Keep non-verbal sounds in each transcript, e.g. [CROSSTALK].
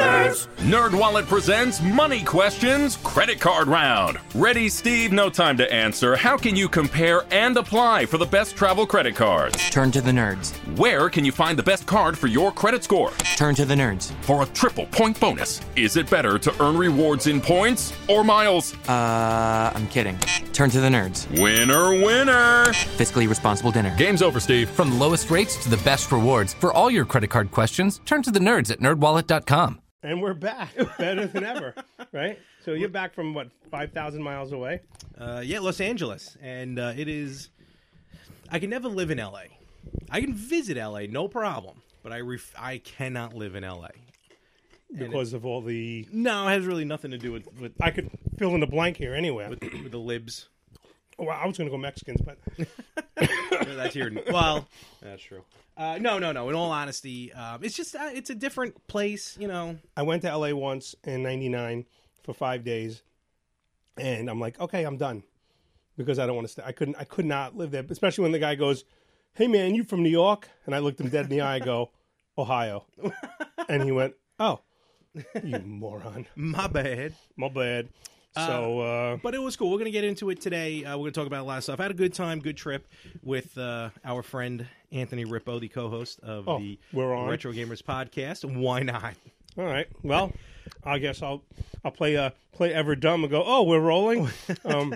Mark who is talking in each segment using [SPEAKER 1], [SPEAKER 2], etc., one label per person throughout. [SPEAKER 1] Nerds.
[SPEAKER 2] Nerd Wallet presents Money Questions Credit Card Round. Ready, Steve? No time to answer. How can you compare and apply for the best travel credit cards?
[SPEAKER 3] Turn to the nerds.
[SPEAKER 2] Where can you find the best card for your credit score?
[SPEAKER 3] Turn to the nerds.
[SPEAKER 2] For a triple point bonus, is it better to earn rewards in points or miles?
[SPEAKER 3] Uh, I'm kidding. Turn to the nerds.
[SPEAKER 2] Winner, winner!
[SPEAKER 3] Fiscally responsible dinner.
[SPEAKER 2] Game's over, Steve.
[SPEAKER 4] From lowest rates to the best rewards, for all your credit card questions, turn to the nerds at nerdwallet.com.
[SPEAKER 5] And we're back, [LAUGHS] better than ever, right? So you're back from what five thousand miles away?
[SPEAKER 6] Uh, yeah, Los Angeles, and uh, it is. I can never live in LA. I can visit LA, no problem, but I ref- I cannot live in LA.
[SPEAKER 5] Because of all the,
[SPEAKER 6] No, it has really nothing to do with with, [COUGHS]
[SPEAKER 5] I could fill in the blank here anywhere.
[SPEAKER 6] with the libs.
[SPEAKER 5] Well, I was going to go Mexicans, but
[SPEAKER 6] That's here. Well, that's true. Uh, no, no, no. In all honesty, um, it's just uh, it's a different place, you know.
[SPEAKER 5] I went to LA once in '99 for five days, and I'm like, okay, I'm done because I don't want to stay. I couldn't, I could not live there, especially when the guy goes, "Hey, man, you from New York?" And I looked him dead in the eye, I go, "Ohio," and he went, "Oh, you moron,
[SPEAKER 6] My bad.
[SPEAKER 5] my bad." So, uh,
[SPEAKER 6] But it was cool. We're going to get into it today. Uh, we're going to talk about a lot of stuff. I had a good time, good trip with uh, our friend Anthony Rippo, the co-host of
[SPEAKER 5] Oh,
[SPEAKER 6] the
[SPEAKER 5] we're on.
[SPEAKER 6] Retro Gamers podcast. Why not?
[SPEAKER 5] All right. Well, I guess I'll I'll play uh play ever dumb and go. Oh, we're rolling. Um,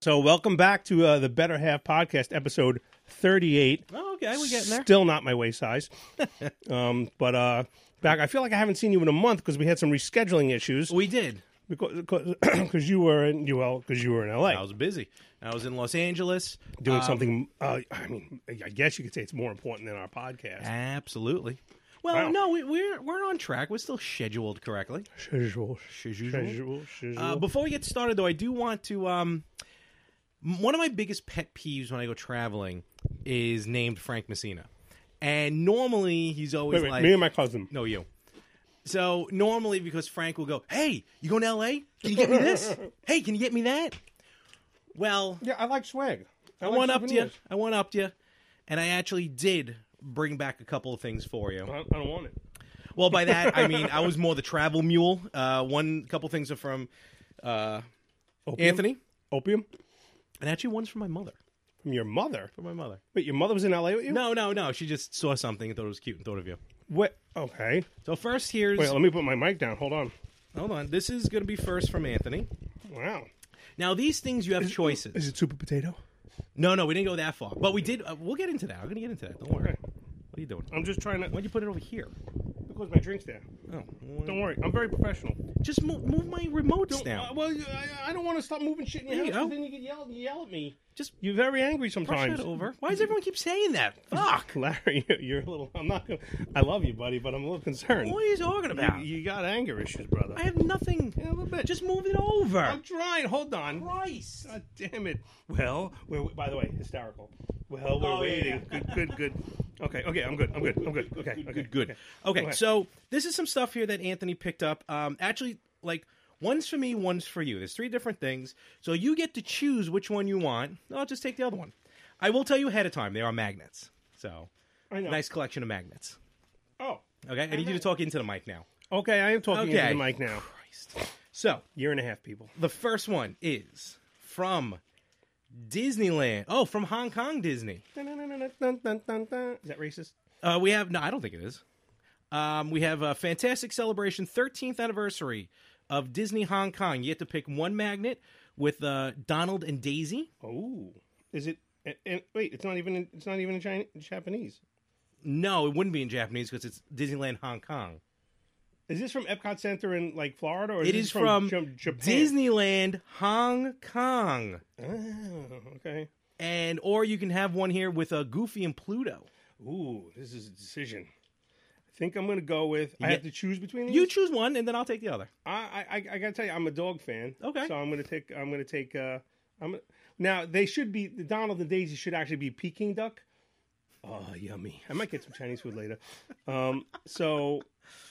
[SPEAKER 5] so welcome back to uh, the Better Half Podcast, episode thirty-eight.
[SPEAKER 6] Oh, okay, we're getting there.
[SPEAKER 5] Still not my waist size. [LAUGHS] um, but uh, back. I feel like I haven't seen you in a month because we had some rescheduling issues
[SPEAKER 6] We did.
[SPEAKER 5] because [CLEARS THROAT] because you were in you well because you were in L.A.
[SPEAKER 6] I was busy. I was in Los Angeles.
[SPEAKER 5] doing something. Uh, I mean, I guess you could say it's more important than our podcast.
[SPEAKER 6] Absolutely. Well,
[SPEAKER 5] Wow.
[SPEAKER 6] no, we, we're we're on track. We're still scheduled correctly.
[SPEAKER 5] Schedule,
[SPEAKER 6] Schedule.
[SPEAKER 5] schedule.
[SPEAKER 6] Uh, before we get started, though, I do want to. Um, m- one of my biggest pet peeves when I go traveling is named Frank Messina, and normally he's always
[SPEAKER 5] wait, wait,
[SPEAKER 6] like,
[SPEAKER 5] me and my cousin.
[SPEAKER 6] "No, you." So normally, because Frank will go, "Hey, you going to L.A.? Can you get me [LAUGHS] this? hey, can you get me that?" Well,
[SPEAKER 5] Yeah, I like swag.
[SPEAKER 6] I one upped you. I one upped you, and I actually did bring back a couple of things for you.
[SPEAKER 5] I don't want it.
[SPEAKER 6] Well, by that I mean I was more the travel mule. Uh, one couple things are from uh,
[SPEAKER 5] Opium?
[SPEAKER 6] Anthony,
[SPEAKER 5] Opium
[SPEAKER 6] and actually one's from my mother.
[SPEAKER 5] from your mother.
[SPEAKER 6] From my mother.
[SPEAKER 5] Wait, your mother was in L.A. with you?
[SPEAKER 6] No, no, no. She just saw something and thought it was cute and thought of you.
[SPEAKER 5] Wait. Okay.
[SPEAKER 6] So first, here's
[SPEAKER 5] Wait. Let me put my mic down. Hold on.
[SPEAKER 6] hold on. This is going to be first from Anthony.
[SPEAKER 5] Wow.
[SPEAKER 6] Now these things you have
[SPEAKER 5] Is
[SPEAKER 6] choices.
[SPEAKER 5] it super potato?
[SPEAKER 6] No, no, we didn't go that far, but we did. Uh, we'll get into that. I'm going to get into that. Don't worry.
[SPEAKER 5] Okay.
[SPEAKER 6] What are you doing?
[SPEAKER 5] I'm just trying to
[SPEAKER 6] Why'd you put it over here?
[SPEAKER 5] because my drink's there.
[SPEAKER 6] Oh,
[SPEAKER 5] Don't worry. I'm very professional.
[SPEAKER 6] just move, move my remotes
[SPEAKER 5] Uh,
[SPEAKER 6] down.
[SPEAKER 5] well, you- I, I don't want to stop moving shit in your
[SPEAKER 6] There
[SPEAKER 5] house.
[SPEAKER 6] you
[SPEAKER 5] 'cause
[SPEAKER 6] go.
[SPEAKER 5] Then you get yelled, you yell at me.
[SPEAKER 6] Just
[SPEAKER 5] You're very angry
[SPEAKER 6] brush
[SPEAKER 5] sometimes.
[SPEAKER 6] it over. Why does everyone keep saying that? Fuck.
[SPEAKER 5] [LAUGHS] Larry, you're- you're a little. I'm not. Gonna, I love you, buddy, but I'm a little concerned.
[SPEAKER 6] What are you talking about?
[SPEAKER 5] You, you got anger issues, brother.
[SPEAKER 6] I have nothing.
[SPEAKER 5] Yeah, a little bit.
[SPEAKER 6] Just move it over.
[SPEAKER 5] I'm trying. Hold on.
[SPEAKER 6] Christ.
[SPEAKER 5] God damn it. Well, we're by the way hysterical. Well, we're
[SPEAKER 6] Oh, yeah,
[SPEAKER 5] waiting. Good, good, good. Okay, okay. I'm good. I'm good. I'm good. Okay, okay,
[SPEAKER 6] good. Okay, so this is some stuff here that Anthony picked up. Um, actually, like one's for me, one's for you. There's three different things, so you get to choose which one you want. I'll just take the other one. I will tell you ahead of time. They are magnets, so
[SPEAKER 5] I know.
[SPEAKER 6] nice collection of magnets.
[SPEAKER 5] Oh,
[SPEAKER 6] Okay, I need you to talk into the mic now.
[SPEAKER 5] okay. I am talking
[SPEAKER 6] Okay.
[SPEAKER 5] into the mic now.
[SPEAKER 6] So
[SPEAKER 5] Year and a half, people.
[SPEAKER 6] the first one is from Disneyland. Oh, from Hong Kong Disney.
[SPEAKER 5] Dun, dun, dun, dun, dun, dun, dun. Is that racist?
[SPEAKER 6] Uh, we have no, I don't think it is. Um, we have a fantastic celebration, 13th anniversary of Disney Hong Kong. You get to pick one magnet with uh, Donald and Daisy.
[SPEAKER 5] Oh, is it? And, and wait, it's not even. In, it's not even in Chinese, Japanese.
[SPEAKER 6] No, it wouldn't be in Japanese because it's Disneyland Hong Kong.
[SPEAKER 5] Is this from Epcot Center in like Florida, or is
[SPEAKER 6] It
[SPEAKER 5] this
[SPEAKER 6] is from,
[SPEAKER 5] Ja- Japan?
[SPEAKER 6] Disneyland Hong Kong,
[SPEAKER 5] Oh, okay.
[SPEAKER 6] and or you can have one here with uh, Goofy and Pluto.
[SPEAKER 5] Ooh, this is a decision. I think I'm gonna go with. I have to choose between these.
[SPEAKER 6] You choose one, and then I'll take the other.
[SPEAKER 5] I, I I gotta tell you, I'm a dog fan.
[SPEAKER 6] Okay.
[SPEAKER 5] So I'm gonna take. I'm gonna take. Uh, I'm now they should be the Donald and Daisy should actually be Peking duck. Oh, yummy! I might get some Chinese food later. Um, so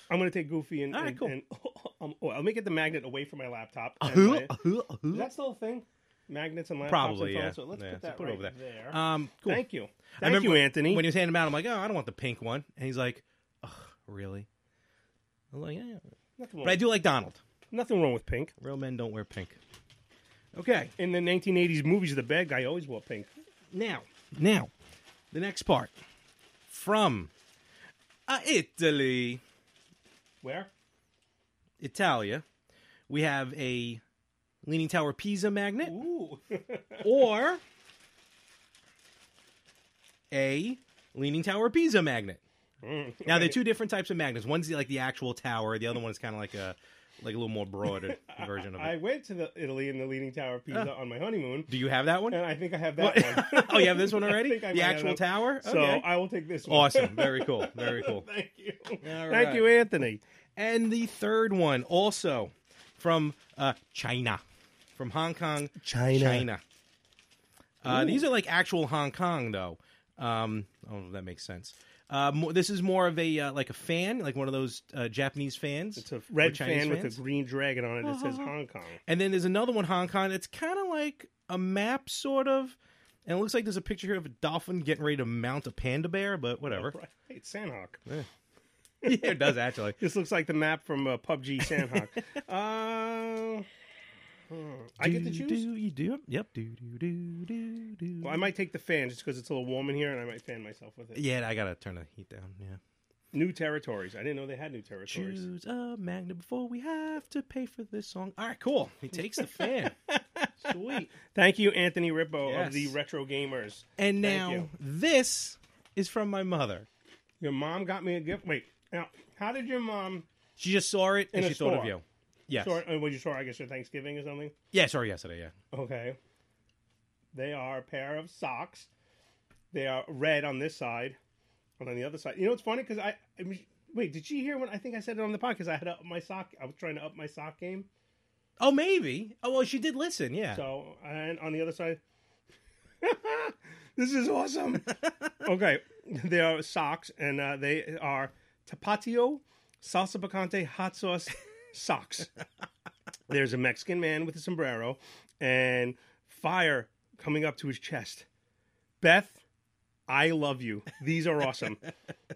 [SPEAKER 5] I'm gonna take Goofy and,
[SPEAKER 6] All right,
[SPEAKER 5] and,
[SPEAKER 6] cool.
[SPEAKER 5] and [LAUGHS] um, oh, I'll make it the magnet away from my laptop. and my- Is that still a thing? Magnets and laptops. and
[SPEAKER 6] Probably, yeah.
[SPEAKER 5] phones? So let's
[SPEAKER 6] Yeah,
[SPEAKER 5] put
[SPEAKER 6] so
[SPEAKER 5] that
[SPEAKER 6] put it
[SPEAKER 5] right
[SPEAKER 6] over there.
[SPEAKER 5] there.
[SPEAKER 6] Um, cool.
[SPEAKER 5] Thank you.
[SPEAKER 6] I
[SPEAKER 5] Thank
[SPEAKER 6] remember
[SPEAKER 5] you,
[SPEAKER 6] when-
[SPEAKER 5] Anthony.
[SPEAKER 6] When he was handing them out, I'm like, oh, I don't want the pink one. And he's like, ugh, really? I'm like, yeah, yeah.
[SPEAKER 5] nothing, wrong,
[SPEAKER 6] But I do like Donald.
[SPEAKER 5] nothing wrong with pink.
[SPEAKER 6] Real men don't wear pink. Okay,
[SPEAKER 5] In the 1980s movies, the bad guy always wore pink.
[SPEAKER 6] now, now, the next part from uh, Italy,
[SPEAKER 5] Where?
[SPEAKER 6] Italia. We have a Leaning Tower Pisa magnet,
[SPEAKER 5] Ooh.
[SPEAKER 6] or a Leaning Tower Pisa magnet.
[SPEAKER 5] Mm,
[SPEAKER 6] Now they're two different types of magnets. One's like the actual tower. The other one is kind of like a like a little more broader version of
[SPEAKER 5] [LAUGHS]
[SPEAKER 6] it.
[SPEAKER 5] I went to the Italy in the Leaning Tower of Pisa on my honeymoon,
[SPEAKER 6] Do you have that one? [LAUGHS]
[SPEAKER 5] and I think I have that
[SPEAKER 6] What?
[SPEAKER 5] one.
[SPEAKER 6] [LAUGHS] Oh, you have this one
[SPEAKER 5] [LAUGHS]
[SPEAKER 6] already?
[SPEAKER 5] I think I
[SPEAKER 6] The
[SPEAKER 5] might have
[SPEAKER 6] actual
[SPEAKER 5] that-
[SPEAKER 6] tower?
[SPEAKER 5] So
[SPEAKER 6] Okay.
[SPEAKER 5] I will take this one. [LAUGHS]
[SPEAKER 6] Awesome. Very cool. Very cool.
[SPEAKER 5] Thank you.
[SPEAKER 6] All
[SPEAKER 5] Thank
[SPEAKER 6] right.
[SPEAKER 5] you, Anthony.
[SPEAKER 6] And the third one, also from uh, China, from Hong Kong,
[SPEAKER 5] China.
[SPEAKER 6] China. Uh, these are like actual Hong Kong, though. Um, I don't know if that makes sense. Uh, mo- this is more of a uh, like a fan, like one of those uh, Japanese fans.
[SPEAKER 5] It's a
[SPEAKER 6] or
[SPEAKER 5] red
[SPEAKER 6] Chinese
[SPEAKER 5] fan with
[SPEAKER 6] fans. Uh-huh.
[SPEAKER 5] a green dragon on it that says Hong Kong.
[SPEAKER 6] And then there's another one, Hong Kong. It's kind of like a map, sort of. And it looks like there's a picture here of a dolphin getting ready to mount a panda bear,
[SPEAKER 5] [LAUGHS]
[SPEAKER 6] but whatever. [LAUGHS]
[SPEAKER 5] Right. It's Sandhawk.
[SPEAKER 6] yeah, it does actually.
[SPEAKER 5] This looks like the map from uh,
[SPEAKER 6] [LAUGHS]
[SPEAKER 5] PUBG Sandhawk. uh, hmm. I get to
[SPEAKER 6] Do,
[SPEAKER 5] choose.
[SPEAKER 6] Do you do? Yep. Do do do do do.
[SPEAKER 5] Well, I might take the fan just because it's a little warm in here, and I might fan myself with it.
[SPEAKER 6] Yeah, I gotta turn the heat down. Yeah.
[SPEAKER 5] New territories. I didn't know they had new territories.
[SPEAKER 6] Choose a magnet before we have to pay for this song. All right, cool. He takes the [LAUGHS] fan. Sweet.
[SPEAKER 5] Thank you, Anthony Rippo of the
[SPEAKER 6] Yes.
[SPEAKER 5] Retro Gamers.
[SPEAKER 6] And
[SPEAKER 5] Thank
[SPEAKER 6] now
[SPEAKER 5] you.
[SPEAKER 6] this is from my mother.
[SPEAKER 5] Your mom got me a gift. Wait, now how did your mom?
[SPEAKER 6] She just saw it and
[SPEAKER 5] In a
[SPEAKER 6] she thought of
[SPEAKER 5] store.
[SPEAKER 6] you. Yes.
[SPEAKER 5] Sor- uh, was you sore? I guess your Thanksgiving or something.
[SPEAKER 6] Yeah, sorry yesterday. Yeah.
[SPEAKER 5] Okay. They are a pair of socks. They are red on this side, and on the other side. You know it's funny because I, I mean, wait. Did she hear when I think I said it on the podcast? I had up my sock. I was trying to up my sock game.
[SPEAKER 6] Oh, maybe. Oh, well, she did listen. Yeah.
[SPEAKER 5] So and on the other side, [LAUGHS] this is awesome. okay, they are socks, and uh, they are tapatio salsa picante hot sauce socks. There's a Mexican man with a sombrero and fire coming up to his chest. Beth, I love you. These are awesome.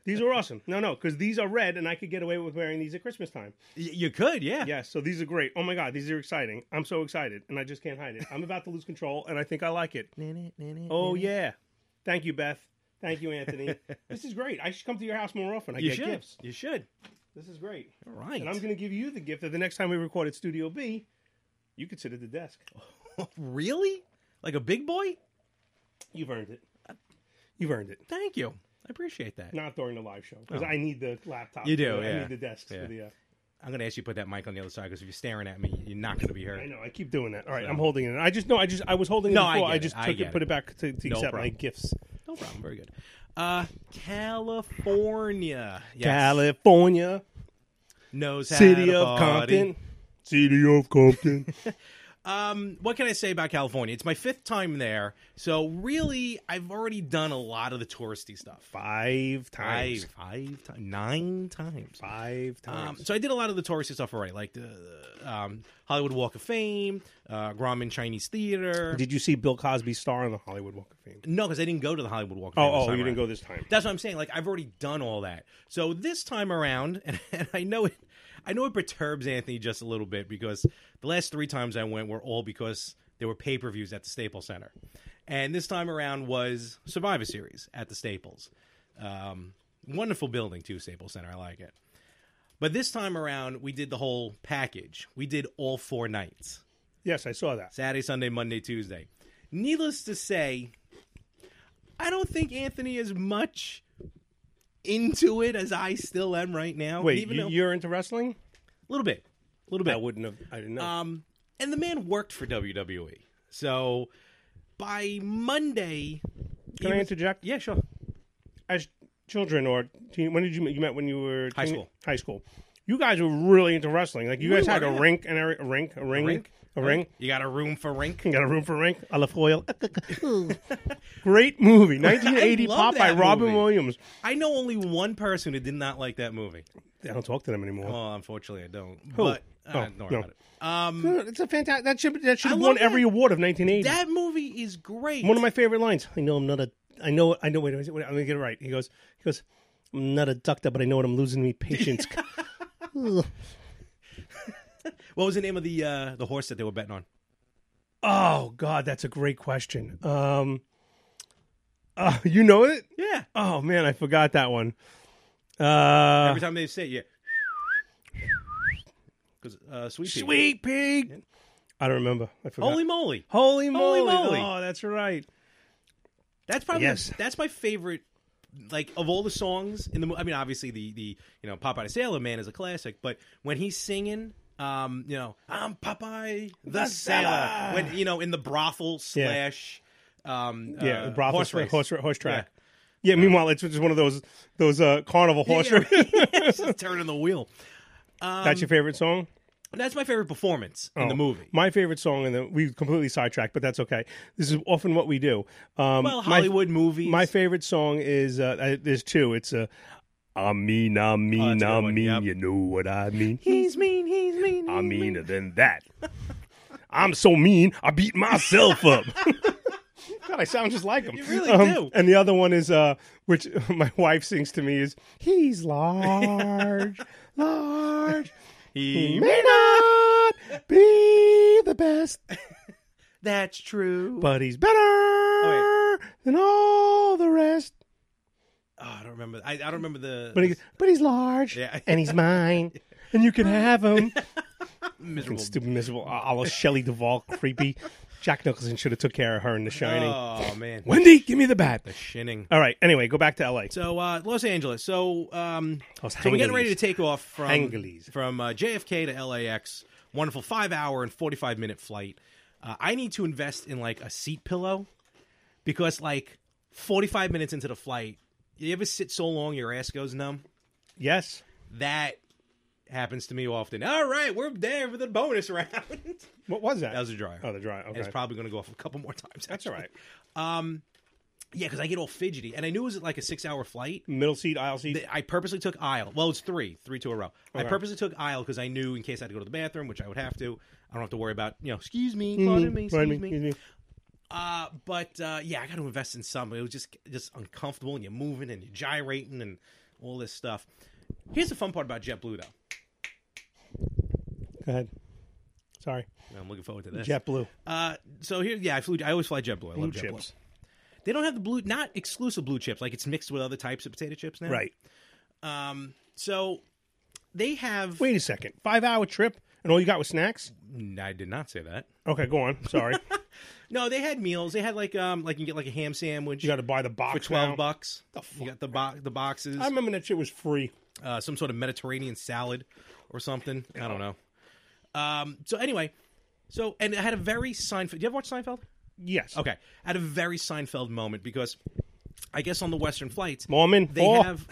[SPEAKER 5] these are awesome. No, no, because these are red, and I could get away with wearing these at Christmas time.
[SPEAKER 6] Y- you could. Yeah.
[SPEAKER 5] Yes, so these are great. Oh my god, these are exciting. I'm so excited, and I just can't hide it. I'm about to lose control, and I think I like it. Oh yeah, thank you, Beth. Thank you,
[SPEAKER 6] [LAUGHS]
[SPEAKER 5] Anthony. this is great. I should come to your house more often. I
[SPEAKER 6] You
[SPEAKER 5] get
[SPEAKER 6] should.
[SPEAKER 5] gifts.
[SPEAKER 6] You should.
[SPEAKER 5] This is great.
[SPEAKER 6] All right.
[SPEAKER 5] And I'm going to give you the gift that the next time we record at Studio B, you could sit at the desk.
[SPEAKER 6] Oh, really like a big boy.
[SPEAKER 5] You've earned it. You've earned it.
[SPEAKER 6] Thank you. I appreciate that.
[SPEAKER 5] Not during the live show because I need the laptop.
[SPEAKER 6] Oh. You do,
[SPEAKER 5] I
[SPEAKER 6] yeah.
[SPEAKER 5] need the desks
[SPEAKER 6] Yeah.
[SPEAKER 5] for the. Uh,
[SPEAKER 6] I'm gonna ask you to put that mic on the other side because if you're staring at me, you're not gonna be heard.
[SPEAKER 5] I know. I keep doing that. All right, I'm holding it. I just no. I just I was holding it
[SPEAKER 6] No, I
[SPEAKER 5] before. I,
[SPEAKER 6] get it.
[SPEAKER 5] just
[SPEAKER 6] I
[SPEAKER 5] took
[SPEAKER 6] get
[SPEAKER 5] it, put
[SPEAKER 6] it.
[SPEAKER 5] it back to, to
[SPEAKER 6] No
[SPEAKER 5] accept my
[SPEAKER 6] problem.
[SPEAKER 5] gifts.
[SPEAKER 6] No problem. Very good. Uh, California. Yes.
[SPEAKER 5] California.
[SPEAKER 6] Knows how
[SPEAKER 5] City
[SPEAKER 6] to
[SPEAKER 5] of
[SPEAKER 6] party.
[SPEAKER 5] Compton. City of Compton.
[SPEAKER 6] Um, What can I say about California? It's my fifth time there, so really, I've already done a lot of the touristy stuff. [LAUGHS]
[SPEAKER 5] Five
[SPEAKER 6] Five,
[SPEAKER 5] times.
[SPEAKER 6] five, ti- nine times.
[SPEAKER 5] Five
[SPEAKER 6] Um,
[SPEAKER 5] times.
[SPEAKER 6] so I did a lot of the touristy stuff already, like the um, Hollywood Walk of Fame, uh, Grauman Chinese Theater.
[SPEAKER 5] Did you see Bill Cosby's star on the Hollywood Walk of Fame?
[SPEAKER 6] no, because I didn't go to the Hollywood Walk. Of Fame
[SPEAKER 5] Oh,
[SPEAKER 6] this
[SPEAKER 5] oh,
[SPEAKER 6] time
[SPEAKER 5] you didn't
[SPEAKER 6] around.
[SPEAKER 5] go this time.
[SPEAKER 6] That's what I'm saying. Like I've already done all that. So this time around, [LAUGHS] and, and I know it, I know it perturbs Anthony just a little bit because the last three times I went were all because there were pay per views at the Staples Center, and this time around was Survivor Series at the Staples. Um, wonderful building too, Staples Center. I like it. But this time around, we did the whole package. We did all four nights.
[SPEAKER 5] Yes, I saw that.
[SPEAKER 6] Saturday, Sunday, Monday, Tuesday. Needless to say, I don't think Anthony is much into it as I still am right now.
[SPEAKER 5] Wait,
[SPEAKER 6] even
[SPEAKER 5] you,
[SPEAKER 6] though-
[SPEAKER 5] you're into wrestling?
[SPEAKER 6] a little bit, a little bit.
[SPEAKER 5] I wouldn't have. I didn't know.
[SPEAKER 6] Um, and the man worked for WWE, so by Monday, he
[SPEAKER 5] Can I
[SPEAKER 6] was-
[SPEAKER 5] interject?
[SPEAKER 6] Yeah, sure.
[SPEAKER 5] As children or teen, when did you meet? You met when you were
[SPEAKER 6] High
[SPEAKER 5] teen-
[SPEAKER 6] school.
[SPEAKER 5] High school. You guys were really into wrestling. Like you guys had
[SPEAKER 6] were,
[SPEAKER 5] a
[SPEAKER 6] yeah.
[SPEAKER 5] rink and a, a rink, a ring,
[SPEAKER 6] rink?
[SPEAKER 5] A ring.
[SPEAKER 6] You got a room for rink?
[SPEAKER 5] Got a room for rank? A la
[SPEAKER 6] [LAUGHS]
[SPEAKER 5] foil. Great movie. 1980
[SPEAKER 6] I love that
[SPEAKER 5] Popeye, Robin
[SPEAKER 6] movie.
[SPEAKER 5] Williams.
[SPEAKER 6] I know only one person who did not like that movie.
[SPEAKER 5] I don't talk to them anymore.
[SPEAKER 6] Oh, unfortunately, I don't. But uh,
[SPEAKER 5] Oh,
[SPEAKER 6] don't worry
[SPEAKER 5] no.
[SPEAKER 6] about it. Um,
[SPEAKER 5] Dude, it's a fantastic. That should that should
[SPEAKER 6] I
[SPEAKER 5] have
[SPEAKER 6] love
[SPEAKER 5] won
[SPEAKER 6] that.
[SPEAKER 5] every award of 1980.
[SPEAKER 6] that movie is great.
[SPEAKER 5] One of my favorite lines. I know I'm not a. I know. I know. Wait. wait, wait I'm gonna get it right. He goes. He goes. I'm not a doctor, but I know what I'm losing me
[SPEAKER 6] [LAUGHS]
[SPEAKER 5] patience.
[SPEAKER 6] what was the name of the uh, the horse that they were betting on?
[SPEAKER 5] oh God, that's a great question. Um. Uh, [LAUGHS] you know it?
[SPEAKER 6] Yeah.
[SPEAKER 5] Oh man, I forgot that one. Uh,
[SPEAKER 6] Every time they say it, yeah. Because uh, sweet Pea.
[SPEAKER 5] sweet pig. I don't remember. I forgot.
[SPEAKER 6] Holy moly!
[SPEAKER 5] Holy moly!
[SPEAKER 6] Holy moly.
[SPEAKER 5] Oh, that's right.
[SPEAKER 6] That's probably
[SPEAKER 5] Yes.
[SPEAKER 6] that's my favorite. Like of all the songs in the, mo- I mean, obviously the the you know Popeye the Sailor Man is a classic, but when he's singing, um, you know, I'm Popeye the, Sailor, when you know in the brothel slash, um,
[SPEAKER 5] Yeah,
[SPEAKER 6] uh,
[SPEAKER 5] brothel
[SPEAKER 6] horse
[SPEAKER 5] horse,
[SPEAKER 6] race.
[SPEAKER 5] horse, ra- horse track. Yeah. meanwhile, it's just one of those those uh, carnival horse.
[SPEAKER 6] [LAUGHS] Yeah, Um,
[SPEAKER 5] ra-
[SPEAKER 6] [LAUGHS] yeah. Just turning the wheel.
[SPEAKER 5] that's your favorite song?
[SPEAKER 6] That's my favorite performance in the
[SPEAKER 5] Oh,
[SPEAKER 6] movie.
[SPEAKER 5] My favorite song, and we completely sidetracked, but that's okay. This is often what we do. Um,
[SPEAKER 6] Well,
[SPEAKER 5] my-
[SPEAKER 6] Hollywood movies.
[SPEAKER 5] My, favorite song is uh, I, there's two. It's a I mean, I mean,
[SPEAKER 6] Oh, that's a good
[SPEAKER 5] I
[SPEAKER 6] one,
[SPEAKER 5] mean,
[SPEAKER 6] yep.
[SPEAKER 5] you know what I mean.
[SPEAKER 6] he's mean. He's mean.
[SPEAKER 5] I'm meaner than that. I'm so mean, I beat myself up. [LAUGHS] God, I sound just like him. You
[SPEAKER 6] really do.
[SPEAKER 5] And the other one is, uh, which [LAUGHS] my wife sings to me, is he's
[SPEAKER 6] [LAUGHS]
[SPEAKER 5] large, large. He may not be the best,
[SPEAKER 6] That's true.
[SPEAKER 5] but he's better than all the rest.
[SPEAKER 6] oh, I don't remember. I, I don't remember the.
[SPEAKER 5] But, he, but he's large,
[SPEAKER 6] Yeah. [LAUGHS]
[SPEAKER 5] and he's mine, and you can have him.
[SPEAKER 6] miserable.
[SPEAKER 5] Stupid,
[SPEAKER 6] [LAUGHS]
[SPEAKER 5] miserable, a la Shelley Duvall, creepy. Jack Nicholson should have took care of her in The Shining.
[SPEAKER 6] Oh man,
[SPEAKER 5] Wendy, give me the bat.
[SPEAKER 6] shinning.
[SPEAKER 5] All right. Anyway, go back to L.A.
[SPEAKER 6] So uh, Los Angeles. So um,
[SPEAKER 5] Los
[SPEAKER 6] so we're getting ready to
[SPEAKER 5] Angeles.
[SPEAKER 6] take off from
[SPEAKER 5] Angeles.
[SPEAKER 6] from uh, JFK to LAX. Wonderful five hour and forty five minute flight. Uh, I need to invest in like a seat pillow because like forty five minutes into the flight, you ever sit so long your ass goes numb?
[SPEAKER 5] Yes.
[SPEAKER 6] That happens to me often. All right, we're there for the bonus round. [LAUGHS]
[SPEAKER 5] What was that?
[SPEAKER 6] that was a dryer.
[SPEAKER 5] Oh, the dryer. Okay.
[SPEAKER 6] It's probably going to go off a couple more times.
[SPEAKER 5] That's all right.
[SPEAKER 6] Yeah, because I get all fidgety, and I knew it was like a six hour flight.
[SPEAKER 5] Middle seat, aisle seat.
[SPEAKER 6] Th- I purposely took aisle. Well, it's three, three to a row. I purposely took aisle because I knew in case I had to go to the bathroom, which I would have to. I don't have to worry about you know, excuse me, pardon me, excuse
[SPEAKER 5] Mm-hmm. Pardon Mm-hmm.
[SPEAKER 6] me.
[SPEAKER 5] excuse
[SPEAKER 6] Uh, but uh, yeah, I got to invest in something. It was just just uncomfortable, and you're moving and you're gyrating and all this stuff. Here's the fun part about JetBlue, though.
[SPEAKER 5] Go ahead. Sorry.
[SPEAKER 6] I'm looking forward to this.
[SPEAKER 5] JetBlue.
[SPEAKER 6] Uh, so here, yeah, I flew. I always fly JetBlue. I love JetBlue.
[SPEAKER 5] chips.
[SPEAKER 6] They don't have the blue, not exclusive blue chips. Like it's mixed with other types of potato chips now.
[SPEAKER 5] Right.
[SPEAKER 6] So they have.
[SPEAKER 5] Wait a second. Five hour trip, and all you got was snacks?
[SPEAKER 6] I did not say that.
[SPEAKER 5] Okay, go on.
[SPEAKER 6] [LAUGHS]
[SPEAKER 5] Sorry.
[SPEAKER 6] No, they had meals. They had like um like you can get like a ham sandwich
[SPEAKER 5] you got to buy the box.
[SPEAKER 6] for twelve
[SPEAKER 5] now.
[SPEAKER 6] bucks. you got the bo- the boxes,
[SPEAKER 5] I remember that shit was free.
[SPEAKER 6] uh, some sort of Mediterranean salad or something. I don't know. Um. So anyway, so and I had a very Seinfeld. Do you ever watch Seinfeld?
[SPEAKER 5] Yes.
[SPEAKER 6] Okay, I had a very Seinfeld moment because I guess on the Western flights,
[SPEAKER 5] Mormon.
[SPEAKER 6] they
[SPEAKER 5] Oh.
[SPEAKER 6] have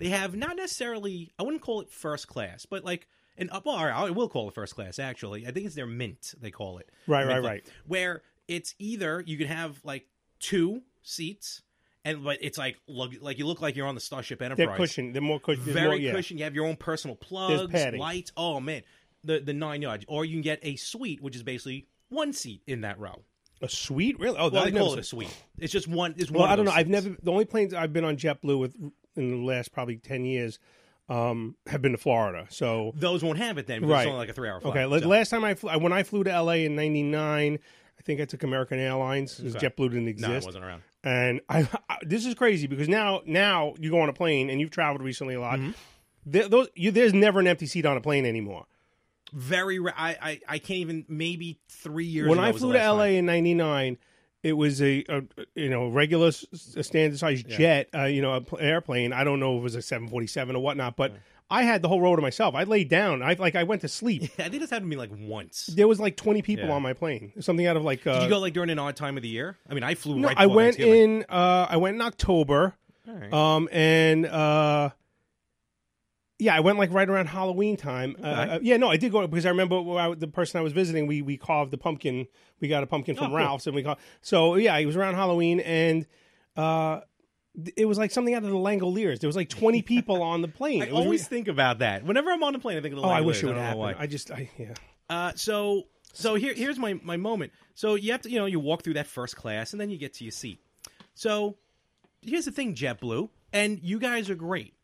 [SPEAKER 6] they have not necessarily I wouldn't call it first class, but like an up. Well, all right, I will call it first class actually. I think it's their mint they call it.
[SPEAKER 5] Right,
[SPEAKER 6] Mint
[SPEAKER 5] right,
[SPEAKER 6] flight,
[SPEAKER 5] right.
[SPEAKER 6] Where it's either you can have like two seats, and but it's like lug, like you look like you're on the Starship Enterprise.
[SPEAKER 5] They're cushioned. They're more cushioned.
[SPEAKER 6] very
[SPEAKER 5] more, yeah.
[SPEAKER 6] cushioned. You have your own personal plugs,
[SPEAKER 5] padding.
[SPEAKER 6] lights. Oh man, the the nine yards. Or you can get a suite, which is basically one seat in that row.
[SPEAKER 5] A suite? Really? Oh,
[SPEAKER 6] Well,
[SPEAKER 5] that
[SPEAKER 6] they
[SPEAKER 5] I've
[SPEAKER 6] call
[SPEAKER 5] never
[SPEAKER 6] it a
[SPEAKER 5] seen.
[SPEAKER 6] suite. It's just one. It's
[SPEAKER 5] Well,
[SPEAKER 6] one. of
[SPEAKER 5] I don't know.
[SPEAKER 6] those
[SPEAKER 5] I've
[SPEAKER 6] seats.
[SPEAKER 5] never the only planes I've been on JetBlue with in the last probably ten years um, have been to Florida. So
[SPEAKER 6] Those won't have it then. Because
[SPEAKER 5] right,
[SPEAKER 6] It's only like a three-hour flight.
[SPEAKER 5] Okay, la-
[SPEAKER 6] so.
[SPEAKER 5] last time I flew, when I flew to LA in '99, I think I took American Airlines. 'cause JetBlue didn't
[SPEAKER 6] no,
[SPEAKER 5] exist.
[SPEAKER 6] it wasn't around.
[SPEAKER 5] And I, I this is crazy because now now you go on a plane and you've traveled recently a lot.
[SPEAKER 6] Mm-hmm.
[SPEAKER 5] There, those you, there's never an empty seat on a plane anymore.
[SPEAKER 6] very ra- I, I I can't even maybe three years
[SPEAKER 5] when
[SPEAKER 6] ago
[SPEAKER 5] I
[SPEAKER 6] was the
[SPEAKER 5] flew to
[SPEAKER 6] last
[SPEAKER 5] LA
[SPEAKER 6] time.
[SPEAKER 5] in '99, it was a, a you know regular s- s- standard size jet, uh, you know, a pl- airplane. I don't know if it was a 747 or whatnot, but I had the whole row to myself. I laid down. I like I went to
[SPEAKER 6] [LAUGHS]
[SPEAKER 5] sleep.
[SPEAKER 6] I think this happened to me like once. Did
[SPEAKER 5] there was like 20 people
[SPEAKER 6] Yeah.
[SPEAKER 5] on my plane. Something out of like. Uh,
[SPEAKER 6] you go like during an odd time of the year? I mean, I flew.
[SPEAKER 5] no,
[SPEAKER 6] right
[SPEAKER 5] I
[SPEAKER 6] before
[SPEAKER 5] went
[SPEAKER 6] Thanksgiving.
[SPEAKER 5] in. Uh, I went in October,
[SPEAKER 6] All right.
[SPEAKER 5] um, and uh, yeah, I went like right around Halloween time. Uh, Uh, yeah, no, I did go because I remember when I- the person I was visiting. We we carved the pumpkin. We got a pumpkin
[SPEAKER 6] Oh,
[SPEAKER 5] from Ralph's, and we called. So yeah, it was around Halloween, and uh, th- it was like something out of the Langoliers. There was like twenty people on the plane.
[SPEAKER 6] [LAUGHS] I
[SPEAKER 5] It was
[SPEAKER 6] always
[SPEAKER 5] re-
[SPEAKER 6] think about that. Whenever I'm on a plane, I think of the
[SPEAKER 5] oh, I
[SPEAKER 6] Langoliers.
[SPEAKER 5] wish it would
[SPEAKER 6] don't know
[SPEAKER 5] happen.
[SPEAKER 6] why.
[SPEAKER 5] I just, I yeah.
[SPEAKER 6] Uh, so so here here's my my moment. So you have to you know you walk through that first class and then you get to your seat. So here's the thing, JetBlue, and you guys are great,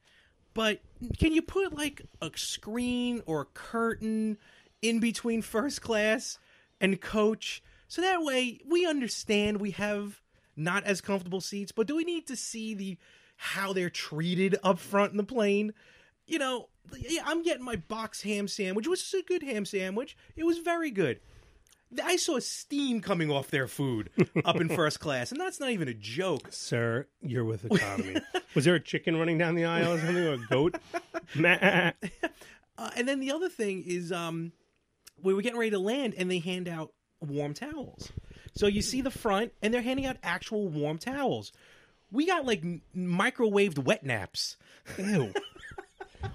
[SPEAKER 6] but can you put like a screen or a curtain in between first class and coach so that way we understand we have not as comfortable seats, but do we need to see the how they're treated up front in the plane? you know, yeah, I'm getting my box ham sandwich, which is a good ham sandwich. It was very good. I saw steam coming off their food up in first class, and that's not even a joke.
[SPEAKER 5] Sir, you're with economy. [LAUGHS] was there a chicken running down the aisle or something, or a
[SPEAKER 6] [LAUGHS]
[SPEAKER 5] goat? Nah.
[SPEAKER 6] Uh, and then the other thing is, um, we were getting ready to land, and they hand out warm towels. So you see the front, and they're handing out actual warm towels. We got like m- microwaved wet naps.
[SPEAKER 5] Ew. [LAUGHS]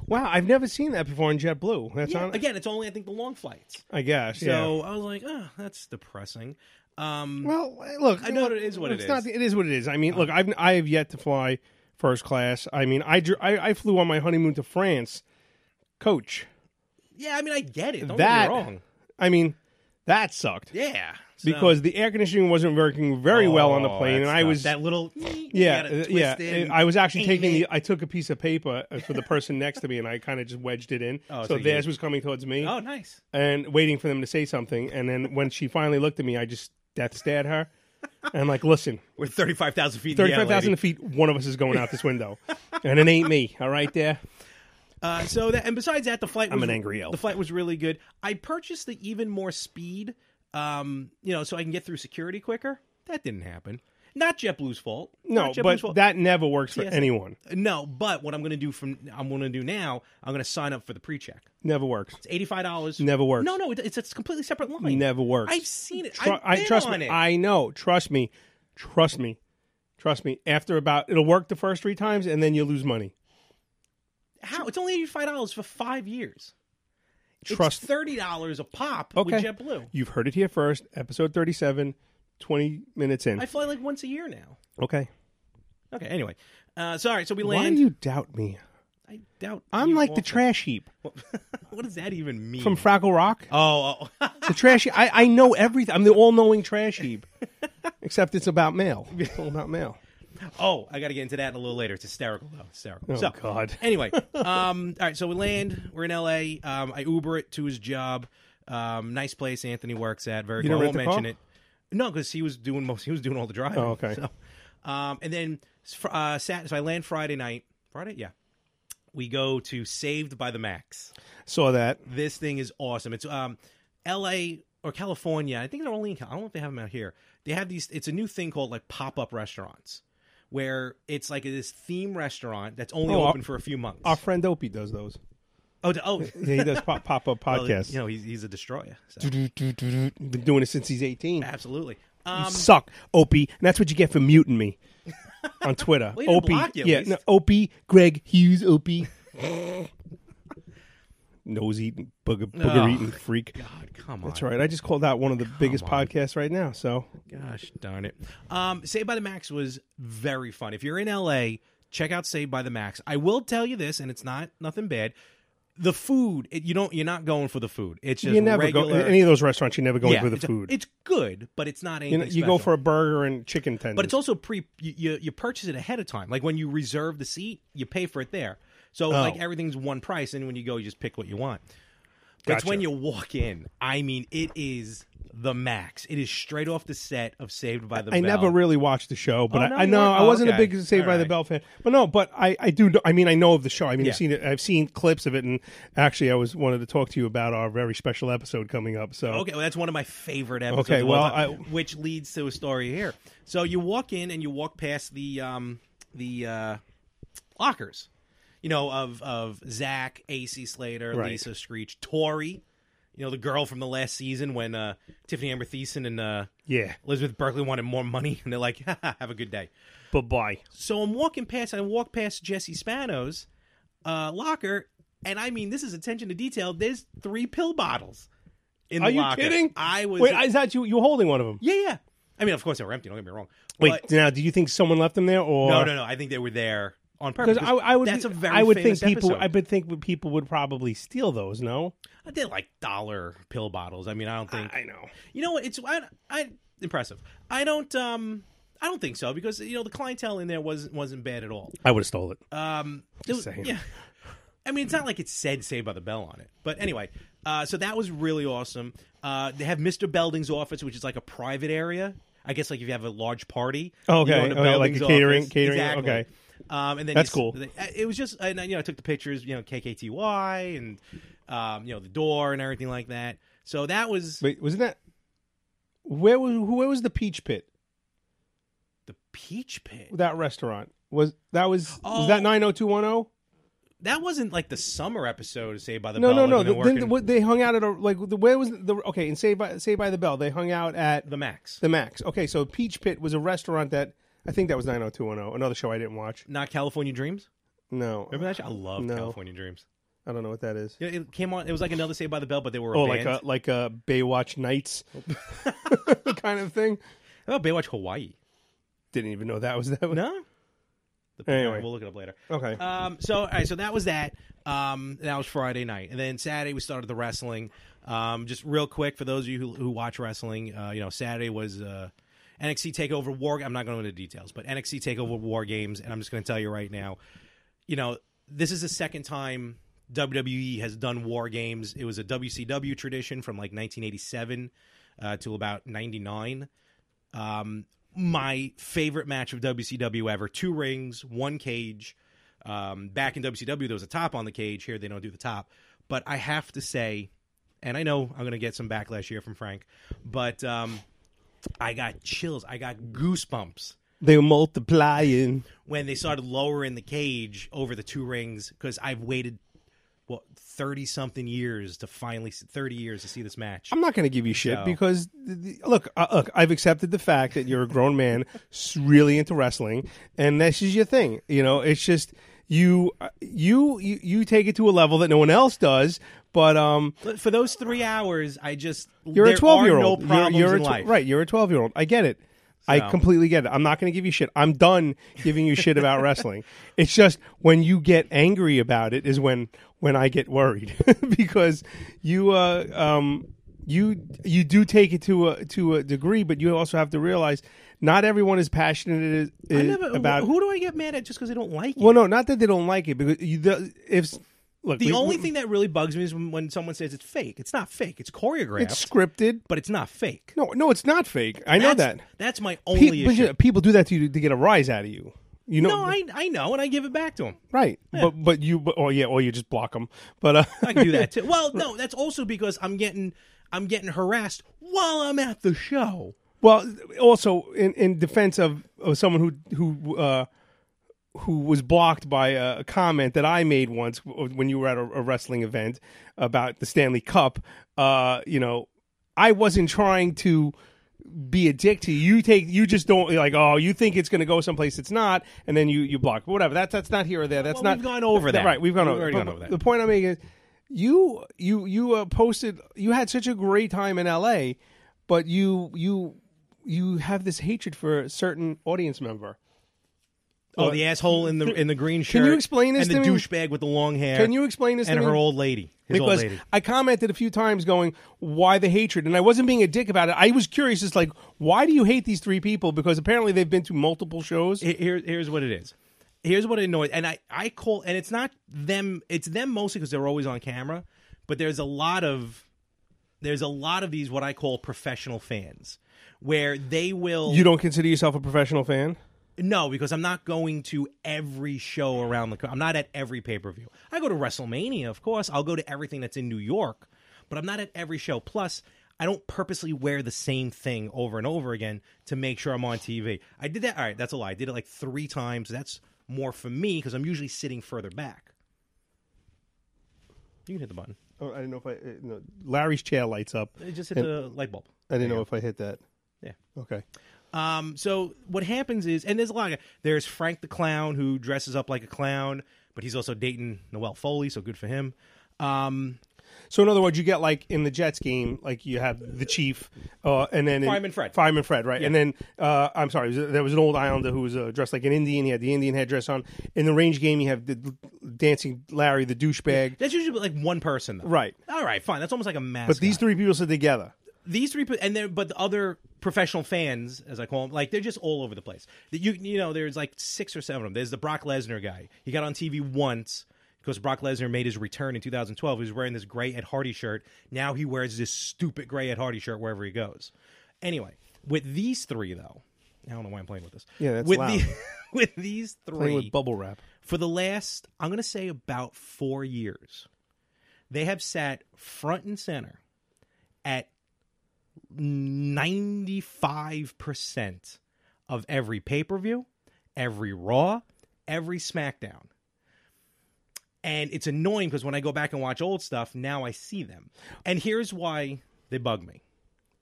[SPEAKER 5] Wow, I've never seen that before in JetBlue. That's
[SPEAKER 6] Yeah,
[SPEAKER 5] on,
[SPEAKER 6] again, it's only I think the long flights.
[SPEAKER 5] I guess. yeah.
[SPEAKER 6] So I was like, oh, that's depressing. Um,
[SPEAKER 5] Well, look,
[SPEAKER 6] I know what it is, what it
[SPEAKER 5] it's Not,
[SPEAKER 6] is. Uh-huh.
[SPEAKER 5] the- it is what it is. I mean, look, I've I have yet to fly first class. I mean, I dr- I, I flew on my honeymoon to France, coach.
[SPEAKER 6] yeah, I mean, I get it. Don't
[SPEAKER 5] that
[SPEAKER 6] get me wrong.
[SPEAKER 5] I mean, that sucked
[SPEAKER 6] Yeah, so-
[SPEAKER 5] because the air conditioning wasn't working very well on the
[SPEAKER 6] Oh,
[SPEAKER 5] plane, and
[SPEAKER 6] that's
[SPEAKER 5] I
[SPEAKER 6] not-
[SPEAKER 5] was
[SPEAKER 6] that little
[SPEAKER 5] yeah
[SPEAKER 6] you gotta
[SPEAKER 5] uh,
[SPEAKER 6] twist
[SPEAKER 5] yeah.
[SPEAKER 6] in.
[SPEAKER 5] I was actually
[SPEAKER 6] Hey,
[SPEAKER 5] taking
[SPEAKER 6] man.
[SPEAKER 5] the I took a piece of paper uh, for the
[SPEAKER 6] [LAUGHS]
[SPEAKER 5] person next to me, and I kind of just wedged it in.
[SPEAKER 6] Oh,
[SPEAKER 5] so
[SPEAKER 6] so you-
[SPEAKER 5] theirs was coming towards me.
[SPEAKER 6] oh nice
[SPEAKER 5] and waiting for them to say something. And then when she finally looked at me, I just death stared her. And I'm like, listen,
[SPEAKER 6] we're thirty five thousand feet in the air,
[SPEAKER 5] 35,000
[SPEAKER 6] lady.
[SPEAKER 5] feet, one of us is going out this
[SPEAKER 6] [LAUGHS]
[SPEAKER 5] window. and it ain't me, all right, there?
[SPEAKER 6] Uh, so that and besides that, the flight was,
[SPEAKER 5] an angry elf.
[SPEAKER 6] The flight was really good. I purchased the even more speed, um, you know, so I can get through security quicker. That didn't happen. Not JetBlue's fault.
[SPEAKER 5] No,
[SPEAKER 6] Not JetBlue's
[SPEAKER 5] but
[SPEAKER 6] fault.
[SPEAKER 5] that never works for
[SPEAKER 6] Yes.
[SPEAKER 5] anyone.
[SPEAKER 6] no. But what I'm going to do from I'm going to do now, I'm going to sign up for the pre-check.
[SPEAKER 5] Never works.
[SPEAKER 6] It's eighty five dollars.
[SPEAKER 5] Never works.
[SPEAKER 6] No, no, it- it's it's a completely separate line.
[SPEAKER 5] Never works.
[SPEAKER 6] I've seen it.
[SPEAKER 5] Tru-
[SPEAKER 6] I've
[SPEAKER 5] I
[SPEAKER 6] been
[SPEAKER 5] trust
[SPEAKER 6] on
[SPEAKER 5] me.
[SPEAKER 6] it.
[SPEAKER 5] I know. Trust me. Trust me. Trust me. After about, it'll work the first three times, and then you lose money.
[SPEAKER 6] How? It's only eighty five dollars for five years.
[SPEAKER 5] Trust.
[SPEAKER 6] it's thirty dollars a pop
[SPEAKER 5] okay.
[SPEAKER 6] with JetBlue.
[SPEAKER 5] You've heard it here first. Episode 37, 20 minutes in.
[SPEAKER 6] I fly like once a year now.
[SPEAKER 5] okay.
[SPEAKER 6] Okay. Anyway, uh, sorry. So we
[SPEAKER 5] Why
[SPEAKER 6] land.
[SPEAKER 5] do you doubt me?
[SPEAKER 6] I doubt.
[SPEAKER 5] I'm
[SPEAKER 6] you
[SPEAKER 5] like the
[SPEAKER 6] often.
[SPEAKER 5] trash heap
[SPEAKER 6] [LAUGHS] What does that even mean?
[SPEAKER 5] from Fraggle Rock.
[SPEAKER 6] oh, oh. [LAUGHS]
[SPEAKER 5] The trash heap. I, I know everything. I'm the all knowing trash heap. Except it's about mail. It's all about mail.
[SPEAKER 6] oh, I got to get into that a little later. It's hysterical though. It's hysterical. so,
[SPEAKER 5] Oh, God.
[SPEAKER 6] [LAUGHS] Anyway, um, all right. So we land. We're in L.A. Um, I Uber it to his job. Um, nice place Anthony works at. Very.
[SPEAKER 5] You
[SPEAKER 6] cool.
[SPEAKER 5] don't
[SPEAKER 6] I won't
[SPEAKER 5] rent the
[SPEAKER 6] mention
[SPEAKER 5] car?
[SPEAKER 6] it. No, because he was doing most. He was doing all the driving.
[SPEAKER 5] Oh, okay.
[SPEAKER 6] So, um, and then fr- uh, Sat. So I land Friday night. Friday, yeah. We go to Saved by the Max.
[SPEAKER 5] Saw that.
[SPEAKER 6] this thing is awesome. It's um, L.A. or California. I think they're only. In, Cal- I don't know if they have them out here. They have these. It's a new thing called like pop up restaurants, where it's like this theme restaurant that's only
[SPEAKER 5] Oh, our-
[SPEAKER 6] open for a few months.
[SPEAKER 5] Our friend Opie does those.
[SPEAKER 6] oh, d- oh,
[SPEAKER 5] Yeah, he does pop pop up
[SPEAKER 6] [LAUGHS] well,
[SPEAKER 5] podcasts.
[SPEAKER 6] you know he's he's a destroyer. so.
[SPEAKER 5] He's been doing it since he's 18.
[SPEAKER 6] Absolutely. Um,
[SPEAKER 5] Suck, Opie. And that's what you get for muting
[SPEAKER 6] [LAUGHS]
[SPEAKER 5] me on Twitter.
[SPEAKER 6] Well, he didn't
[SPEAKER 5] Opie.
[SPEAKER 6] block you, at
[SPEAKER 5] yeah,
[SPEAKER 6] least.
[SPEAKER 5] no, Opie, Greg Hughes,
[SPEAKER 6] [LAUGHS]
[SPEAKER 5] Opie. Nose eating, booger, booger eating freak.
[SPEAKER 6] God, come on.
[SPEAKER 5] That's right. I just called out one of the biggest podcasts right now. So
[SPEAKER 6] Gosh darn it. Um, Saved by the Max was very fun. If you're in LA, check out Saved by the Max. I will tell you this, and it's not nothing bad. The food, it, you don't, you're not going for the food. It's just
[SPEAKER 5] you never
[SPEAKER 6] regular.
[SPEAKER 5] go any of those restaurants. You never go in
[SPEAKER 6] Yeah,
[SPEAKER 5] for the
[SPEAKER 6] it's-
[SPEAKER 5] food.
[SPEAKER 6] It's good, but it's not anything.
[SPEAKER 5] you, know, you go
[SPEAKER 6] special.
[SPEAKER 5] for a burger and chicken tenders.
[SPEAKER 6] but it's also pre. You, you you purchase it ahead of time. Like when you reserve the seat, you pay for it there. So
[SPEAKER 5] Oh.
[SPEAKER 6] like everything's one price, and when you go, you just pick what you want. But It's
[SPEAKER 5] Gotcha.
[SPEAKER 6] when you walk in. I mean, it is the max. It is straight off the set of Saved by the
[SPEAKER 5] I
[SPEAKER 6] Bell.
[SPEAKER 5] never really watched the show, but
[SPEAKER 6] Oh,
[SPEAKER 5] I,
[SPEAKER 6] no,
[SPEAKER 5] I
[SPEAKER 6] you
[SPEAKER 5] know
[SPEAKER 6] weren't?
[SPEAKER 5] I
[SPEAKER 6] Oh,
[SPEAKER 5] wasn't
[SPEAKER 6] okay.
[SPEAKER 5] a big Saved by
[SPEAKER 6] All
[SPEAKER 5] the
[SPEAKER 6] right.
[SPEAKER 5] Bell fan. But no, but I, I do. Know, I mean, I know of the show. I mean,
[SPEAKER 6] Yeah.
[SPEAKER 5] I've seen it. I've seen clips of it, and actually, I was wanted to talk to you about our very special episode coming up. So
[SPEAKER 6] Okay, well, that's one of my favorite episodes.
[SPEAKER 5] Okay,
[SPEAKER 6] of all
[SPEAKER 5] well,
[SPEAKER 6] time,
[SPEAKER 5] I-
[SPEAKER 6] which leads to a story here. So you walk in and you walk past the um, the uh, lockers, you know, of of Zach, AC Slater,
[SPEAKER 5] Right.
[SPEAKER 6] Lisa Screech, Tori, you know, the girl from the last season when uh, Tiffany Amber Thiessen and uh,
[SPEAKER 5] yeah,
[SPEAKER 6] Elizabeth Berkley wanted more money, [LAUGHS] and they're like, "Have a good day."
[SPEAKER 5] bye bye.
[SPEAKER 6] So I'm walking past, I walk past Jesse Spano's uh, locker, and I mean this is attention to detail. There's three pill bottles in
[SPEAKER 5] Are
[SPEAKER 6] the
[SPEAKER 5] you
[SPEAKER 6] locker.
[SPEAKER 5] kidding?
[SPEAKER 6] I was
[SPEAKER 5] Wait, is that you? You holding one of them?
[SPEAKER 6] yeah, yeah. I mean, of course they were empty. Don't get me wrong.
[SPEAKER 5] Wait,
[SPEAKER 6] But-
[SPEAKER 5] now do you think someone left them there, or
[SPEAKER 6] no, no, no. I think they were there on purpose.
[SPEAKER 5] Because I, I would,
[SPEAKER 6] That's a very.
[SPEAKER 5] I would
[SPEAKER 6] famous
[SPEAKER 5] think people,
[SPEAKER 6] Episode.
[SPEAKER 5] I would think people would probably steal those. No,
[SPEAKER 6] They're like dollar pill bottles. I mean, I don't think.
[SPEAKER 5] know.
[SPEAKER 6] You know what? It's I, I impressive. I don't. Um, I don't think so because you know the clientele in there wasn't wasn't bad at all.
[SPEAKER 5] I would have stole it.
[SPEAKER 6] Um, it was-
[SPEAKER 5] saying.
[SPEAKER 6] Yeah. I mean, it's not like it said "Saved by the Bell" on it, but anyway. Uh, so that was really awesome. Uh, they have Mr. Belding's office, which is like a private area. I guess like if you have a large party,
[SPEAKER 5] Oh, Okay,
[SPEAKER 6] you go into
[SPEAKER 5] okay, like
[SPEAKER 6] Belding's
[SPEAKER 5] a catering-
[SPEAKER 6] office.
[SPEAKER 5] catering,
[SPEAKER 6] Exactly.
[SPEAKER 5] okay.
[SPEAKER 6] Um, and then
[SPEAKER 5] That's
[SPEAKER 6] you
[SPEAKER 5] cool.
[SPEAKER 6] s- they- It was just, and you know, I took the pictures, you know, KKTY and um, you know the door and everything like that. So that was
[SPEAKER 5] Wait, wasn't that where was where was the Peach Pit?
[SPEAKER 6] the Peach Pit.
[SPEAKER 5] That restaurant was that was was
[SPEAKER 6] Oh.
[SPEAKER 5] that nine hundred two one zero?
[SPEAKER 6] That wasn't like the summer episode of Saved by the
[SPEAKER 5] No,
[SPEAKER 6] Bell.
[SPEAKER 5] no,
[SPEAKER 6] like,
[SPEAKER 5] no.
[SPEAKER 6] when they're
[SPEAKER 5] The, then
[SPEAKER 6] working
[SPEAKER 5] what they hung out at a, like the, where was the okay and Saved by Saved by the Bell. They hung out at
[SPEAKER 6] the Max,
[SPEAKER 5] the Max. Okay, so Peach Pit was a restaurant that I think that was nine hundred two one zero. Another show I didn't watch.
[SPEAKER 6] not California Dreams.
[SPEAKER 5] No,
[SPEAKER 6] Remember that? Show? I love
[SPEAKER 5] No.
[SPEAKER 6] California Dreams.
[SPEAKER 5] I don't know what that is.
[SPEAKER 6] You know, it came on. It was like another Saved by the Bell, but they were a
[SPEAKER 5] Oh,
[SPEAKER 6] band.
[SPEAKER 5] like a like a Baywatch
[SPEAKER 6] [LAUGHS]
[SPEAKER 5] Nights [LAUGHS] kind of thing.
[SPEAKER 6] oh, Baywatch Hawaii.
[SPEAKER 5] Didn't even know that was that. one.
[SPEAKER 6] No. The,
[SPEAKER 5] Anyway.
[SPEAKER 6] we'll look it up later.
[SPEAKER 5] Okay.
[SPEAKER 6] Um, so, all right, so that was that. Um, that was Friday night, and then Saturday we started the wrestling. Um, just real quick for those of you who, who watch wrestling, uh, you know Saturday was uh, NXT Takeover War. I'm not going into details, but NXT Takeover War Games, and I'm just going to tell you right now, you know this is the second time WWE has done War Games. It was a WCW tradition from like 1987 uh, to about 99 um, my favorite match of WCW ever. Two rings, one cage. Um, back in WCW, there was a top on the cage. Here, they don't do the top. But I have to say, and I know I'm going to get some backlash here from Frank, but um, I got chills. I got goosebumps
[SPEAKER 5] They were multiplying.
[SPEAKER 6] when they started lowering the cage over the two rings because I've waited, what, 30 something years to finally, 30 years to see this match.
[SPEAKER 5] I'm not going to give you shit
[SPEAKER 6] No.
[SPEAKER 5] because th- th- look, uh, look, I've accepted the fact that you're a grown man, s- really into wrestling, and this is your thing. You know, it's just you, uh, you, you, you take it to a level that no one else does. But um,
[SPEAKER 6] But for those three hours, I just.
[SPEAKER 5] you're
[SPEAKER 6] there
[SPEAKER 5] a 12 year
[SPEAKER 6] are
[SPEAKER 5] old.
[SPEAKER 6] No problems
[SPEAKER 5] you're, you're
[SPEAKER 6] in
[SPEAKER 5] a tw-
[SPEAKER 6] life.
[SPEAKER 5] right? You're a 12 year old. I get it. I
[SPEAKER 6] So.
[SPEAKER 5] completely get it. I'm not going to give you shit. I'm done giving you shit about wrestling. [LAUGHS] It's just when you get angry about it is when when I get worried [LAUGHS] because you uh um you you do take it to a to a degree, but you also have to realize not everyone is passionate is,
[SPEAKER 6] I never,
[SPEAKER 5] about.
[SPEAKER 6] who do I get mad at just because I don't like it?
[SPEAKER 5] well, no, not that they don't like it because you the, if look
[SPEAKER 6] the
[SPEAKER 5] we-
[SPEAKER 6] only
[SPEAKER 5] we-
[SPEAKER 6] thing that really bugs me is when, when someone says it's fake. It's not fake. It's choreographed,
[SPEAKER 5] it's scripted.
[SPEAKER 6] but it's not fake.
[SPEAKER 5] No, no, it's not fake. I know
[SPEAKER 6] That's-
[SPEAKER 5] that.
[SPEAKER 6] That's my
[SPEAKER 5] Pe-
[SPEAKER 6] only
[SPEAKER 5] but
[SPEAKER 6] issue.
[SPEAKER 5] you know, people do that to you to get a rise out of you. You know,
[SPEAKER 6] no, I I know, and I give it back to him.
[SPEAKER 5] right? But but you, but, or yeah, or you just block them. But uh,
[SPEAKER 6] I can do that too. Well, no, that's also because I'm getting I'm getting harassed while I'm at the show.
[SPEAKER 5] [LAUGHS] well, also in, in defense of, of someone who who uh, who was blocked by a, a comment that I made once w- when you were at a, a wrestling event about the Stanley Cup. Uh, you know, I wasn't trying to be a dick to you. You take you just don't like. Oh, you think it's going to go someplace it's not, and then you you block. But whatever. That's that's not here or there. That's
[SPEAKER 6] Well,
[SPEAKER 5] not
[SPEAKER 6] we've gone over that.
[SPEAKER 5] Right. We've gone
[SPEAKER 6] We've
[SPEAKER 5] over.
[SPEAKER 6] already
[SPEAKER 5] but-
[SPEAKER 6] gone over that.
[SPEAKER 5] The point I'm making is you you you uh, posted. You had such a great time in L.A., but you you you have this hatred for a certain audience member.
[SPEAKER 6] Oh, the asshole in the in the green shirt.
[SPEAKER 5] you explain this
[SPEAKER 6] And the
[SPEAKER 5] to me?
[SPEAKER 6] douchebag with the long hair.
[SPEAKER 5] Can you explain this
[SPEAKER 6] And
[SPEAKER 5] to me?
[SPEAKER 6] her old lady. His old
[SPEAKER 5] because
[SPEAKER 6] lady.
[SPEAKER 5] I commented a few times going, why the hatred? And I wasn't being a dick about it. I was curious, just like, why do you hate these three people? Because apparently they've been to multiple shows.
[SPEAKER 6] Here- here, here's what it is. Here's what it annoys, and I, I call, and it's not them. It's them mostly because they're always on camera. But there's a lot of, there's a lot of these what I call professional fans, where they will
[SPEAKER 5] you don't consider yourself a professional fan?
[SPEAKER 6] no, because I'm not going to every show around the. co- I'm not at every pay per view. I go to WrestleMania, of course. I'll go to everything that's in New York, but I'm not at every show. Plus, I don't purposely wear the same thing over and over again to make sure I'm on TV. I did that. All right, that's a lie. I did it like three times. That's more for me because I'm usually sitting further back. You can hit the button.
[SPEAKER 5] Oh, I didn't know if I. uh, No, Larry's chair lights up.
[SPEAKER 6] It Just hit the light bulb.
[SPEAKER 5] I didn't know if I hit that.
[SPEAKER 6] Yeah.
[SPEAKER 5] Okay.
[SPEAKER 6] Um, so what happens is, and there's a lot of there's Frank the clown who dresses up like a clown, but he's also dating Noel Foley, so good for him. Um,
[SPEAKER 5] So in other words, you get like in the Jets game, like you have the Chief, uh, and then in-
[SPEAKER 6] Fireman Fred.
[SPEAKER 5] Fireman Fred, right? And then uh, I'm sorry, there was- there was an old Islander who was uh, dressed like an Indian. He had the Indian headdress on. In the range game, you have the dancing Larry, the douchebag.
[SPEAKER 6] that's usually like one person, though.
[SPEAKER 5] Right.
[SPEAKER 6] All right, fine. That's almost like a mascot.
[SPEAKER 5] But these three people sit together.
[SPEAKER 6] these three pe- and then but the other professional fans as i call them like they're just all over the place That you you know there's like six or seven of them there's the brock lesnar guy he got on tv once because brock lesnar made his return in 2012 he was wearing this gray ed hardy shirt now he wears this stupid gray ed hardy shirt wherever he goes anyway with these three though i don't know why i'm playing with this
[SPEAKER 5] Yeah, that's
[SPEAKER 6] with
[SPEAKER 5] loud.
[SPEAKER 6] the [LAUGHS] with these three
[SPEAKER 5] Playing with bubble wrap.
[SPEAKER 6] for the last i'm going to say about 4 years they have sat front and center at 95% of every pay-per-view, every raw, every smackdown. And it's annoying because when I go back and watch old stuff, now I see them. And here's why they bug me.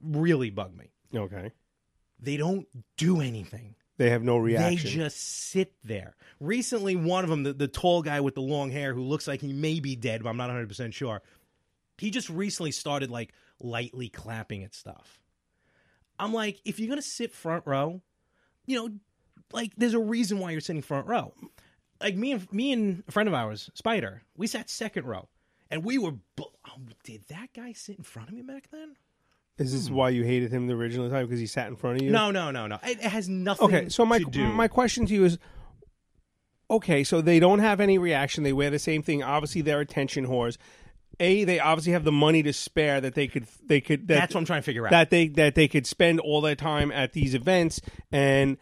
[SPEAKER 6] Really bug me.
[SPEAKER 5] Okay.
[SPEAKER 6] They don't do anything.
[SPEAKER 5] They have no reaction.
[SPEAKER 6] They just sit there. Recently, one of them, the, the tall guy with the long hair who looks like he may be dead, but I'm not 100% sure, he just recently started like lightly clapping at stuff. I'm like, if you're going to sit front row, you know, like there's a reason why you're sitting front row. Like me and me and a friend of ours, Spider, we sat second row, and we were. Bu- oh, did that guy sit in front of me back then?
[SPEAKER 5] Is this why you hated him the original time because he sat in front of you?
[SPEAKER 6] No, no, no, no. It, it has nothing.
[SPEAKER 5] Okay. So my
[SPEAKER 6] to do.
[SPEAKER 5] my question to you is, okay, so they don't have any reaction. They wear the same thing. Obviously, they're attention whores. A, they obviously have the money to spare that they could they could. That,
[SPEAKER 6] That's what I'm trying to figure out.
[SPEAKER 5] That they that they could spend all their time at these events. And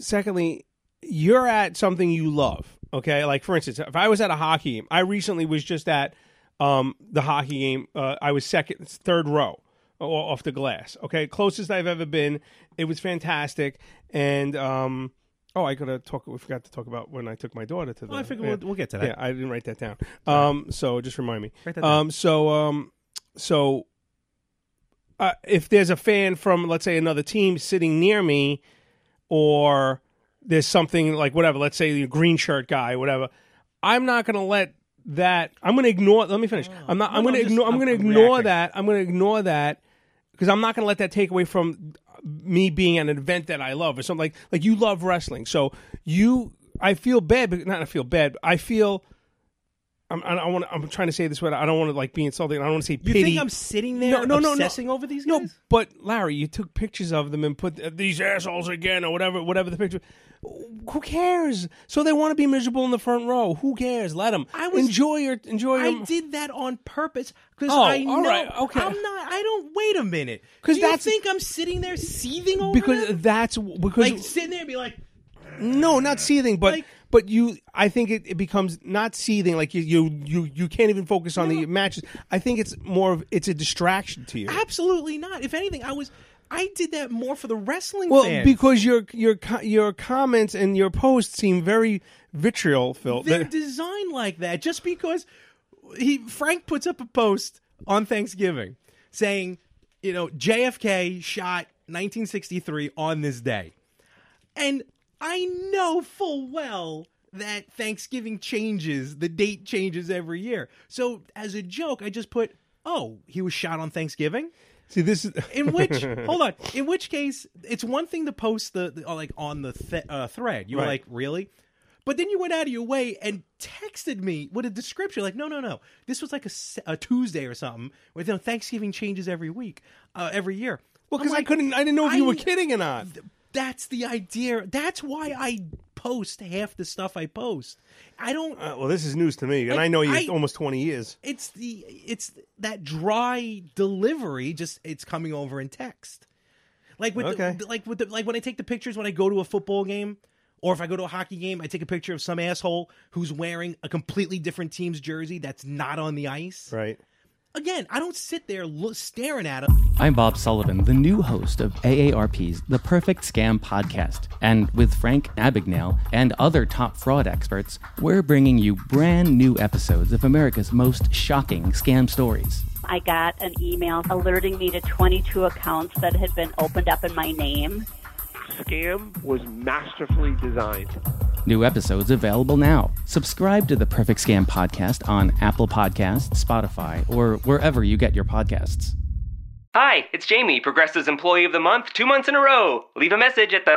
[SPEAKER 5] secondly, you're at something you love. Okay, like for instance, if I was at a hockey game, I recently was just at um, the hockey game. Uh, I was second, third row o- off the glass. Okay, closest I've ever been. It was fantastic. And um, oh, I gotta talk. We forgot to talk about when I took my daughter to the.
[SPEAKER 6] I figure we'll- we'll get to that.
[SPEAKER 5] Yeah, I didn't write that down. Um, so just remind me.
[SPEAKER 6] Write that down.
[SPEAKER 5] Um, so um, so uh, if there's a fan from let's say another team sitting near me, or there's something like whatever, let's say the green shirt guy, whatever, I'm not gonna let that. I'm gonna ignore. Let me finish. I'm not. I'm
[SPEAKER 6] Oh. no,
[SPEAKER 5] gonna
[SPEAKER 6] I'm just-
[SPEAKER 5] ignore. I'm
[SPEAKER 6] I'm-
[SPEAKER 5] gonna
[SPEAKER 6] I'm
[SPEAKER 5] ignore
[SPEAKER 6] reacting.
[SPEAKER 5] that. I'm gonna ignore that because I'm not going to let that take away from me being at an event that I love or something like like you love wrestling. So you, I feel bad, but not I feel bad. But I feel. I'm, I don't want. I'm trying to say this, but I don't want to like be insulting. I don't want to say
[SPEAKER 6] You
[SPEAKER 5] pity.
[SPEAKER 6] think I'm sitting there obsessing over these
[SPEAKER 5] No,
[SPEAKER 6] guys?
[SPEAKER 5] but Larry, you took pictures of them and put uh, these assholes again or whatever, whatever the picture. Who cares? So they want to be miserable in the front row. Who cares? Let them.
[SPEAKER 6] I was-
[SPEAKER 5] enjoy your enjoy.
[SPEAKER 6] I
[SPEAKER 5] your,
[SPEAKER 6] did that on purpose because
[SPEAKER 5] Um, Oh,
[SPEAKER 6] I know
[SPEAKER 5] all right, okay.
[SPEAKER 6] I'm not. I don't wait a minute
[SPEAKER 5] 'Cause
[SPEAKER 6] Do
[SPEAKER 5] that's-
[SPEAKER 6] you think I'm sitting there seething over
[SPEAKER 5] because
[SPEAKER 6] them?
[SPEAKER 5] that's because
[SPEAKER 6] like sitting there and be like,
[SPEAKER 5] No, not seething, but
[SPEAKER 6] Like-
[SPEAKER 5] but you. I think it, it becomes not seething. Like you, you, you, you can't even focus on the matches. I think it's more of it's a distraction to you.
[SPEAKER 6] absolutely not. If anything, I was. I did that more for the wrestling
[SPEAKER 5] well,
[SPEAKER 6] fans.
[SPEAKER 5] because your your co- your comments and your posts seem very vitriol filled.
[SPEAKER 6] they're
[SPEAKER 5] That-
[SPEAKER 6] designed like that. Just because he Frank puts up a post on Thanksgiving saying, you know, JFK shot 1963 on this day, and I know full well that Thanksgiving changes, the date changes every year. So as a joke, I just put, oh, he was shot on Thanksgiving
[SPEAKER 5] See, this is [LAUGHS]
[SPEAKER 6] in which hold on in which case it's one thing to post the, the- like on the th- uh, thread you were
[SPEAKER 5] Right.
[SPEAKER 6] like really but then you went out of your way and texted me with a description like no no no this was like a, s- a tuesday or something with no thanksgiving changes every week uh, every year
[SPEAKER 5] well because
[SPEAKER 6] I'm
[SPEAKER 5] I
[SPEAKER 6] like,
[SPEAKER 5] couldn't. I didn't know if you
[SPEAKER 6] I-
[SPEAKER 5] were kidding or not.
[SPEAKER 6] that's the idea that's why i post half the stuff i post i don't
[SPEAKER 5] well, this is news to me, and
[SPEAKER 6] I- I know you I-
[SPEAKER 5] almost twenty years.
[SPEAKER 6] it's the it's that dry delivery just it's coming over in text like with
[SPEAKER 5] Okay.
[SPEAKER 6] the, like with the like when i take the pictures when i go to a football game or if i go to a hockey game i take a picture of some asshole who's wearing a completely different team's jersey that's not on the ice
[SPEAKER 5] Right.
[SPEAKER 6] again i don't sit there lo- staring at him
[SPEAKER 1] I'm Bob Sullivan, the new host of AARP's The Perfect Scam podcast. And with Frank Abagnale and other top fraud experts, we're bringing you brand new episodes of America's most shocking scam stories.
[SPEAKER 7] I got an email alerting me to 22 accounts that had been opened up in my name.
[SPEAKER 8] scam was masterfully designed.
[SPEAKER 1] New episodes available now. Subscribe to the Perfect Scam podcast on Apple Podcasts, Spotify, or wherever you get your podcasts.
[SPEAKER 8] Hi, it's Jamie, Progressive's Employee of the Month, two months in a row. Leave a message at the.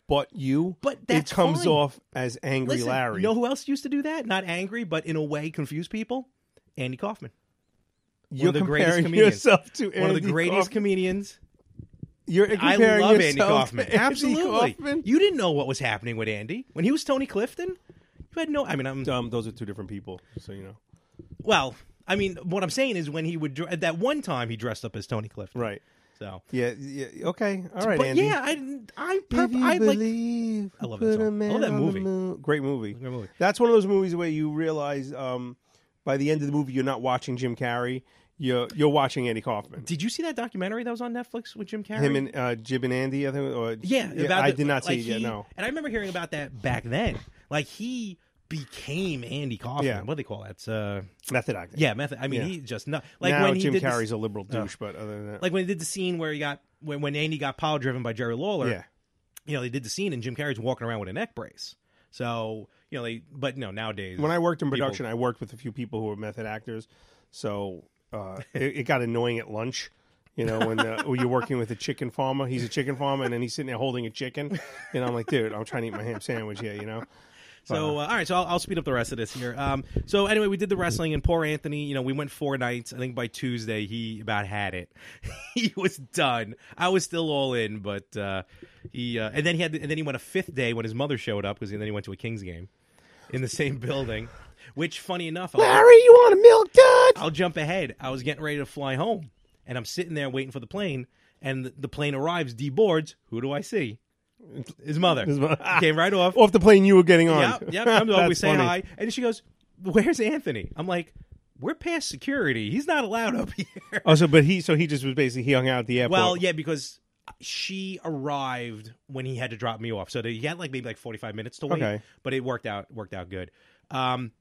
[SPEAKER 5] but you,
[SPEAKER 6] But
[SPEAKER 5] it
[SPEAKER 6] that's
[SPEAKER 5] comes
[SPEAKER 6] fine.
[SPEAKER 5] off as angry
[SPEAKER 6] Listen,
[SPEAKER 5] Larry.
[SPEAKER 6] You know who else used to do that? Not angry, but in a way confuse people? Andy Kaufman.
[SPEAKER 5] You're
[SPEAKER 6] one of the greatest
[SPEAKER 5] comparing
[SPEAKER 6] comedians.
[SPEAKER 5] yourself to
[SPEAKER 6] One of the
[SPEAKER 5] Andy
[SPEAKER 6] greatest
[SPEAKER 5] Kaufman.
[SPEAKER 6] comedians.
[SPEAKER 5] You're
[SPEAKER 6] I
[SPEAKER 5] comparing
[SPEAKER 6] love Andy
[SPEAKER 5] yourself to [LAUGHS]
[SPEAKER 6] Kaufman.
[SPEAKER 5] Andy
[SPEAKER 6] Absolutely.
[SPEAKER 5] Kaufman?
[SPEAKER 6] You didn't know what was happening with Andy. When he was Tony Clifton, you had no I mean I'm
[SPEAKER 5] Um, those are two different people, so you know.
[SPEAKER 6] well, I mean what I'm saying is when he would dr- at that one time he dressed up as Tony Clifton.
[SPEAKER 5] Right.
[SPEAKER 6] So
[SPEAKER 5] Yeah. yeah okay. All right,
[SPEAKER 6] But
[SPEAKER 5] Andy.
[SPEAKER 6] yeah, I I
[SPEAKER 5] If
[SPEAKER 6] perp-
[SPEAKER 5] you
[SPEAKER 6] I like
[SPEAKER 5] believe,
[SPEAKER 6] I love
[SPEAKER 5] put
[SPEAKER 6] that song.
[SPEAKER 5] a
[SPEAKER 6] I love
[SPEAKER 5] man
[SPEAKER 6] that
[SPEAKER 5] on the
[SPEAKER 6] movie.
[SPEAKER 5] moon. Great movie.
[SPEAKER 6] Great movie.
[SPEAKER 5] That's one of those movies where you realize um, by the end of the movie you're not watching Jim Carrey, you're you're watching Andy Kaufman.
[SPEAKER 6] Did you see that documentary that was on Netflix with Jim Carrey?
[SPEAKER 5] Him and uh, Jib and Andy, I think. Or,
[SPEAKER 6] Yeah,
[SPEAKER 5] I
[SPEAKER 6] the-
[SPEAKER 5] did not see
[SPEAKER 6] like
[SPEAKER 5] it yet.
[SPEAKER 6] he-
[SPEAKER 5] No.
[SPEAKER 6] and I remember hearing about that back then. Like he became Andy Kaufman.
[SPEAKER 5] Yeah.
[SPEAKER 6] What do they call that? It's, uh,
[SPEAKER 5] Method acting.
[SPEAKER 6] yeah, method. I mean,
[SPEAKER 5] Yeah.
[SPEAKER 6] he just not like
[SPEAKER 5] now
[SPEAKER 6] when he
[SPEAKER 5] Jim
[SPEAKER 6] did this- Oh.
[SPEAKER 5] Carrey's a liberal douche, but other than that,
[SPEAKER 6] like when he did the scene where he got when, when Andy got power driven by Jerry Lawler.
[SPEAKER 5] yeah,
[SPEAKER 6] you know they did the scene and Jim Carrey's walking around with a neck brace. So you know they, but no, nowadays
[SPEAKER 5] when I worked in production,
[SPEAKER 6] people-
[SPEAKER 5] I worked with a few people who were method actors, so uh, it, it got annoying at lunch. You know, when, uh, when you're working with a chicken farmer, he's a chicken farmer, and then he's sitting there holding a chicken, and I'm like, dude, I'm trying to eat my ham sandwich here. You know,
[SPEAKER 6] So uh, all right, so I'll, I'll speed up the rest of this here. Um, so anyway, we did the wrestling, and poor Anthony, you know, we went four nights. I think by Tuesday he about had it. [LAUGHS] he was done. I was still all in, but uh, he uh, and then he had and then he went a fifth day when his mother showed up because then he went to a Kings game in the [LAUGHS] same building. Which, funny enough, I'll,
[SPEAKER 5] you want a milk dud?
[SPEAKER 6] I'll jump ahead. I was getting ready to fly home, and I'm sitting there waiting for the plane, and the, the plane arrives, deboards. Who do I see? His mother. His
[SPEAKER 5] mother.
[SPEAKER 6] came right off.
[SPEAKER 5] Off the plane you were getting on.
[SPEAKER 6] Yep, yep. Comes over,
[SPEAKER 5] [LAUGHS]
[SPEAKER 6] we
[SPEAKER 5] That's
[SPEAKER 6] say
[SPEAKER 5] funny.
[SPEAKER 6] hi, and she goes, "Where's Anthony?" I'm like, "We're past security. He's not allowed up [LAUGHS] here."
[SPEAKER 5] Oh, so but he so he just was basically he hung out at the airport.
[SPEAKER 6] well, yeah, because she arrived when he had to drop me off, so he had like maybe like 45 minutes to wait.
[SPEAKER 5] Okay.
[SPEAKER 6] But it worked out worked out good. Um,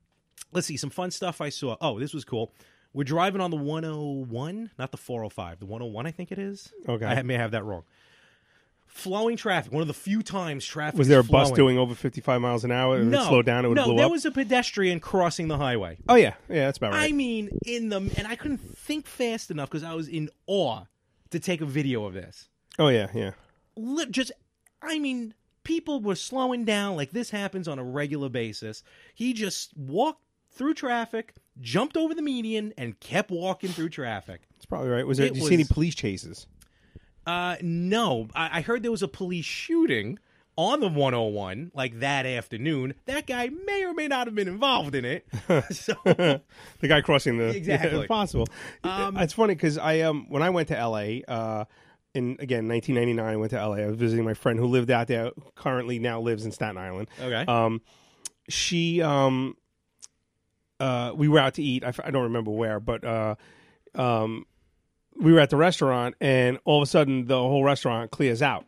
[SPEAKER 6] let's see some fun stuff I saw. Oh, this was cool. We're driving on the 101, not the 405, the 101, I think it is.
[SPEAKER 5] Okay.
[SPEAKER 6] I may have that wrong. Flowing traffic, one of the few times traffic
[SPEAKER 5] was there a
[SPEAKER 6] is
[SPEAKER 5] bus
[SPEAKER 6] flowing.
[SPEAKER 5] doing over 55 miles an hour? and it
[SPEAKER 6] No,
[SPEAKER 5] slowed down. It would
[SPEAKER 6] no,
[SPEAKER 5] blow
[SPEAKER 6] there
[SPEAKER 5] up.
[SPEAKER 6] was a pedestrian crossing the highway.
[SPEAKER 5] oh yeah, yeah, that's about right.
[SPEAKER 6] I mean, in the and I couldn't think fast enough because I was in awe to take a video of this.
[SPEAKER 5] oh yeah, yeah.
[SPEAKER 6] Li- Just, I mean, people were slowing down. Like this happens on a regular basis. He just walked through traffic, jumped over the median, and kept walking through traffic.
[SPEAKER 5] That's probably right. Was there?
[SPEAKER 6] It
[SPEAKER 5] Did you see any
[SPEAKER 6] was-
[SPEAKER 5] police chases?
[SPEAKER 6] Uh, no, I, I heard there was a police shooting on the 101 like that afternoon. That guy may or may not have been involved in it. [LAUGHS] so
[SPEAKER 5] [LAUGHS] the guy crossing the
[SPEAKER 6] Exactly.
[SPEAKER 5] impossible. it's funny because I um when I went to L.A. Uh, in again 1999, I went to L.A. I was visiting my friend who lived out there. who Currently, now lives in Staten Island.
[SPEAKER 6] Okay.
[SPEAKER 5] Um, she um, uh, we were out to eat. I, f- I don't remember where, but uh, um, we were at the restaurant, and all of a sudden, the whole restaurant clears out.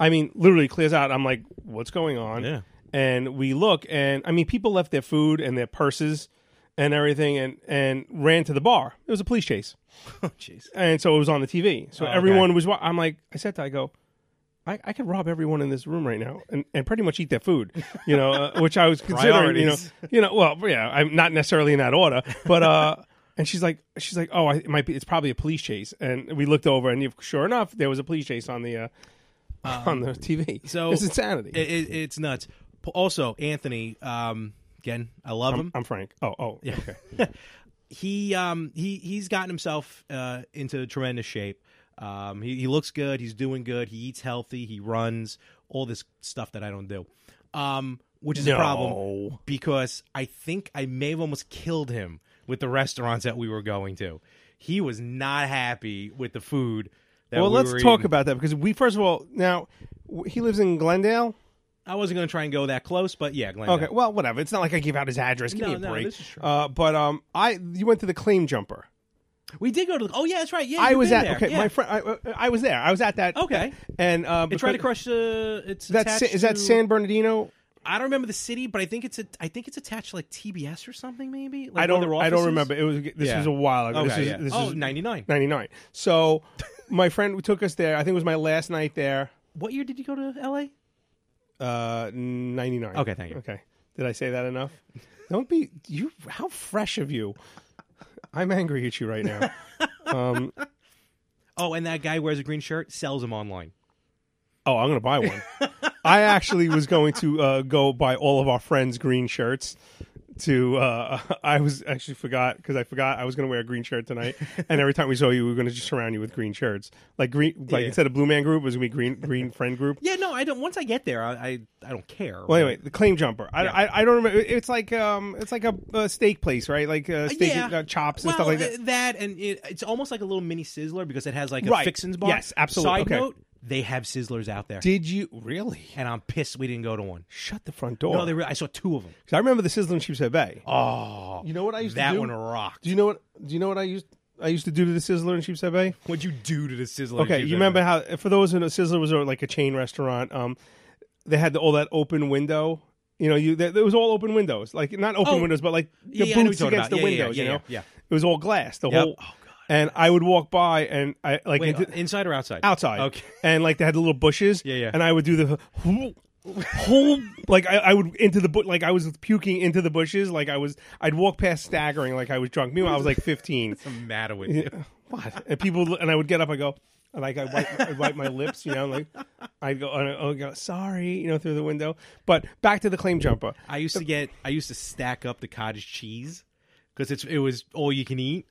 [SPEAKER 5] I mean, literally clears out. I'm like, what's going on?
[SPEAKER 6] Yeah.
[SPEAKER 5] And we look, and I mean, people left their food and their purses and everything, and and ran to the bar. It was a police chase,
[SPEAKER 6] [LAUGHS] Oh, jeez. Oh,
[SPEAKER 5] and so it was on the TV. So
[SPEAKER 6] okay.
[SPEAKER 5] everyone was. wa- I'm like, I said to, I go. I, I could rob everyone in this room right now and, and pretty much eat their food, you know,
[SPEAKER 6] [LAUGHS]
[SPEAKER 5] uh, which I was considering, you know,
[SPEAKER 6] Priorities.
[SPEAKER 5] you know, well, yeah, I'm not necessarily in that order, but, uh, [LAUGHS] and she's like, she's like, oh, I, it might be, it's probably a police chase. And we looked over and sure enough, there was a police chase on the, uh, on the TV.
[SPEAKER 6] Um, So
[SPEAKER 5] it's insanity.
[SPEAKER 6] It, it, it's nuts. P- Also, Anthony, um, again, I love him.
[SPEAKER 5] I'm Frank. Oh, oh, yeah.
[SPEAKER 6] [LAUGHS]
[SPEAKER 5] Okay.
[SPEAKER 6] he um he he's gotten himself uh into tremendous shape. Um, he, he looks good. He's doing good. He eats healthy. He runs all this stuff that I don't do, um, which is a problem
[SPEAKER 5] No.
[SPEAKER 6] because I think I may have almost killed him with the restaurants that we were going to. He was not happy with the food. That
[SPEAKER 5] Well,
[SPEAKER 6] we
[SPEAKER 5] let's
[SPEAKER 6] were
[SPEAKER 5] talk
[SPEAKER 6] eating.
[SPEAKER 5] about that because we first of all now w- he lives in Glendale.
[SPEAKER 6] I wasn't going to try and go that close, but yeah, Glenn.
[SPEAKER 5] Okay, well, whatever. It's not like I gave out his address. Give
[SPEAKER 6] No,
[SPEAKER 5] me a
[SPEAKER 6] no,
[SPEAKER 5] break.
[SPEAKER 6] this is true.
[SPEAKER 5] Uh, but um, I you went to the claim jumper.
[SPEAKER 6] we did go to the. Oh yeah, that's right. Yeah,
[SPEAKER 5] I
[SPEAKER 6] you've
[SPEAKER 5] was at
[SPEAKER 6] been there.
[SPEAKER 5] okay.
[SPEAKER 6] Yeah.
[SPEAKER 5] My friend, I, uh, I was there. I was at that.
[SPEAKER 6] Okay.
[SPEAKER 5] and uh,
[SPEAKER 6] It's right
[SPEAKER 5] because-
[SPEAKER 6] across the. uh, It's
[SPEAKER 5] That's
[SPEAKER 6] attached
[SPEAKER 5] is that
[SPEAKER 6] to-
[SPEAKER 5] San Bernardino?
[SPEAKER 6] I don't remember the city, but I think it's a, I think it's attached to like TBS or something maybe. Like
[SPEAKER 5] I
[SPEAKER 6] one of
[SPEAKER 5] don't.
[SPEAKER 6] their
[SPEAKER 5] I don't
[SPEAKER 6] offices?
[SPEAKER 5] remember. It was this
[SPEAKER 6] Yeah.
[SPEAKER 5] was a while ago.
[SPEAKER 6] Okay,
[SPEAKER 5] this is,
[SPEAKER 6] yeah.
[SPEAKER 5] this
[SPEAKER 6] oh,
[SPEAKER 5] is
[SPEAKER 6] 99.
[SPEAKER 5] ninety nine. So my friend who took us there. I think it was my last night there.
[SPEAKER 6] What year did you go to LA?
[SPEAKER 5] Uh, ninety nine.
[SPEAKER 6] Okay, thank you.
[SPEAKER 5] Okay, did I say that enough? Don't be you. How fresh of you. I'm angry at you right
[SPEAKER 6] [LAUGHS]
[SPEAKER 5] now.
[SPEAKER 6] Oh, and that guy wears a green shirt, sells them online.
[SPEAKER 5] Oh, I'm gonna buy one. I actually was going to uh, go buy all of our friends green shirts. To uh, [LAUGHS] I was actually forgot because I forgot I was gonna wear a green shirt tonight. and every time we saw you, we were gonna just surround you with green shirts, like green. Like
[SPEAKER 6] Yeah.
[SPEAKER 5] instead of blue man group, it was gonna be green green friend group.
[SPEAKER 6] Yeah, no, I don't. Once I get there, I I, I don't care.
[SPEAKER 5] Well, anyway, the claim jumper. I,
[SPEAKER 6] Yeah.
[SPEAKER 5] I, I don't remember. It's like um, it's like a, a steak place, right? Like uh, steak
[SPEAKER 6] yeah.
[SPEAKER 5] uh, chops and
[SPEAKER 6] well,
[SPEAKER 5] stuff like that.
[SPEAKER 6] uh, That and it, it's almost like a little mini sizzler because it has like a
[SPEAKER 5] Right.
[SPEAKER 6] fixins bar.
[SPEAKER 5] Yes, absolutely.
[SPEAKER 6] Side
[SPEAKER 5] Okay.
[SPEAKER 6] note: they have sizzlers out there,
[SPEAKER 5] Did you really
[SPEAKER 6] and I'm pissed we didn't go to one.
[SPEAKER 5] shut the front door?
[SPEAKER 6] No, they. Re- I saw two of them.
[SPEAKER 5] 'Cause I remember the sizzler in Sheep's Head Bay.
[SPEAKER 6] Oh,
[SPEAKER 5] you know what I used
[SPEAKER 6] that
[SPEAKER 5] to do?
[SPEAKER 6] one rocked.
[SPEAKER 5] Do you know what? Do you know what I used? I used to do to the sizzler in Sheep's Head Bay.
[SPEAKER 6] What'd you do to the sizzler?
[SPEAKER 5] Okay, you remember how for those who know, Sizzler was uh, like a chain restaurant. Um, they had all that open window. You know, you there, there was all open windows, like not open
[SPEAKER 6] Oh.
[SPEAKER 5] windows, but like the
[SPEAKER 6] Yeah, yeah, I know what
[SPEAKER 5] boots
[SPEAKER 6] you're talking
[SPEAKER 5] against the
[SPEAKER 6] about. Yeah, yeah, yeah,
[SPEAKER 5] windows.
[SPEAKER 6] yeah,
[SPEAKER 5] you know,
[SPEAKER 6] yeah, yeah.
[SPEAKER 5] it was all glass. The
[SPEAKER 6] Yep.
[SPEAKER 5] whole.
[SPEAKER 6] Oh, God.
[SPEAKER 5] And I would walk by, and I like
[SPEAKER 6] Wait,
[SPEAKER 5] into-
[SPEAKER 6] inside or outside?
[SPEAKER 5] outside,
[SPEAKER 6] Okay. [LAUGHS]
[SPEAKER 5] and like they had the little bushes.
[SPEAKER 6] Yeah, yeah.
[SPEAKER 5] And I would do the whole, whole like I, I would into the bu- like I was puking into the bushes, like I was. I'd walk past staggering, like I was drunk. Meanwhile, I was like fifteen.
[SPEAKER 6] What's the matter with you?
[SPEAKER 5] what? And people and I would get up. I go and, like I wipe, I wipe my lips, you know, like I go, and I, oh, go, sorry, you know, through the window. But back to the claim jumper.
[SPEAKER 6] I used to get I used to stack up the cottage cheese because it's it was all you can eat.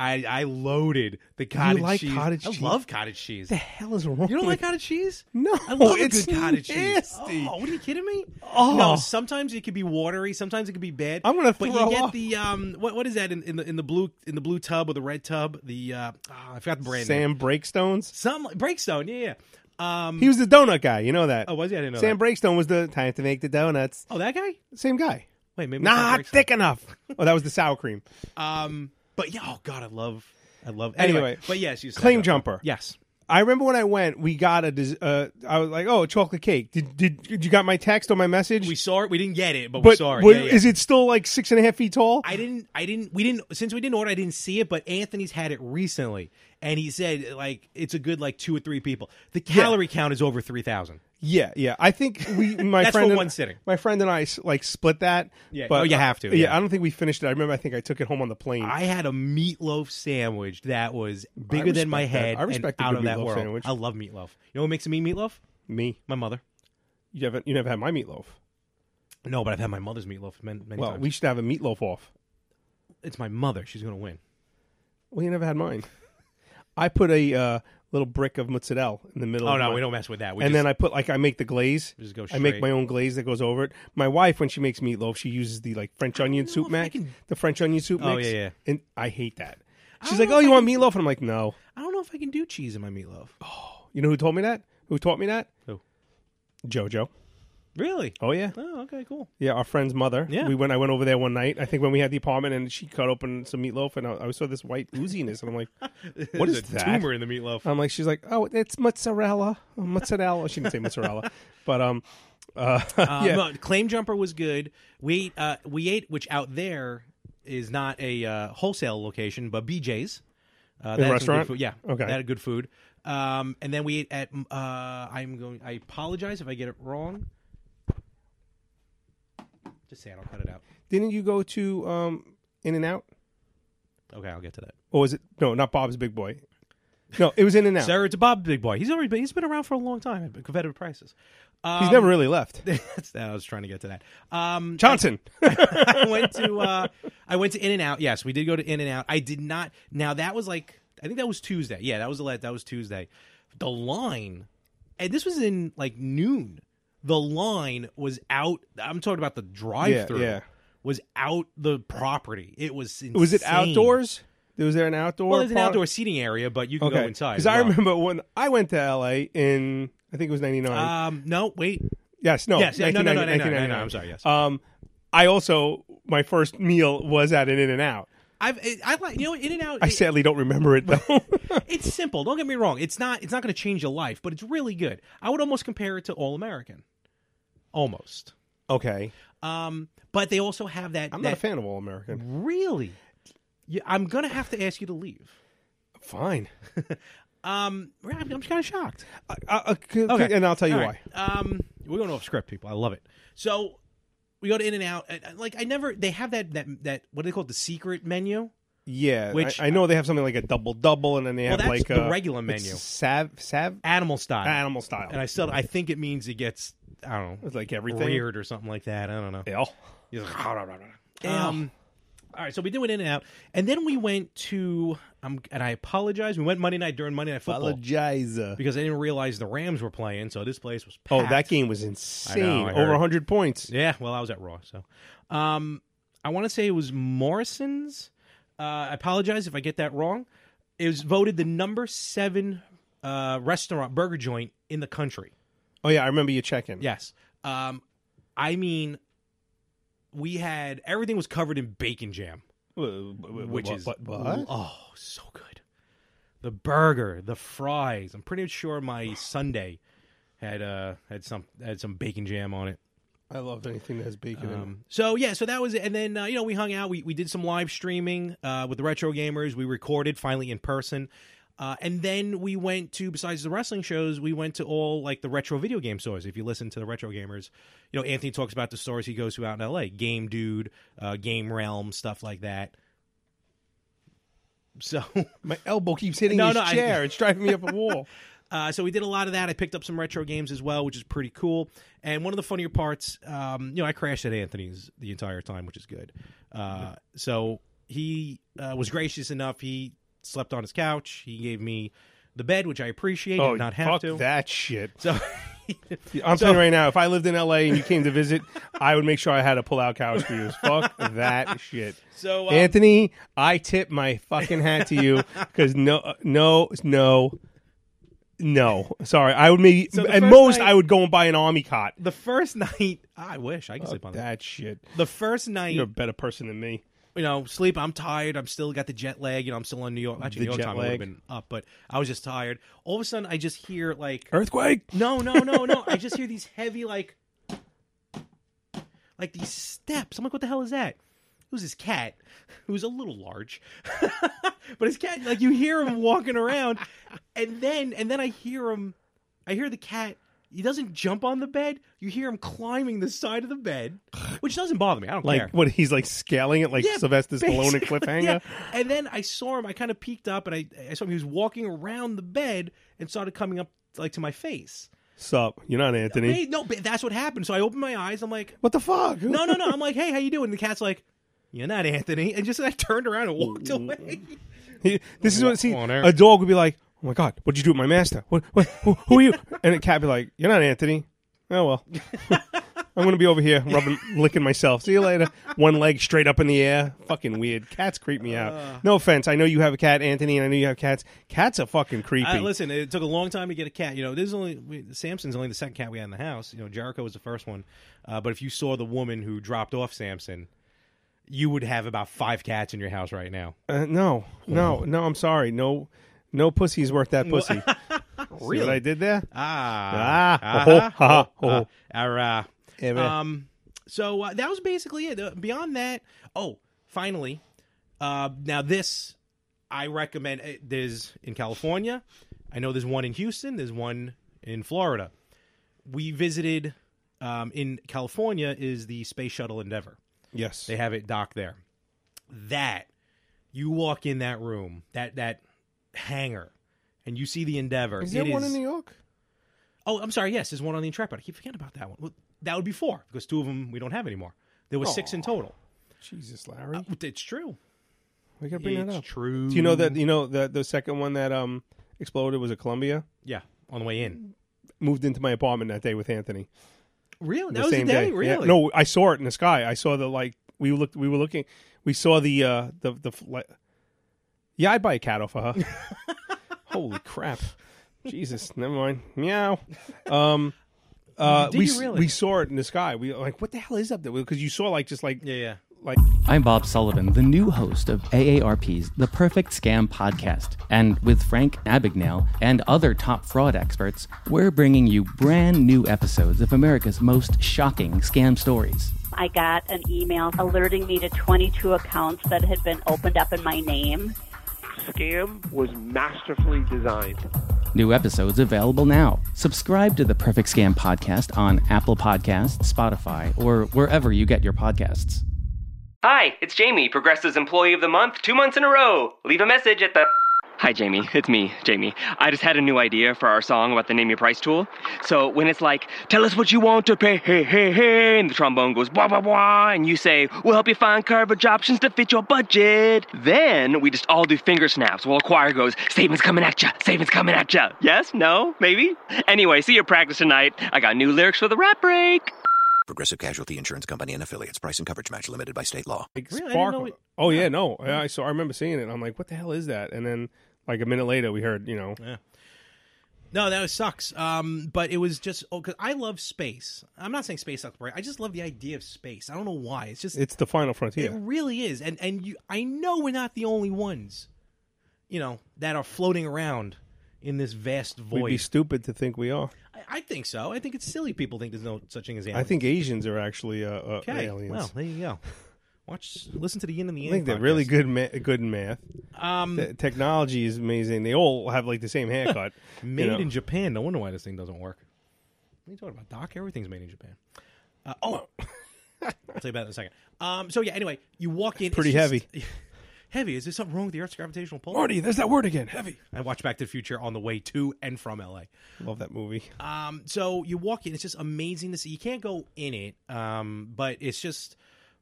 [SPEAKER 6] I I loaded the cottage
[SPEAKER 5] like
[SPEAKER 6] cheese.
[SPEAKER 5] cottage
[SPEAKER 6] I
[SPEAKER 5] cheese?
[SPEAKER 6] love cottage cheese.
[SPEAKER 5] The hell is wrong?
[SPEAKER 6] You
[SPEAKER 5] with-
[SPEAKER 6] don't like cottage cheese?
[SPEAKER 5] No,
[SPEAKER 6] I love a
[SPEAKER 5] it's
[SPEAKER 6] good cottage
[SPEAKER 5] nasty.
[SPEAKER 6] cheese. Oh, what are you kidding me?
[SPEAKER 5] Oh.
[SPEAKER 6] No, sometimes it could be watery, sometimes it could be bad.
[SPEAKER 5] I'm gonna
[SPEAKER 6] But
[SPEAKER 5] throw
[SPEAKER 6] you get
[SPEAKER 5] up.
[SPEAKER 6] the um what what is that in, in the in the blue in the blue tub or the red tub? The uh oh, I forgot the brand name.
[SPEAKER 5] Sam Breakstones.
[SPEAKER 6] Some Breakstone, yeah, yeah. Um
[SPEAKER 5] He was the donut guy. You know that.
[SPEAKER 6] Oh, was he? I didn't know
[SPEAKER 5] Sam
[SPEAKER 6] that.
[SPEAKER 5] Breakstone was the time to make the donuts.
[SPEAKER 6] Oh, that guy?
[SPEAKER 5] Same guy.
[SPEAKER 6] Wait, maybe it's
[SPEAKER 5] Not
[SPEAKER 6] Breakstone.
[SPEAKER 5] thick enough. Oh, that was the sour cream.
[SPEAKER 6] Um, but yeah, oh god, I love, I love. Anyway,
[SPEAKER 5] Anyway,
[SPEAKER 6] but yes, you said
[SPEAKER 5] claim
[SPEAKER 6] that.
[SPEAKER 5] jumper.
[SPEAKER 6] Yes,
[SPEAKER 5] I remember when I went, we got a. des- Uh, I was like, oh, chocolate cake. Did did you got my text or my message?
[SPEAKER 6] we saw it. We didn't get it, but, we
[SPEAKER 5] but
[SPEAKER 6] saw it.
[SPEAKER 5] what-
[SPEAKER 6] Yeah, yeah.
[SPEAKER 5] is it still like six and a half feet tall?
[SPEAKER 6] I didn't. I didn't. We didn't. Since we didn't order, I didn't see it. But Anthony's had it recently, and he said like it's a good like two or three people. The calorie count is over three thousand.
[SPEAKER 5] Yeah, yeah. I think
[SPEAKER 6] [LAUGHS]
[SPEAKER 5] we my
[SPEAKER 6] That's
[SPEAKER 5] friend
[SPEAKER 6] for
[SPEAKER 5] and-
[SPEAKER 6] one sitting.
[SPEAKER 5] My friend and I s- like split that.
[SPEAKER 6] Yeah.
[SPEAKER 5] But
[SPEAKER 6] Oh, you have to,
[SPEAKER 5] Yeah.
[SPEAKER 6] yeah.
[SPEAKER 5] I don't think we finished it. I remember. I think I took it home on the plane.
[SPEAKER 6] I had a meatloaf sandwich that was
[SPEAKER 5] I
[SPEAKER 6] bigger than my
[SPEAKER 5] respect that.
[SPEAKER 6] head.
[SPEAKER 5] I respect a
[SPEAKER 6] and out
[SPEAKER 5] good
[SPEAKER 6] of that
[SPEAKER 5] meatloaf
[SPEAKER 6] world.
[SPEAKER 5] sandwich.
[SPEAKER 6] I love meatloaf. You know what makes me meatloaf?
[SPEAKER 5] Me,
[SPEAKER 6] My mother.
[SPEAKER 5] you haven't. You never had my meatloaf.
[SPEAKER 6] No, but I've had my mother's meatloaf many, many
[SPEAKER 5] Well,
[SPEAKER 6] times.
[SPEAKER 5] we should have a meatloaf off.
[SPEAKER 6] it's my mother. She's gonna win.
[SPEAKER 5] Well, you never had mine. I put a uh, little brick of mozzarella in the middle.
[SPEAKER 6] Oh
[SPEAKER 5] of
[SPEAKER 6] no,
[SPEAKER 5] my-
[SPEAKER 6] we don't mess with that. We
[SPEAKER 5] and
[SPEAKER 6] just,
[SPEAKER 5] then I put like I make the glaze.
[SPEAKER 6] Just go
[SPEAKER 5] I make
[SPEAKER 6] straight.
[SPEAKER 5] my own glaze that goes over it. My wife, when she makes meatloaf, she uses the like French onion
[SPEAKER 6] know
[SPEAKER 5] soup
[SPEAKER 6] if I
[SPEAKER 5] mix,
[SPEAKER 6] can-
[SPEAKER 5] the French onion soup
[SPEAKER 6] Oh,
[SPEAKER 5] mix.
[SPEAKER 6] yeah, yeah.
[SPEAKER 5] And I hate that. She's
[SPEAKER 6] don't
[SPEAKER 5] like,
[SPEAKER 6] know
[SPEAKER 5] "Oh,
[SPEAKER 6] if
[SPEAKER 5] you
[SPEAKER 6] I
[SPEAKER 5] want meatloaf?" And I'm like, "No."
[SPEAKER 6] I don't know if I can do cheese in my meatloaf.
[SPEAKER 5] You know who told me that? Who taught me that?
[SPEAKER 6] Who?
[SPEAKER 5] JoJo.
[SPEAKER 6] Really?
[SPEAKER 5] Oh yeah,
[SPEAKER 6] Oh, okay, cool.
[SPEAKER 5] yeah. Our friend's mother.
[SPEAKER 6] Yeah.
[SPEAKER 5] We went. I went over there one night. I think when we had the apartment, and she cut open some meatloaf, and I, I saw this white ooziness, and I'm
[SPEAKER 6] [LAUGHS]
[SPEAKER 5] like, "What is
[SPEAKER 6] There's a
[SPEAKER 5] that?"
[SPEAKER 6] tumor in the meatloaf.
[SPEAKER 5] I'm like, she's like, "Oh, it's mozzarella, mozzarella." She didn't say
[SPEAKER 6] [LAUGHS]
[SPEAKER 5] mozzarella, but um, uh,
[SPEAKER 6] Uh,
[SPEAKER 5] [LAUGHS] yeah.
[SPEAKER 6] but Claim Jumper was good. We ate, uh, we ate, which out there is not a uh, wholesale location, but BJ's. Uh, that had some good
[SPEAKER 5] restaurant?
[SPEAKER 6] food. yeah.
[SPEAKER 5] Okay.
[SPEAKER 6] that had good food. Um, and then we ate at. mm, Uh, I'm going. I apologize if I get it wrong. Just say it. I'll cut it out.
[SPEAKER 5] Didn't you go to um In and Out?
[SPEAKER 6] Okay, I'll get to that.
[SPEAKER 5] Or was it no, not Bob's Big Boy. No, it was In and Out.
[SPEAKER 6] Sarah, it's Bob Big Boy. He's already been, he's been around for a long time at competitive prices. [LAUGHS] Um,
[SPEAKER 5] He's never really left.
[SPEAKER 6] That's, I was trying to get to that. Um,
[SPEAKER 5] Johnson.
[SPEAKER 6] I went to uh, I went to In and Out. Yes, we did go to In and Out. I did not. Now that was like I think that was Tuesday. Yeah, that was the la- that was Tuesday. The line, and this was in like noon. The line was out. I'm talking about the drive-through.
[SPEAKER 5] yeah.
[SPEAKER 6] was out the property. It was insane.
[SPEAKER 5] [LAUGHS] was it outdoors? Was there an outdoor?
[SPEAKER 6] Well, there's an
[SPEAKER 5] part?
[SPEAKER 6] outdoor seating area, but you can
[SPEAKER 5] Okay,
[SPEAKER 6] go inside.
[SPEAKER 5] Because
[SPEAKER 6] as
[SPEAKER 5] I
[SPEAKER 6] well.
[SPEAKER 5] remember when I went to LA in I think it was '99.
[SPEAKER 6] Um, no, wait.
[SPEAKER 5] Yes, no.
[SPEAKER 6] Uh, Yes, yeah, no, no, no, no, no,
[SPEAKER 5] 1999.
[SPEAKER 6] no, no, I'm sorry, yes.
[SPEAKER 5] Um, I also my first meal was at an In and Out.
[SPEAKER 6] I've I, I like you know In and Out.
[SPEAKER 5] I sadly don't remember it
[SPEAKER 6] [LAUGHS]
[SPEAKER 5] though.
[SPEAKER 6] it's simple. Don't get me wrong. It's not it's not going to change your life, but it's really good. I would almost compare it to All American, almost.
[SPEAKER 5] okay,
[SPEAKER 6] Um, but they also have that.
[SPEAKER 5] I'm
[SPEAKER 6] that,
[SPEAKER 5] not a fan of All American.
[SPEAKER 6] Really, yeah, I'm going to have to ask you to leave.
[SPEAKER 5] Fine,
[SPEAKER 6] Um, I'm, I'm kind of shocked.
[SPEAKER 5] I, I, I- Uh, c- c- and I'll tell you
[SPEAKER 6] Uh, All
[SPEAKER 5] why.
[SPEAKER 6] right. Um, we're going off script, people. I love it. So we go to In and Out. Like I never, they have that that that what do they call it? The secret menu.
[SPEAKER 5] Yeah,
[SPEAKER 6] Which-
[SPEAKER 5] I, I know they have something like a double double, and then they
[SPEAKER 6] Well,
[SPEAKER 5] have
[SPEAKER 6] that's
[SPEAKER 5] like
[SPEAKER 6] the
[SPEAKER 5] a,
[SPEAKER 6] regular
[SPEAKER 5] it's
[SPEAKER 6] menu.
[SPEAKER 5] Sav Sav
[SPEAKER 6] Animal style.
[SPEAKER 5] animal style.
[SPEAKER 6] And I still, I think it means it gets, I don't know,
[SPEAKER 5] it's like everything.
[SPEAKER 6] reared or something like that. I don't know.
[SPEAKER 5] Ale.
[SPEAKER 6] He's like, "Rah, rah, rah, rah." Um, all right, so we do it in and out, and then we went to, um, and I apologize. We went Monday night during Monday night football
[SPEAKER 5] Apologize.
[SPEAKER 6] because I didn't realize the Rams were playing, so this place was
[SPEAKER 5] Oh,
[SPEAKER 6] packed.
[SPEAKER 5] that game was insane.
[SPEAKER 6] I heard.
[SPEAKER 5] Over 100 points.
[SPEAKER 6] Yeah, well, I was at Raw, so um, I want to say it was Morrison's. Uh, I apologize if I get that wrong. It was voted the number seven uh, restaurant burger joint in the country.
[SPEAKER 5] Oh yeah, I remember you checking.
[SPEAKER 6] Yes. Um, I mean, we had everything was covered in bacon jam, which
[SPEAKER 5] which
[SPEAKER 6] is
[SPEAKER 5] what, what?
[SPEAKER 6] oh so good. The burger, the fries. I'm pretty sure my Sunday had uh had some had some bacon jam on it.
[SPEAKER 5] I love anything that has bacon in it.
[SPEAKER 6] Um, so yeah, so that was it. And then uh, you know we hung out. We we did some live streaming uh, with the retro gamers. We recorded finally in person. Uh, and then we went to besides the wrestling shows, we went to all like the retro video game stores. If you listen to the retro gamers, you know Anthony talks about the stores he goes to out in L.A. Game Dude, uh, Game Realm, stuff like that. So [LAUGHS]
[SPEAKER 5] My elbow keeps hitting
[SPEAKER 6] No,
[SPEAKER 5] his
[SPEAKER 6] no, I-
[SPEAKER 5] chair. It's driving
[SPEAKER 6] [LAUGHS]
[SPEAKER 5] me up a wall.
[SPEAKER 6] Uh, so we did a lot of that. I picked up some retro games as well, which is pretty cool. And one of the funnier parts, um, you know, I crashed at Anthony's the entire time, which is good. Uh, so he uh, was gracious enough. He slept on his couch. He gave me the bed, which I appreciate. did not have
[SPEAKER 5] Oh, fuck
[SPEAKER 6] to.
[SPEAKER 5] that shit.
[SPEAKER 6] So [LAUGHS]
[SPEAKER 5] I'm
[SPEAKER 6] So-
[SPEAKER 5] saying right now, if I lived in LA and you came to visit, I would make sure I had a pull-out couch for you. Fuck that shit.
[SPEAKER 6] So, um,
[SPEAKER 5] Anthony, I tip my fucking hat to you because no, uh, no, no, no. Sorry, I would maybe
[SPEAKER 6] So the
[SPEAKER 5] at
[SPEAKER 6] first
[SPEAKER 5] most
[SPEAKER 6] night-
[SPEAKER 5] I would go and buy an army cot.
[SPEAKER 6] the first night, I wish I could sleep on that.
[SPEAKER 5] That shit.
[SPEAKER 6] The first night,
[SPEAKER 5] You're a better person than me.
[SPEAKER 6] you know, sleep. I'm tired. I'm still got the jet lag. You know, I'm still on New York. Actually,
[SPEAKER 5] The
[SPEAKER 6] New York
[SPEAKER 5] jet
[SPEAKER 6] time I would have
[SPEAKER 5] lag.
[SPEAKER 6] been up, but I was just tired. All of a sudden, I just hear like
[SPEAKER 5] Earthquake.
[SPEAKER 6] No, no, no, no. I just hear these heavy like like these steps. I'm like, what the hell is that? It was his cat, who's a little large. [LAUGHS] but his cat like you hear him walking around and then and then I hear him I hear the cat he doesn't jump on the bed. You hear him climbing the side of the bed, which doesn't bother me. I don't
[SPEAKER 5] Like
[SPEAKER 6] care.
[SPEAKER 5] what? He's like scaling it like Sylvester Stallone in
[SPEAKER 6] basically,
[SPEAKER 5] Cliffhanger.
[SPEAKER 6] [LAUGHS] yeah. And then I saw him. I kind of peeked up, and I, I saw him. He was walking around the bed and started coming up like to my face.
[SPEAKER 5] Sup? You're not Anthony.
[SPEAKER 6] Hey, no, but that's what happened. So I opened my eyes. I'm like,
[SPEAKER 5] What the fuck?
[SPEAKER 6] no, no, no. I'm like, hey, how you doing? And the cat's like, you're not Anthony. And just I turned around and walked away.
[SPEAKER 5] He- this is what see
[SPEAKER 6] on air.
[SPEAKER 5] a dog would be like. Oh my god, what'd you do with my master? What? What? Who, who are you? And a cat be like, you're not Anthony. Oh
[SPEAKER 6] [LAUGHS]
[SPEAKER 5] well, I'm gonna be over here rubbing, licking myself. See you later. One leg straight up in the air. Fucking weird. Cats creep me
[SPEAKER 6] Uh.
[SPEAKER 5] out. No offense. I know you have a cat, Anthony, and I know you have cats. Cats are fucking creepy.
[SPEAKER 6] I, listen, it took a long time to get a cat. You know, this is only we, Samson's only the second cat we had in the house. You know, Jericho was the first one. Uh, but if you saw the woman who dropped off Samson, you would have about five cats in your house right now.
[SPEAKER 5] Uh, no, no,
[SPEAKER 6] Hmm.
[SPEAKER 5] no. I'm sorry. No, no pussy's worth that
[SPEAKER 6] [LAUGHS]
[SPEAKER 5] pussy. See what I did there?
[SPEAKER 6] Ah,
[SPEAKER 5] Ah,
[SPEAKER 6] ah,
[SPEAKER 5] oh, ha,
[SPEAKER 6] oh,
[SPEAKER 5] oh.
[SPEAKER 6] ah, ah.
[SPEAKER 5] Yeah, man.
[SPEAKER 6] Um, so uh, that was basically it. Uh, Beyond that, oh, finally, uh, now this I recommend. uh, There's in California. I know there's one in Houston. There's one in Florida. We visited um, in California is the Space Shuttle Endeavor.
[SPEAKER 5] yes.
[SPEAKER 6] They have it docked there. That you walk in that room, that that hangar, and you see the Endeavor.
[SPEAKER 5] is there
[SPEAKER 6] It
[SPEAKER 5] one
[SPEAKER 6] is-
[SPEAKER 5] in New York?
[SPEAKER 6] Oh, I'm sorry. Yes, there's one on the Intrepid. I keep forgetting about that one. Well, that would be four because two of them we don't have anymore. There were six in total.
[SPEAKER 5] Jesus, Larry.
[SPEAKER 6] It's true.
[SPEAKER 5] we gotta bring that
[SPEAKER 6] it's
[SPEAKER 5] up.
[SPEAKER 6] true.
[SPEAKER 5] Do you know that you know that the second one that um exploded was a Columbia?
[SPEAKER 6] Yeah, on the way in.
[SPEAKER 5] Moved into my apartment that day with Anthony.
[SPEAKER 6] Really?
[SPEAKER 5] The
[SPEAKER 6] That was
[SPEAKER 5] same
[SPEAKER 6] the day.
[SPEAKER 5] day. Yeah.
[SPEAKER 6] Really?
[SPEAKER 5] No, I saw it in the sky. I saw the like we looked we were looking we saw the uh the the fl- Yeah, I'd buy a cat off of [LAUGHS] her. [LAUGHS] Holy crap. Jesus, never mind. Meow. Um Uh,
[SPEAKER 6] Did
[SPEAKER 5] we
[SPEAKER 6] you
[SPEAKER 5] s-
[SPEAKER 6] really?
[SPEAKER 5] we saw it in the sky. We were like, what the hell is up there? Because you saw like just like
[SPEAKER 6] Yeah, yeah.
[SPEAKER 5] like
[SPEAKER 1] I'm Bob Sullivan, the new host of AARP's The Perfect Scam podcast. And with Frank Abagnale and other top fraud experts, we're bringing you brand new episodes of America's most shocking scam stories.
[SPEAKER 7] I got an email alerting me to 22 accounts that had been opened up in my name.
[SPEAKER 9] scam was masterfully designed.
[SPEAKER 1] New episodes available now. Subscribe to The Perfect Scam podcast on Apple Podcasts, Spotify, or wherever you get your podcasts.
[SPEAKER 8] Hi, it's Jamie, Progressive's Employee of the Month, two months in a row. Leave a message at the. Hi, Jamie. [LAUGHS] It's me, Jamie. I just had a new idea for our song about the Name Your Price tool. So when it's like, tell us what you want to pay, hey, hey, hey, and the trombone goes, blah, blah, blah, and you say, we'll help you find coverage options to fit your budget. Then we just all do finger snaps while a choir goes, savings coming at ya, savings coming at ya. Yes? No? Maybe? Anyway, see you at practice tonight. I got new lyrics for the rap break.
[SPEAKER 10] Progressive Casualty Insurance Company and affiliates. Price and coverage match limited by state law.
[SPEAKER 5] like
[SPEAKER 6] Really? I didn't know
[SPEAKER 5] sparkle.
[SPEAKER 6] it-
[SPEAKER 5] Oh yeah, no. I I saw. I remember seeing it. and I'm like, what the hell is that? And then like a minute later, we heard you know
[SPEAKER 6] No, that was, sucks. Um, but it was just oh, cause I love space. I'm not saying space sucks, right? I just love the idea of space. I don't know why. It's just
[SPEAKER 5] it's the final frontier.
[SPEAKER 6] it really is. And and you, I know we're not the only ones, you know, that are floating around in this vast
[SPEAKER 5] We'd be
[SPEAKER 6] void.
[SPEAKER 5] stupid to think we are.
[SPEAKER 6] I, I think so. I think it's silly. People think there's no such thing as aliens.
[SPEAKER 5] I think Asians are actually uh, uh,
[SPEAKER 6] okay.
[SPEAKER 5] aliens.
[SPEAKER 6] Well, there you go. Watch, listen to the yin and the
[SPEAKER 5] I
[SPEAKER 6] yang.
[SPEAKER 5] think they're
[SPEAKER 6] podcast.
[SPEAKER 5] really good, ma- good in math.
[SPEAKER 6] Um,
[SPEAKER 5] The technology is amazing. They all have like the
[SPEAKER 6] [LAUGHS]
[SPEAKER 5] same haircut. you
[SPEAKER 6] Made
[SPEAKER 5] know.
[SPEAKER 6] in Japan. No wonder why this thing doesn't work. What are you talking about, Doc? Everything's made in Japan. Uh, oh, [LAUGHS] I'll tell you about it in a second. Um, so yeah. Anyway, you walk in. it's
[SPEAKER 5] Pretty
[SPEAKER 6] just- [LAUGHS] heavy. Is there something wrong with the Earth's gravitational pull?
[SPEAKER 5] Marty, there's that word again. Heavy.
[SPEAKER 6] I watched Back to the Future on the way to and from LA.
[SPEAKER 5] Love that movie.
[SPEAKER 6] Um, so you walk in. It's just amazing to see. You can't go in it, um, but it's just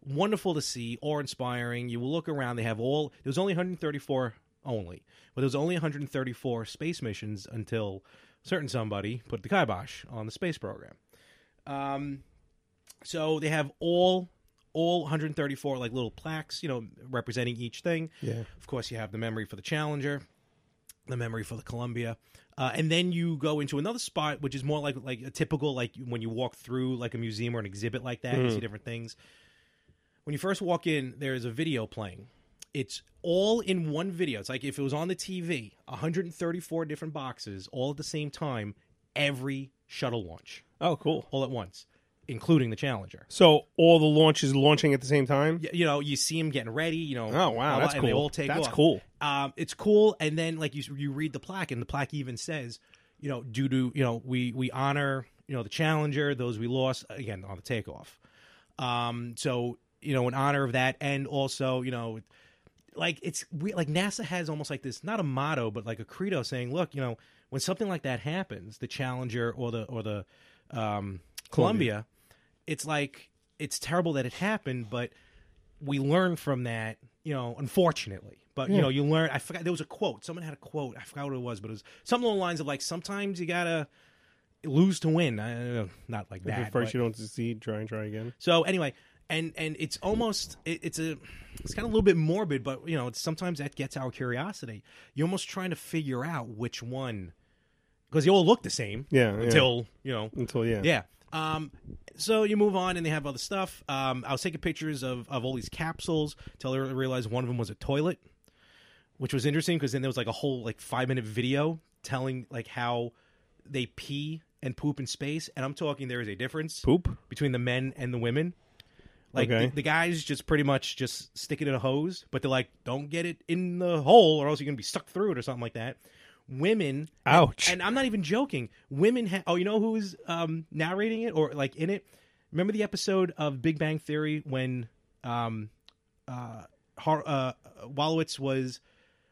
[SPEAKER 6] wonderful to see, awe inspiring. You will look around. They have all. There was only 134 only, but there was only 134 space missions until certain somebody put the kibosh on the space program. Um, so they have all all 134 like little plaques, you know, representing each thing.
[SPEAKER 5] Yeah.
[SPEAKER 6] Of course, you have the memory for the Challenger, the memory for the Columbia, uh, and then you go into another spot which is more like like a typical like when you walk through like a museum or an exhibit like that, you see different things. When you first walk in, there is a video playing. It's all in one video. It's like if it was on the TV, 134 different boxes all at the same time, every shuttle launch
[SPEAKER 5] Oh, cool.
[SPEAKER 6] all at once, including the Challenger.
[SPEAKER 5] So all the launches launching at the same time.
[SPEAKER 6] Y- You know, you see them getting ready. You know,
[SPEAKER 5] Oh, wow,
[SPEAKER 6] blah,
[SPEAKER 5] that's
[SPEAKER 6] and They
[SPEAKER 5] cool.
[SPEAKER 6] all take
[SPEAKER 5] That's
[SPEAKER 6] off.
[SPEAKER 5] cool.
[SPEAKER 6] Um, it's cool. And then, like you, s- you read the plaque, and the plaque even says, you know, due to you know, we we honor you know the Challenger, those we lost uh, again on the takeoff. Um, so you know, in honor of that, and also you know, like it's we, like NASA has almost like this not a motto but like a credo saying, look, you know, when something like that happens, the Challenger or the or the um, Columbia, it's like it's terrible that it happened, but we learn from that, you know, unfortunately. But you know, you learn. I forgot there was a quote. Someone had a quote. I forgot what it was, but it was something along the lines of like sometimes you gotta lose to win. I don't know, not like
[SPEAKER 5] If
[SPEAKER 6] that.
[SPEAKER 5] at first
[SPEAKER 6] but-
[SPEAKER 5] you don't succeed, try and try again.
[SPEAKER 6] so anyway, and and it's almost it, it's a it's kind of a little bit morbid, but you know, it's sometimes that gets our curiosity. You're almost trying to figure out which one because they all look the same.
[SPEAKER 5] Yeah, yeah.
[SPEAKER 6] Until you know.
[SPEAKER 5] Until yeah.
[SPEAKER 6] Yeah. Um, so you move on, and they have other stuff. Um, I was taking pictures of, of all these capsules till I realized one of them was a toilet, which was interesting because then there was like a whole like five minute video telling like how they pee and poop in space, and I'm talking there is a difference
[SPEAKER 5] Poop.
[SPEAKER 6] between the men and the women. Like
[SPEAKER 5] Okay.
[SPEAKER 6] the, the guys just pretty much just stick it in a hose, but they're like, don't get it in the hole or else you're gonna be stuck through it or something like that. Women,
[SPEAKER 5] Ouch.
[SPEAKER 6] and I'm not even joking. Women, ha- oh, you know who is um, narrating it or like in it? Remember the episode of Big Bang Theory when um, uh, Har- uh, Wallowitz was.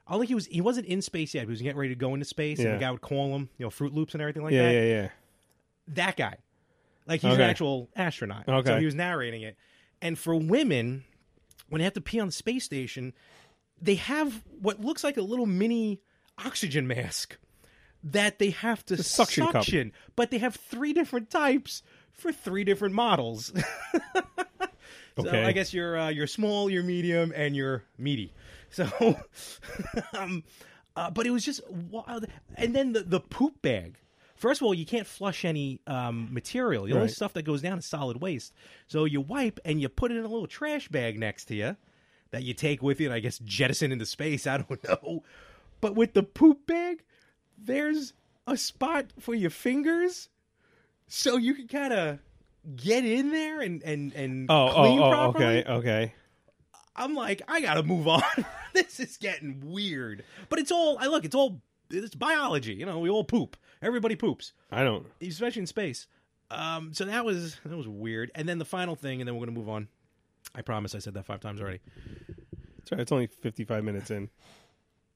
[SPEAKER 6] I don't think he was. He wasn't in space yet. But he was getting ready to go into space, and
[SPEAKER 5] Yeah.
[SPEAKER 6] the guy would call him, you know, Fruit Loops and everything like
[SPEAKER 5] yeah,
[SPEAKER 6] that
[SPEAKER 5] yeah, yeah.
[SPEAKER 6] that guy. Like he's
[SPEAKER 5] Okay.
[SPEAKER 6] an actual astronaut.
[SPEAKER 5] Okay.
[SPEAKER 6] So he was narrating it. And for women, when they have to pee on the space station, they have what looks like a little mini oxygen mask that they have to
[SPEAKER 5] suction
[SPEAKER 6] suction,
[SPEAKER 5] cup.
[SPEAKER 6] but they have three different types for three different models. so
[SPEAKER 5] Okay.
[SPEAKER 6] I guess you're uh, you're small, you're medium, and you're meaty. So, [LAUGHS] um, uh, but it was just wild. And then the the poop bag. First of all, you can't flush any um, material. The only
[SPEAKER 5] Right.
[SPEAKER 6] stuff that goes down is solid waste. So you wipe and you put it in a little trash bag next to you that you take with you and I guess jettison into space. [LAUGHS] I don't know. But with the poop bag, there's a spot for your fingers so you can kind of get in there and and and
[SPEAKER 5] Oh,
[SPEAKER 6] clean
[SPEAKER 5] oh, oh,
[SPEAKER 6] properly.
[SPEAKER 5] okay, okay.
[SPEAKER 6] I'm like, I gotta move on. [LAUGHS] this is getting weird. But it's all I look. It's all it's biology. You know, we all poop. Everybody poops,
[SPEAKER 5] I don't.
[SPEAKER 6] especially in space. Um, so that was that was weird. And then the final thing, and then we're gonna move on. I promise, I said that five times already.
[SPEAKER 5] It's, all right, it's only 55 minutes in.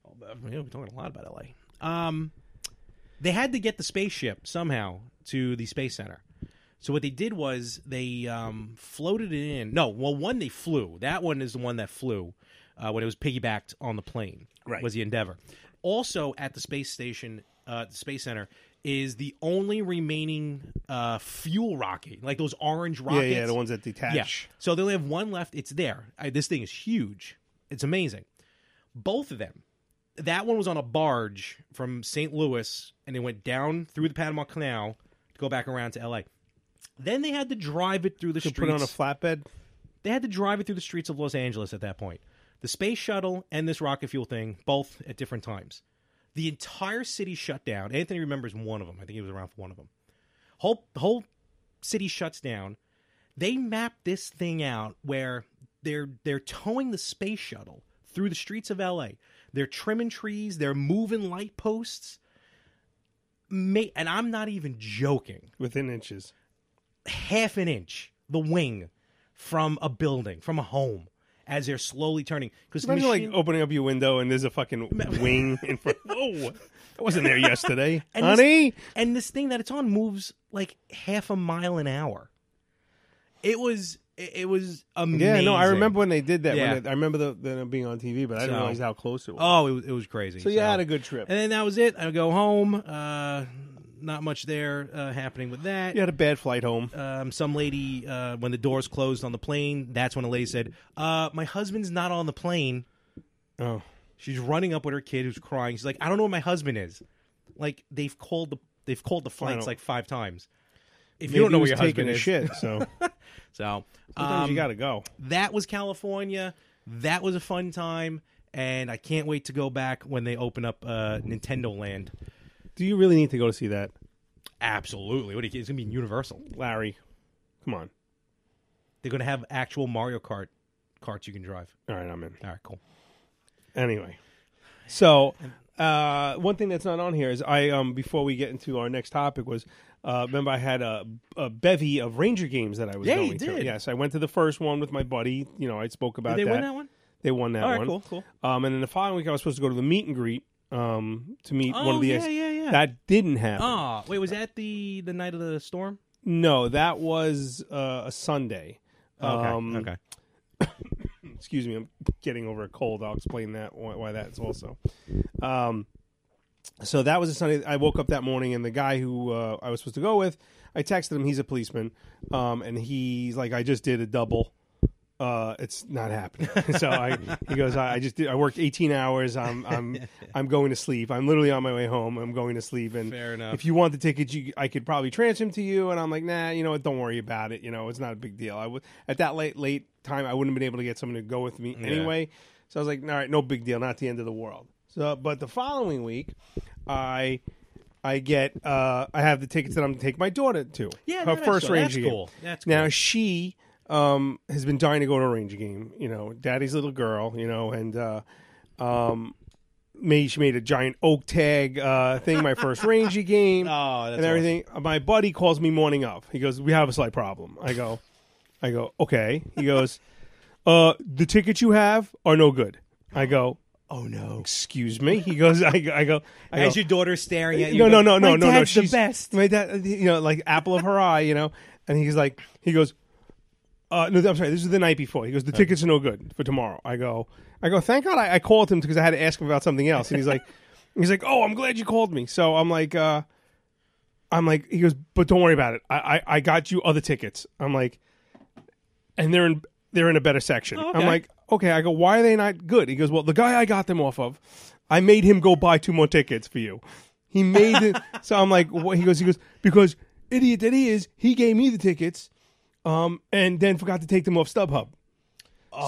[SPEAKER 6] Uh, yeah, we're talking a lot about LA. Um, they had to get the spaceship somehow to the space center. So what they did was they um, floated it in. No, well, one they flew. That one is the one that flew uh, when it was piggybacked on the plane.
[SPEAKER 5] Right.
[SPEAKER 6] was the Endeavor. Also at the space station, uh, the space center is the only remaining uh, fuel rocket, like those orange
[SPEAKER 5] Yeah,
[SPEAKER 6] rockets.
[SPEAKER 5] yeah, the ones that detach.
[SPEAKER 6] Yeah. So they only have one left. It's there. I, this thing is huge. It's amazing. Both of them. That one was on a barge from St. Louis, and it went down through the Panama Canal to go back around to L.A. Then they had to drive it through the
[SPEAKER 5] To
[SPEAKER 6] streets.
[SPEAKER 5] put it on a flatbed.
[SPEAKER 6] they had to drive it through the streets of Los Angeles at that point. The space shuttle and this rocket fuel thing, both at different times. The entire city shut down. Anthony remembers one of them. I think he was around for one of them. Whole the whole city shuts down. They map this thing out where they're they're towing the space shuttle through the streets of LA. They're trimming trees, they're moving light posts. Ma- and I'm not even joking
[SPEAKER 5] Within inches.
[SPEAKER 6] half an inch the wing from a building, from a home, as they're slowly turning. Because
[SPEAKER 5] Imagine like opening up your window and there's a
[SPEAKER 6] [LAUGHS]
[SPEAKER 5] fucking wing in front. Whoa, I wasn't there yesterday,
[SPEAKER 6] [LAUGHS] and
[SPEAKER 5] honey.
[SPEAKER 6] This, and this thing that it's on moves like half a mile an hour. It was it it was amazing.
[SPEAKER 5] Yeah, no, I remember when they did that.
[SPEAKER 6] Yeah.
[SPEAKER 5] When it, I remember the, them being on TV, but I didn't
[SPEAKER 6] So-
[SPEAKER 5] realize how close it was.
[SPEAKER 6] Oh, it was, it was crazy.
[SPEAKER 5] so you had a good trip.
[SPEAKER 6] And then that was it. I go home. Uh, not much there uh, happening with that.
[SPEAKER 5] You had a bad flight home.
[SPEAKER 6] um, some lady uh, when the doors closed on the plane. That's when a lady said, uh, "My husband's not on the plane."
[SPEAKER 5] Oh,
[SPEAKER 6] She's running up with her kid who's crying. She's like, "I don't know where my husband is." Like they've called the they've called the
[SPEAKER 5] I
[SPEAKER 6] flights
[SPEAKER 5] don't-
[SPEAKER 6] like five times. If
[SPEAKER 5] Maybe
[SPEAKER 6] you don't know
[SPEAKER 5] he
[SPEAKER 6] where
[SPEAKER 5] was
[SPEAKER 6] your
[SPEAKER 5] taking a
[SPEAKER 6] husband is,
[SPEAKER 5] shit.
[SPEAKER 6] [LAUGHS]
[SPEAKER 5] So
[SPEAKER 6] so
[SPEAKER 5] sometimes
[SPEAKER 6] um,
[SPEAKER 5] you got to go.
[SPEAKER 6] that was California. That was a fun time, and I can't wait to go back when they open up uh, Nintendo Land.
[SPEAKER 5] Do you really need to go to see that,
[SPEAKER 6] Absolutely, what do you, it's gonna be Universal.
[SPEAKER 5] Larry? Come on.
[SPEAKER 6] They're gonna have actual Mario Kart carts you can drive.
[SPEAKER 5] All right, I'm in.
[SPEAKER 6] All right, cool.
[SPEAKER 5] Anyway, so uh, one thing that's not on here is I um before we get into our next topic was uh, remember I had a, a bevy of Ranger games that I was
[SPEAKER 6] Yeah, you
[SPEAKER 5] going to.
[SPEAKER 6] did.
[SPEAKER 5] Yes, I went to the first one with my buddy. You know, I spoke about
[SPEAKER 6] Did they
[SPEAKER 5] that.
[SPEAKER 6] win that one?
[SPEAKER 5] They won that
[SPEAKER 6] All right,
[SPEAKER 5] one.
[SPEAKER 6] cool, cool.
[SPEAKER 5] Um, and then the following week I was supposed to go to the meet and greet um to meet one
[SPEAKER 6] Oh,
[SPEAKER 5] of the
[SPEAKER 6] yeah, yeah, yeah.
[SPEAKER 5] that didn't happen.
[SPEAKER 6] Oh, wait, was that the the night of the storm?
[SPEAKER 5] No, that was uh, a Sunday. Um,
[SPEAKER 6] okay.
[SPEAKER 5] excuse me, I'm getting over a cold. I'll explain that why, why that's also. Um, so that was a Sunday. I woke up that morning, and the guy who uh, I was supposed to go with, I texted him. He's a policeman, um, and he's like, "I just did a double. Uh, it's not happening." [LAUGHS] so I, he goes, I, "I just did. I worked 18 hours. I'm,
[SPEAKER 6] [LAUGHS]
[SPEAKER 5] I'm, I'm going to sleep. I'm literally on my way home. I'm going to sleep. And
[SPEAKER 6] Fair enough.
[SPEAKER 5] if you want the tickets, you, I could probably transfer them to you." And I'm like, "Nah, you know what? Don't worry about it. You know, it's not a big deal. I would at that late, late time, I wouldn't have been able to get someone to go with me anyway. So I was like, "All right, no big deal. Not the end of the world." So, but the following week, I I get uh, I have the tickets that I'm going to take my daughter to.
[SPEAKER 6] Yeah,
[SPEAKER 5] her
[SPEAKER 6] that I
[SPEAKER 5] first
[SPEAKER 6] saw.
[SPEAKER 5] Ranger
[SPEAKER 6] That's
[SPEAKER 5] game.
[SPEAKER 6] cool. That's
[SPEAKER 5] Now
[SPEAKER 6] cool.
[SPEAKER 5] she um, has been dying to go to a Ranger game. You know, daddy's little girl. You know, and uh, um, made she made a giant oak tag uh, thing. My
[SPEAKER 6] [LAUGHS]
[SPEAKER 5] first Ranger game.
[SPEAKER 6] Oh, that's
[SPEAKER 5] and everything. My buddy calls me morning of. He goes, "We have a slight problem." I go, I go, okay. He goes, [LAUGHS] uh, the tickets you have are no good. I go. Oh no! Excuse me. He goes. [LAUGHS] I go. I go. I
[SPEAKER 6] As
[SPEAKER 5] go,
[SPEAKER 6] your daughter's staring at you.
[SPEAKER 5] no, no,
[SPEAKER 6] go,
[SPEAKER 5] no, no,
[SPEAKER 6] "My
[SPEAKER 5] no, no.
[SPEAKER 6] dad's
[SPEAKER 5] She's
[SPEAKER 6] the best.
[SPEAKER 5] My dad, uh, you know, like apple of her eye, you know. And he's like, he goes, uh, no, I'm sorry. This is the night before. He goes, the tickets are no good for tomorrow. I go, I go. Thank God I, I called him because I had to ask him about something else. And he's
[SPEAKER 6] [LAUGHS]
[SPEAKER 5] like, he's like, oh, I'm glad you called me. So I'm like, uh, I'm like, he goes, but don't worry about it. I, I, I got you other tickets. I'm like, and they're in they're in a better section.
[SPEAKER 6] Oh, okay.
[SPEAKER 5] I'm like, okay. I go, why are they not good? He goes, well, the guy I got them off of, I made him go buy two more tickets for you. He made it.
[SPEAKER 6] [LAUGHS]
[SPEAKER 5] so I'm like, what? he goes, he goes, because idiot that he is, he gave me the tickets, um, and then forgot to take them off StubHub.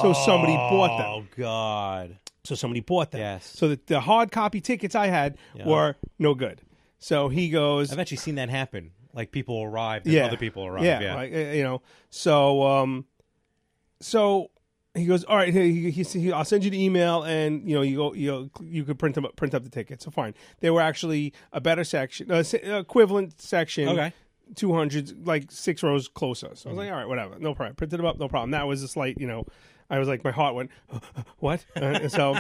[SPEAKER 5] So somebody bought them.
[SPEAKER 6] Oh God.
[SPEAKER 5] So somebody bought them.
[SPEAKER 6] Yes.
[SPEAKER 5] So the, the hard copy tickets I had were no good. So he goes,
[SPEAKER 6] I've actually seen that happen. Like people arrive, and
[SPEAKER 5] yeah,
[SPEAKER 6] other people arrive.
[SPEAKER 5] yeah,
[SPEAKER 6] Yeah.
[SPEAKER 5] like, uh, you know. So, um, so he goes, all right, he, he, he, he- I'll send you the email, and you know, you go, you know, you could print them, up- print up the tickets. So fine, they were actually a better section, uh, se- equivalent section.
[SPEAKER 6] Okay. Mm-hmm.
[SPEAKER 5] 200 like six rows closer so i was like all right whatever no problem printed them up no problem that was a slight you know i was like my heart went [LAUGHS] what Uh, so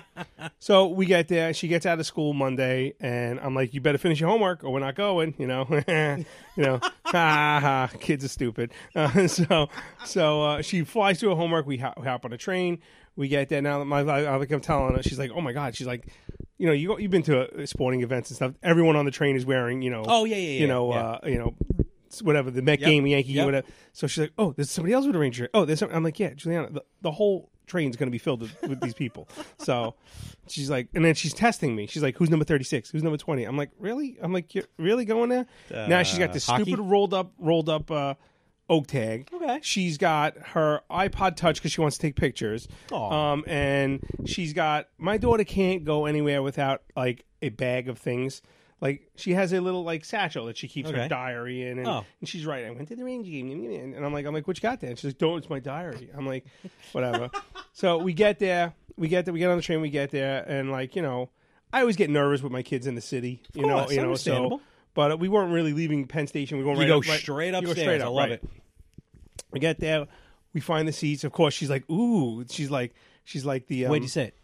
[SPEAKER 5] so we get there she gets out of school monday and i'm like you better finish your homework or we're not going you know [LAUGHS] you know [LAUGHS] ha, ha, kids are stupid uh, [LAUGHS] so so uh, she flies through her homework we hop, we hop on a train we get there now that my I- like i'm telling her she's like oh my god she's like you know you go, you've been to uh, sporting events and stuff everyone on the train is wearing you know
[SPEAKER 6] Oh, yeah, yeah, yeah,
[SPEAKER 5] you know
[SPEAKER 6] yeah.
[SPEAKER 5] uh you know, whatever the Met game, Yankee,
[SPEAKER 6] Yep.
[SPEAKER 5] whatever. So she's like, "Oh, there's somebody else with a Ranger." Oh, there's. Some-. I'm like, "Yeah, Juliana, the, the whole train's going to be filled with, with these
[SPEAKER 6] [LAUGHS]
[SPEAKER 5] people." So she's like, and then she's testing me. She's like, "Who's number 36? Who's number 20?" I'm like, "Really?" I'm like, "You're really going there?" now she's got this
[SPEAKER 6] Uh, hockey?
[SPEAKER 5] stupid rolled up, rolled up. uh Oak tag.
[SPEAKER 6] Okay.
[SPEAKER 5] She's got her iPod Touch because she wants to take pictures.
[SPEAKER 6] Aw.
[SPEAKER 5] Um, and she's got my daughter can't go anywhere without like a bag of things. Like she has a little like satchel that she keeps
[SPEAKER 6] Okay.
[SPEAKER 5] her diary in, and,
[SPEAKER 6] Oh.
[SPEAKER 5] and she's right. I went to the Ranger game, and and I'm like, I'm like, what you got there? And she's like, don't, it's my diary. I'm like,
[SPEAKER 6] [LAUGHS]
[SPEAKER 5] whatever. so we get there, we get there, we get on the train, we get there, and like you know, I always get nervous with my kids in the city, you know,
[SPEAKER 6] course,
[SPEAKER 5] you know,
[SPEAKER 6] understandable.
[SPEAKER 5] so. But we weren't really leaving Penn Station. We were going
[SPEAKER 6] You
[SPEAKER 5] right
[SPEAKER 6] go
[SPEAKER 5] up, right-
[SPEAKER 6] straight
[SPEAKER 5] you go
[SPEAKER 6] upstairs. I love
[SPEAKER 5] right.
[SPEAKER 6] it.
[SPEAKER 5] We get there, we find the seats. Of course, she's like, ooh, she's like, she's like the um,
[SPEAKER 6] Wait, you say it?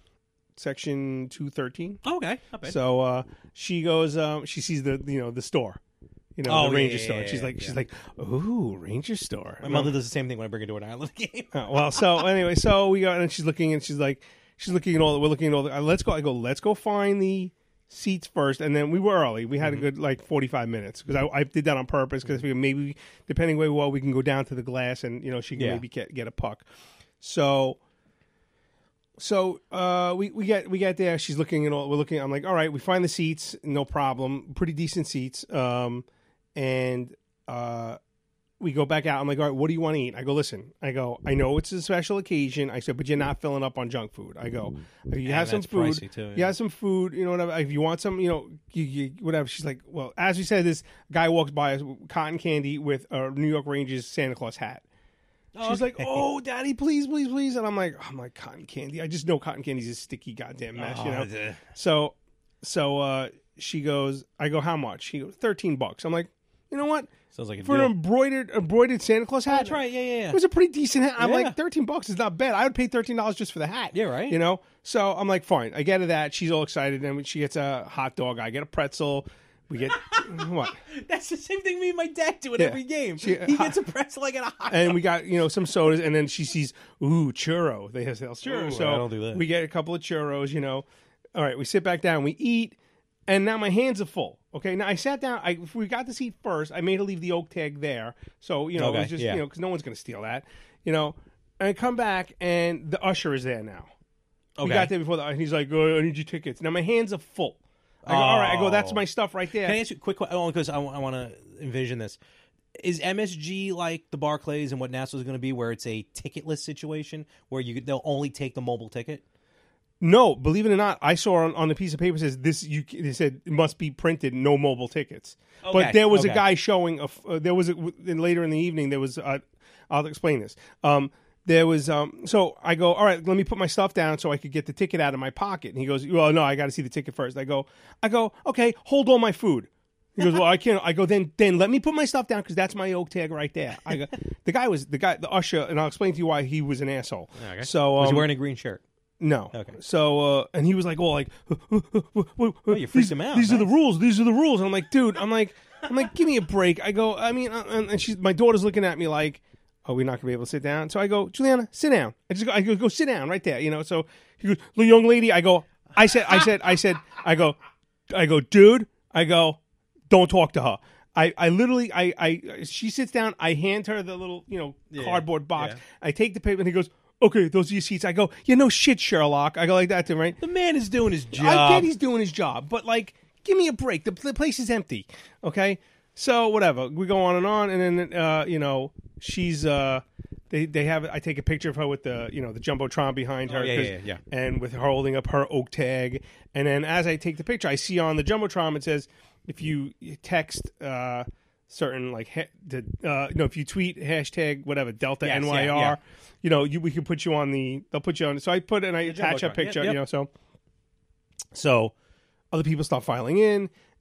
[SPEAKER 5] section two thirteen.
[SPEAKER 6] Oh, okay. Not bad.
[SPEAKER 5] So uh, she goes. Um, she sees the you know the store, you know
[SPEAKER 6] Oh,
[SPEAKER 5] the
[SPEAKER 6] yeah,
[SPEAKER 5] Ranger
[SPEAKER 6] yeah,
[SPEAKER 5] store.
[SPEAKER 6] yeah,
[SPEAKER 5] she's like
[SPEAKER 6] yeah.
[SPEAKER 5] she's like, ooh, Ranger store.
[SPEAKER 6] my mother does the same thing when I bring her to an
[SPEAKER 5] [LAUGHS]
[SPEAKER 6] island [LAUGHS] game.
[SPEAKER 5] Uh, well, so anyway, so we go and she's looking and she's like, she's looking at all that we're looking at all. The, uh, let's go. I go. Let's go find the seats first, and then we were early. We had a good like forty five minutes because I, I did that on purpose because maybe depending where we are, we can go down to the glass and you know she can
[SPEAKER 6] Yeah.
[SPEAKER 5] maybe get get a puck. So. So uh, we we get we get there. She's looking at all. We're looking. I'm like, all right. We find the seats, no problem. Pretty decent seats. Um, and uh, we go back out. I'm like, all right, what do you want to eat? I go, listen. I go, I know it's a special occasion. I said, but you're not filling up on junk food. I go, you have some
[SPEAKER 6] that's
[SPEAKER 5] food.
[SPEAKER 6] pricey too,
[SPEAKER 5] You
[SPEAKER 6] yeah.
[SPEAKER 5] have some food. You know whatever. If you want some, you know, you, you, whatever. She's like, well, as we said, this guy walks by with cotton candy with a New York Rangers Santa Claus hat. She's like, [LAUGHS]
[SPEAKER 6] [LAUGHS]
[SPEAKER 5] "Oh, daddy, please, please, please," and I'm like, "Oh my cotton candy! I just know cotton candy's a sticky goddamn mess, you know."
[SPEAKER 6] duh.
[SPEAKER 5] So, so uh, she goes, "I go, how much?" She goes, 13 bucks." I'm like, "You know what?
[SPEAKER 6] Sounds like a
[SPEAKER 5] for
[SPEAKER 6] deal.
[SPEAKER 5] an embroidered embroidered Santa Claus hat.
[SPEAKER 6] that's right. Yeah, yeah, yeah.
[SPEAKER 5] It was a pretty decent hat. I'm
[SPEAKER 6] Yeah.
[SPEAKER 5] like, 13 bucks is not bad. I would pay 13 dollars just for the hat.
[SPEAKER 6] Yeah, right.
[SPEAKER 5] You know. So I'm like, fine. I get her that. She's all excited, and when she gets a hot dog. I get a pretzel. We get [LAUGHS] what?
[SPEAKER 6] That's the same thing me and my dad do at
[SPEAKER 5] Yeah.
[SPEAKER 6] every game.
[SPEAKER 5] She- [LAUGHS]
[SPEAKER 6] he gets a press like an hot.
[SPEAKER 5] and we got you know some sodas, and then she sees ooh churro. They have sales churro,
[SPEAKER 6] Ooh,
[SPEAKER 5] so
[SPEAKER 6] I don't do that.
[SPEAKER 5] we get a couple of churros. You know, all right, we sit back down, we eat, and now my hands are full. Okay, now I sat down. I if we got this eat first. I made her leave the oak tag there, so you know it
[SPEAKER 6] Okay,
[SPEAKER 5] was just
[SPEAKER 6] yeah.
[SPEAKER 5] you know because no one's gonna steal that. You know, and I come back, and the usher is there now. We
[SPEAKER 6] Okay.
[SPEAKER 5] got there before the, and he's like, oh, "I need your tickets." Now my hands are full. I go, all right. I go,
[SPEAKER 6] Oh.
[SPEAKER 5] "That's my stuff right there."
[SPEAKER 6] Can I ask you a quick question? Because I, want to envision this. Is MSG like the Barclays and what NASA's going to be, where it's a ticketless situation where you they'll only take the mobile ticket?
[SPEAKER 5] No, believe it or not, I saw on, on the piece of paper says this. You they said it must be printed, no mobile tickets.
[SPEAKER 6] Okay,
[SPEAKER 5] But there was
[SPEAKER 6] okay.
[SPEAKER 5] a guy showing a. f- Uh, there was a, w- then later in the evening. There was. Uh, I'll explain this. Um, there was. Um, so I go. All right, let me put my stuff down so I could get the ticket out of my pocket. And he goes, Well, no, I got to see the ticket first. I go. I go. Okay, hold all my food. He goes, well, I can't. I go, then, then let me put my stuff down because that's my oak tag right there. I go, the guy was the guy, the usher, and I'll explain to you why he was an asshole. So um,
[SPEAKER 6] Was he wearing a green shirt?
[SPEAKER 5] no. Okay. So uh, and he was like, "Well, like, [LAUGHS]
[SPEAKER 6] Oh, you freaked
[SPEAKER 5] these,
[SPEAKER 6] him out.
[SPEAKER 5] These are the
[SPEAKER 6] Nice.
[SPEAKER 5] rules. These are the rules." And I'm like, "Dude, I'm like, I'm like, give me a break." I go, I mean, uh, and and she's my daughter's looking at me like, "Are we not gonna be able to sit down?" So I go, "Juliana, sit down." I just go, I go, "Go sit down right there," you know. So he goes, "The young lady," I go, "I said, I said, I said, I go, I go, dude, I go, don't talk to her." I, I literally I, I she sits down I hand her the little you know cardboard box I take the paper and he goes okay those are your seats I go you know shit Sherlock I go like that to him right
[SPEAKER 6] The man is doing his job.
[SPEAKER 5] I get he's doing his job, but like, give me a break. The, the place is empty. Okay. So whatever. We go on and on, and then uh, you know she's uh, they they have. I take a picture of her with the you know the jumbotron behind her.
[SPEAKER 6] Oh, yeah,
[SPEAKER 5] 'cause-
[SPEAKER 6] yeah, yeah.
[SPEAKER 5] And with her holding up her oak tag, and then as I take the picture, I see on the jumbotron it says if you text. Uh, Certain like ha- the, uh, no, if you tweet hashtag whatever Delta
[SPEAKER 6] Yes, yeah,
[SPEAKER 5] NYR,
[SPEAKER 6] yeah.
[SPEAKER 5] you know you we can put you on the they'll put you on. So I put and I attach a
[SPEAKER 6] jumbotron.
[SPEAKER 5] picture,
[SPEAKER 6] Yep, yep.
[SPEAKER 5] you know. So so other people start filing in,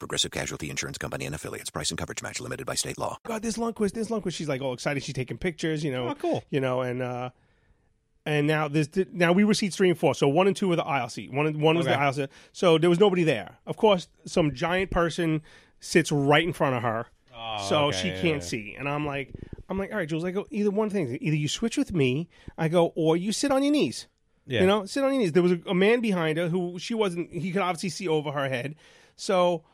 [SPEAKER 10] Progressive Casualty Insurance Company and affiliates. Price and coverage match limited by state law.
[SPEAKER 5] god, there's Lundquist, there's Lundquist. She's like all excited, she's taking pictures, you know,
[SPEAKER 6] Oh, cool.
[SPEAKER 5] you know, and uh, and now there's now we were seats three and four, so one and two were the aisle seat, one and one was the
[SPEAKER 6] Okay.
[SPEAKER 5] aisle seat, so there was nobody there. Of course, some giant person sits right in front of her, so
[SPEAKER 6] Oh, okay,
[SPEAKER 5] she
[SPEAKER 6] yeah,
[SPEAKER 5] can't see, and I'm like, I'm like, all right, Jules, I go either one thing, either you switch with me, I go, or you sit on your knees.
[SPEAKER 6] Yeah.
[SPEAKER 5] You know, sit on your knees. There was a, a man behind her who she wasn't. He could obviously see over her head, so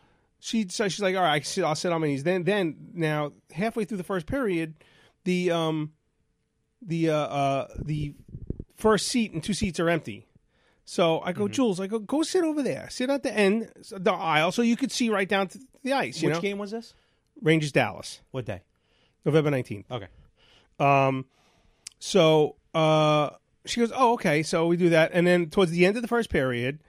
[SPEAKER 5] she so she's like, all right, I sit- I'll sit on my knees. Then then now halfway through the first period, the um the uh, uh the first seat and two seats are empty. So I
[SPEAKER 6] Mm-hmm.
[SPEAKER 5] go, Jules, I go, go sit over there, sit at the end, the aisle, so you could see right down to the ice. You
[SPEAKER 6] Which
[SPEAKER 5] know,
[SPEAKER 6] game was this?
[SPEAKER 5] Rangers Dallas,
[SPEAKER 6] What day?
[SPEAKER 5] November nineteenth.
[SPEAKER 6] Okay. Oh.
[SPEAKER 5] Um, so uh, she goes, "Oh, okay." So we do that, and then towards the end of the first period,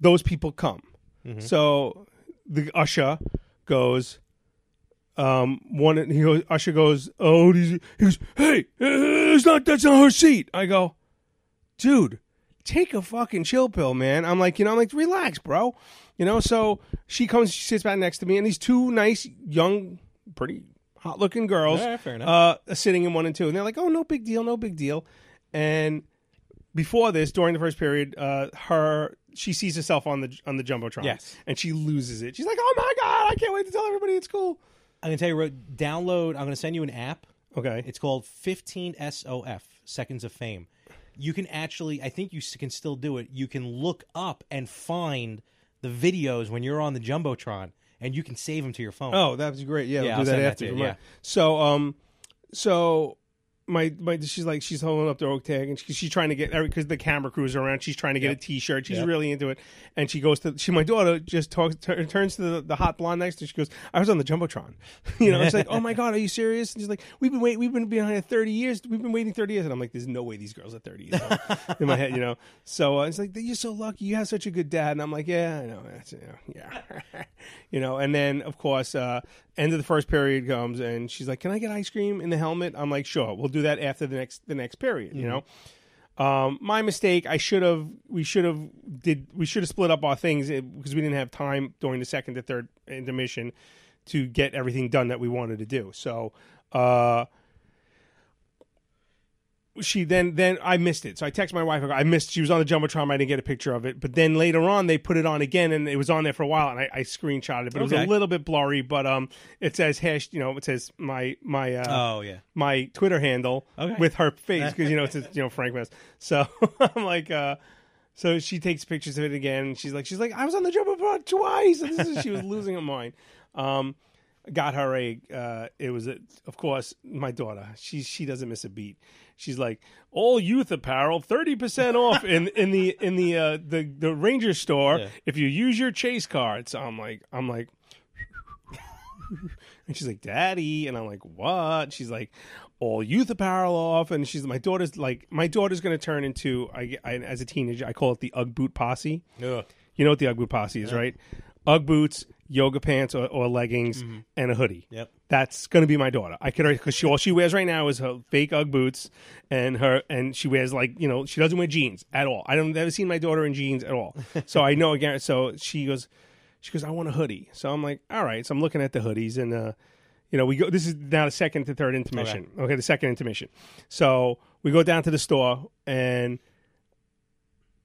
[SPEAKER 5] those people come.
[SPEAKER 6] Mm-hmm.
[SPEAKER 5] So the usher goes, um, one he goes, usher goes, "Oh, these," he goes, "Hey, uh, it's not that's not her seat." I go, "Dude." Take a fucking chill pill, man. I'm like, you know, I'm like, relax, bro. You know, so she comes, she sits back next to me, and these two nice, young, pretty hot looking girls
[SPEAKER 6] All right, fair enough.
[SPEAKER 5] uh, sitting in one and two, and they're like, "Oh, no big deal, no big deal." And before this, during the first period, uh, her she sees herself on the on the jumbotron,
[SPEAKER 6] Yes.
[SPEAKER 5] and she loses it. She's like, "Oh my god, I can't wait to tell everybody it's cool."
[SPEAKER 6] I'm gonna tell you. what, Download. I'm gonna send you an app.
[SPEAKER 5] Okay,
[SPEAKER 6] It's called 15SOF Seconds of Fame. You can actually, I think you s- can still do it. You can look up and find the videos when you're on the jumbotron, and you can save them to your phone.
[SPEAKER 5] Oh, that was great. Yeah,
[SPEAKER 6] Yeah,
[SPEAKER 5] we'll do
[SPEAKER 6] I'll
[SPEAKER 5] that
[SPEAKER 6] send that
[SPEAKER 5] after.
[SPEAKER 6] to you,
[SPEAKER 5] Vermont.
[SPEAKER 6] yeah.
[SPEAKER 5] So, um, so my my she's like she's holding up the oak tag and she, she's trying to get because the camera crews are around. She's trying to get a T-shirt. She's really into it, and she goes to she my daughter just talks tur- turns to the, the hot blonde next to. her. She goes, "I was on the jumbotron." [LAUGHS] You know, it's like, "Oh my god, are you serious?" And she's like, "We've been wait, we've been behind it thirty years. We've been waiting thirty years." And I'm like, "There's no way these girls are thirty years old." [LAUGHS] in my head, you know. So uh, it's like you're so lucky. You have such a good dad, and I'm like, "Yeah, I know." That's, you know, yeah. [LAUGHS] you know and then of course uh end of the first period comes and she's like can i get ice cream in the helmet i'm like sure we'll do that after the next the next period you know um my mistake i should have we should have did we should have split up our things eh, because we didn't have time during the second to third intermission to get everything done that we wanted to do so uh she then then I missed it. So I text my wife. I go, I missed. She was on the jumbotron. I didn't get a picture of it. But then later on, they put it on again, and it was on there for a while. And I, I screenshotted it, but it was
[SPEAKER 6] Okay.
[SPEAKER 5] a little bit blurry. But um, it says hash. You know, it says my my uh,
[SPEAKER 6] Oh, yeah.
[SPEAKER 5] my Twitter handle
[SPEAKER 6] Okay.
[SPEAKER 5] with her face because you know it's you know Frank Mess. So [LAUGHS] I'm like uh. So she takes pictures of it again. and She's like, she's like, I was on the jumbotron twice. And this is, she was losing her mind. Um, got her a. Uh, it was a, of course my daughter. She she doesn't miss a beat. She's like all youth apparel thirty percent off in in the in the uh, the the Ranger store if you use your Chase card. So I'm like I'm like. And she's like, "Daddy," and I'm like, "What?" She's like, "All youth apparel off," and she's my daughter's like, my daughter's gonna turn into I, I as a teenager, I call it the UGG boot posse. You know what the UGG boot posse is, right? UGG boots, yoga pants, or, or leggings, and a hoodie.
[SPEAKER 6] Yep.
[SPEAKER 5] That's gonna be my daughter. I could because she all she wears right now is her fake UGG boots and her and she wears like you know she doesn't wear jeans at all. I don't never seen my daughter in jeans at all. so I know again. So she goes, she goes, I want a hoodie. So I'm like, all right. So I'm looking at the hoodies and uh, you know we go. This is now the second to third intermission. Okay, the second intermission. So we go down to the store and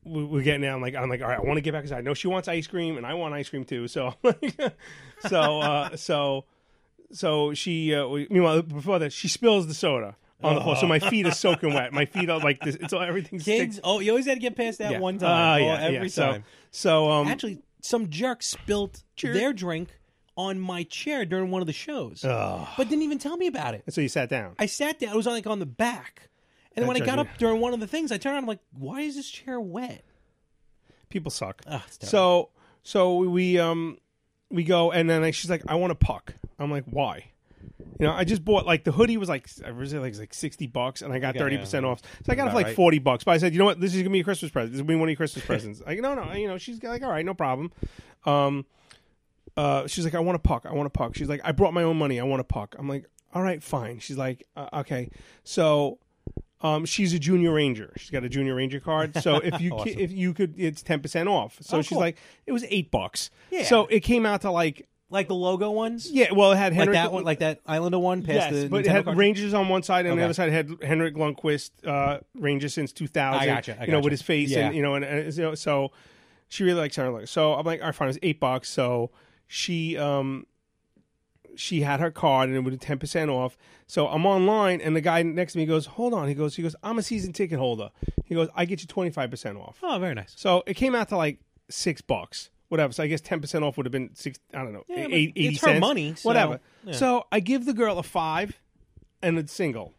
[SPEAKER 5] we- we're getting there. I'm like, I'm like, all right, I want to get back because I know she wants ice cream and I want ice cream too. So, [LAUGHS] so, uh, so, so she. Uh, we, meanwhile, before that, she spills the soda on the floor, so my feet are soaking wet. My feet are like this. It's all everything.
[SPEAKER 6] Kids,
[SPEAKER 5] sticks.
[SPEAKER 6] oh, you always had to get past that
[SPEAKER 5] Yeah.
[SPEAKER 6] one time.
[SPEAKER 5] Ah,
[SPEAKER 6] Oh,
[SPEAKER 5] yeah,
[SPEAKER 6] every
[SPEAKER 5] yeah. So-
[SPEAKER 6] time.
[SPEAKER 5] So, um,
[SPEAKER 11] Actually, some jerk spilt their drink on my chair during one of the shows, but didn't even tell me about it.
[SPEAKER 5] and so you sat down.
[SPEAKER 11] I sat down. It was on like on the back, and then when I
[SPEAKER 5] That's
[SPEAKER 11] got up
[SPEAKER 5] right.
[SPEAKER 11] during one of the things, I turned around. I'm like, "Why is this chair wet?"
[SPEAKER 5] People suck.
[SPEAKER 11] Ah, it's terrible.
[SPEAKER 5] so, so we um, we go, and then I, she's like, I want a puck. I'm like, why? You know, I just bought like the hoodie was like I was like, it was, like sixty bucks, and I got
[SPEAKER 6] got-
[SPEAKER 5] thirty percent off. So I got it
[SPEAKER 6] About
[SPEAKER 5] for like
[SPEAKER 6] right.
[SPEAKER 5] forty bucks. But I said, you know what, this is gonna be a Christmas present. This is gonna be one of your Christmas presents. Like, no, no, you know, she's like, all right, no problem. Um, uh, she's like, I want a puck. I want a puck. She's like, I brought my own money. I want a puck. I'm like, all right, fine. She's like, uh, okay. So, um, she's a junior ranger. She's got a junior ranger card.
[SPEAKER 11] [LAUGHS]
[SPEAKER 5] So if you ki- if you could, it's ten percent off. So she's like, it was eight bucks.
[SPEAKER 11] Oh, Yeah.
[SPEAKER 5] So it came out to like,
[SPEAKER 11] Like the logo ones,
[SPEAKER 5] yeah. Well, it had
[SPEAKER 11] like
[SPEAKER 5] Henry
[SPEAKER 11] that one, like that Islander one. Past
[SPEAKER 5] yes,
[SPEAKER 11] the
[SPEAKER 5] but it
[SPEAKER 11] Nintendo
[SPEAKER 5] had
[SPEAKER 11] card?
[SPEAKER 5] Rangers on one side, and the
[SPEAKER 11] Okay.
[SPEAKER 5] other side had Henrik Lundqvist, uh, Ranger since 2000.
[SPEAKER 6] I gotcha, I
[SPEAKER 5] you know,
[SPEAKER 6] gotcha.
[SPEAKER 5] with his face,
[SPEAKER 6] Yeah.
[SPEAKER 5] and you know, and, and you know, so she really likes Henrik. Lundqvist. So I'm like, all right, fine, it was eight bucks. So she, um, she had her card, and it was ten percent off. So I'm online, and the guy next to me goes, "Hold on," he goes, "He goes, I'm a season ticket holder." He goes, "I get you twenty five percent off."
[SPEAKER 11] Oh, very nice.
[SPEAKER 5] So it came out to like six bucks, whatever. So I guess ten percent off would have been six. I don't know,
[SPEAKER 11] Yeah, but
[SPEAKER 5] eight,
[SPEAKER 11] it's
[SPEAKER 5] 80
[SPEAKER 11] her
[SPEAKER 5] cents,
[SPEAKER 11] money, so-
[SPEAKER 5] whatever.
[SPEAKER 11] yeah.
[SPEAKER 5] So I give the girl a five and a single.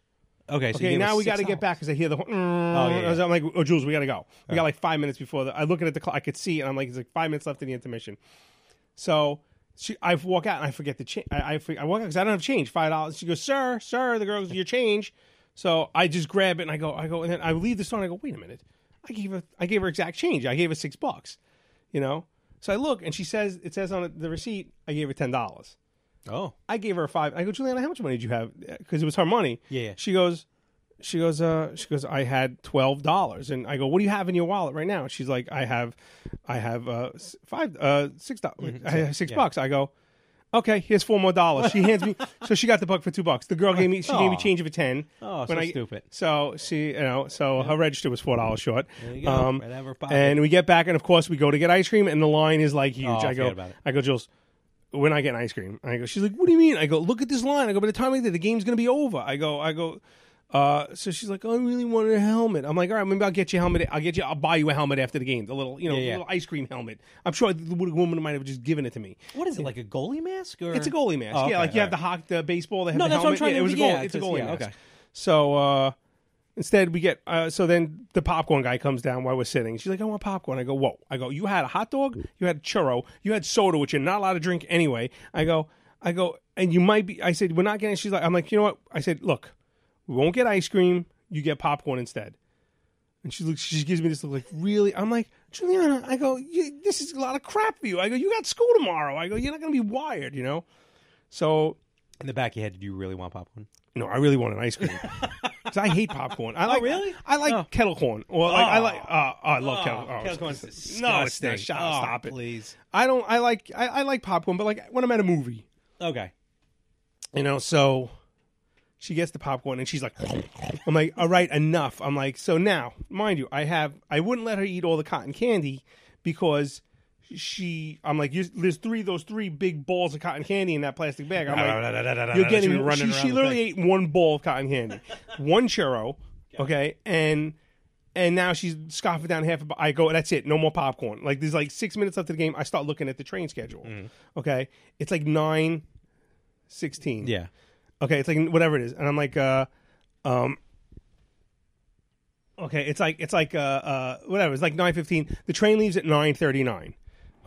[SPEAKER 11] Okay, so you
[SPEAKER 5] Okay,
[SPEAKER 11] gave
[SPEAKER 5] now
[SPEAKER 11] us
[SPEAKER 5] we got to
[SPEAKER 11] six
[SPEAKER 5] get back because I hear the. Oh,
[SPEAKER 11] yeah, yeah.
[SPEAKER 5] I'm like, oh, Jules, we got to go. We got like five minutes before the. I'm looking at the clock. I could see, and I'm like, it's like five minutes left in the intermission. So she, I walk out and I forget the change. I, I, for- I walk out because I don't have change. Five dollars. She goes, sir, sir. The girl goes, your change. So I just grab it and I go, I go, and then I leave the store and I go, wait a minute. I gave her, I gave her exact change. I gave her six bucks. You know. So I look and she says, it says on the receipt, I gave her ten dollars.
[SPEAKER 6] Oh,
[SPEAKER 5] I gave her a five. I go, Juliana, how much money did you have? Because it was her money.
[SPEAKER 11] Yeah, yeah.
[SPEAKER 5] She goes, she goes, uh, she goes. I had twelve dollars, and I go, what do you have in your wallet right now? She's like, I have, I have uh, s- five, uh, six dollars, I have six bucks. I go, okay, here's four more dollars. She hands me, so she got the buck for two bucks. The girl gave me, she gave me
[SPEAKER 6] Aw.
[SPEAKER 5] change of a ten.
[SPEAKER 6] Oh, so stupid.
[SPEAKER 5] So she, you know, so her register was four dollars short. Um, There
[SPEAKER 11] you go. Right out of her pocket.
[SPEAKER 5] and we get back, and of course we go to get ice cream, and the line is like huge.
[SPEAKER 6] Oh,
[SPEAKER 5] I go,
[SPEAKER 6] forget about it.
[SPEAKER 5] I go, Jules, we're not getting ice cream. I go, she's like, what do you mean? I go, look at this line. I go, by the time I get, the game's gonna be over. I go, I go. Uh, so she's like, I really wanted a helmet. I'm like, all right, maybe I'll get you a helmet. I'll get you. I'll buy you a helmet after the game. The little, you know,
[SPEAKER 6] Yeah, yeah.
[SPEAKER 5] little ice cream helmet. I'm sure the woman might have just given it to me.
[SPEAKER 11] What is it like a goalie mask? Or
[SPEAKER 5] It's a goalie mask.
[SPEAKER 11] Oh, okay,
[SPEAKER 5] yeah, like you
[SPEAKER 11] all
[SPEAKER 5] have the hockey, the baseball. They have
[SPEAKER 11] No,
[SPEAKER 5] the
[SPEAKER 11] that's what I'm
[SPEAKER 5] helmet.
[SPEAKER 11] trying
[SPEAKER 5] yeah,
[SPEAKER 11] to-
[SPEAKER 5] it was a
[SPEAKER 11] yeah,
[SPEAKER 5] goalie. It's a
[SPEAKER 11] it's-
[SPEAKER 5] goalie
[SPEAKER 11] yeah,
[SPEAKER 5] mask.
[SPEAKER 11] okay.
[SPEAKER 5] So uh, instead, we get uh, so then the popcorn guy comes down while we're sitting. She's like, "I want popcorn." I go, "Whoa!" I go, "You had a hot dog, you had churro, you had soda, which you're not allowed to drink anyway." I go, "I go," and you might be. I said, "We're not getting." She's like, "I'm like, you know what?" I said, "Look, we won't get ice cream. You get popcorn instead." And she looks. She gives me this look like, "Really?" I'm like, Juliana. I go, you, "This is a lot of crap for you." I go, "You got school tomorrow." I go, "You're not going to be wired," you know. So
[SPEAKER 6] in the back of your head, did you really want popcorn?
[SPEAKER 5] no, I really want an ice cream. 'Cause I hate popcorn. I like
[SPEAKER 11] really?
[SPEAKER 5] I like kettle corn. Or like, I like uh, I love kettle, oh,
[SPEAKER 6] kettle corn's
[SPEAKER 5] No, it's
[SPEAKER 6] disgusting.
[SPEAKER 5] not. Shut-
[SPEAKER 6] Oh,
[SPEAKER 5] stop it.
[SPEAKER 6] please.
[SPEAKER 5] I don't I like I, I like popcorn, but like when I'm at a movie,
[SPEAKER 6] Okay.
[SPEAKER 5] you know, so she gets the popcorn and she's like I'm like, "All right, enough." I'm like, "So now, mind you, I have I wouldn't let her eat all the cotton candy because she I'm like, "You- "There's three those three big balls of cotton candy in that plastic bag." I'm like, you're getting she, she literally ate one bowl of cotton candy, one churro, okay, and and now she's scoffing down half. Of, I go, that's it, no more popcorn. Like there's like six minutes left of the game. I start looking at the train schedule. Okay, it's like nine sixteen.
[SPEAKER 6] Yeah.
[SPEAKER 5] Okay, it's like whatever it is, and I'm like, uh, um. Okay, it's like it's like uh, uh whatever. It's like nine fifteen. The train leaves at nine thirty nine.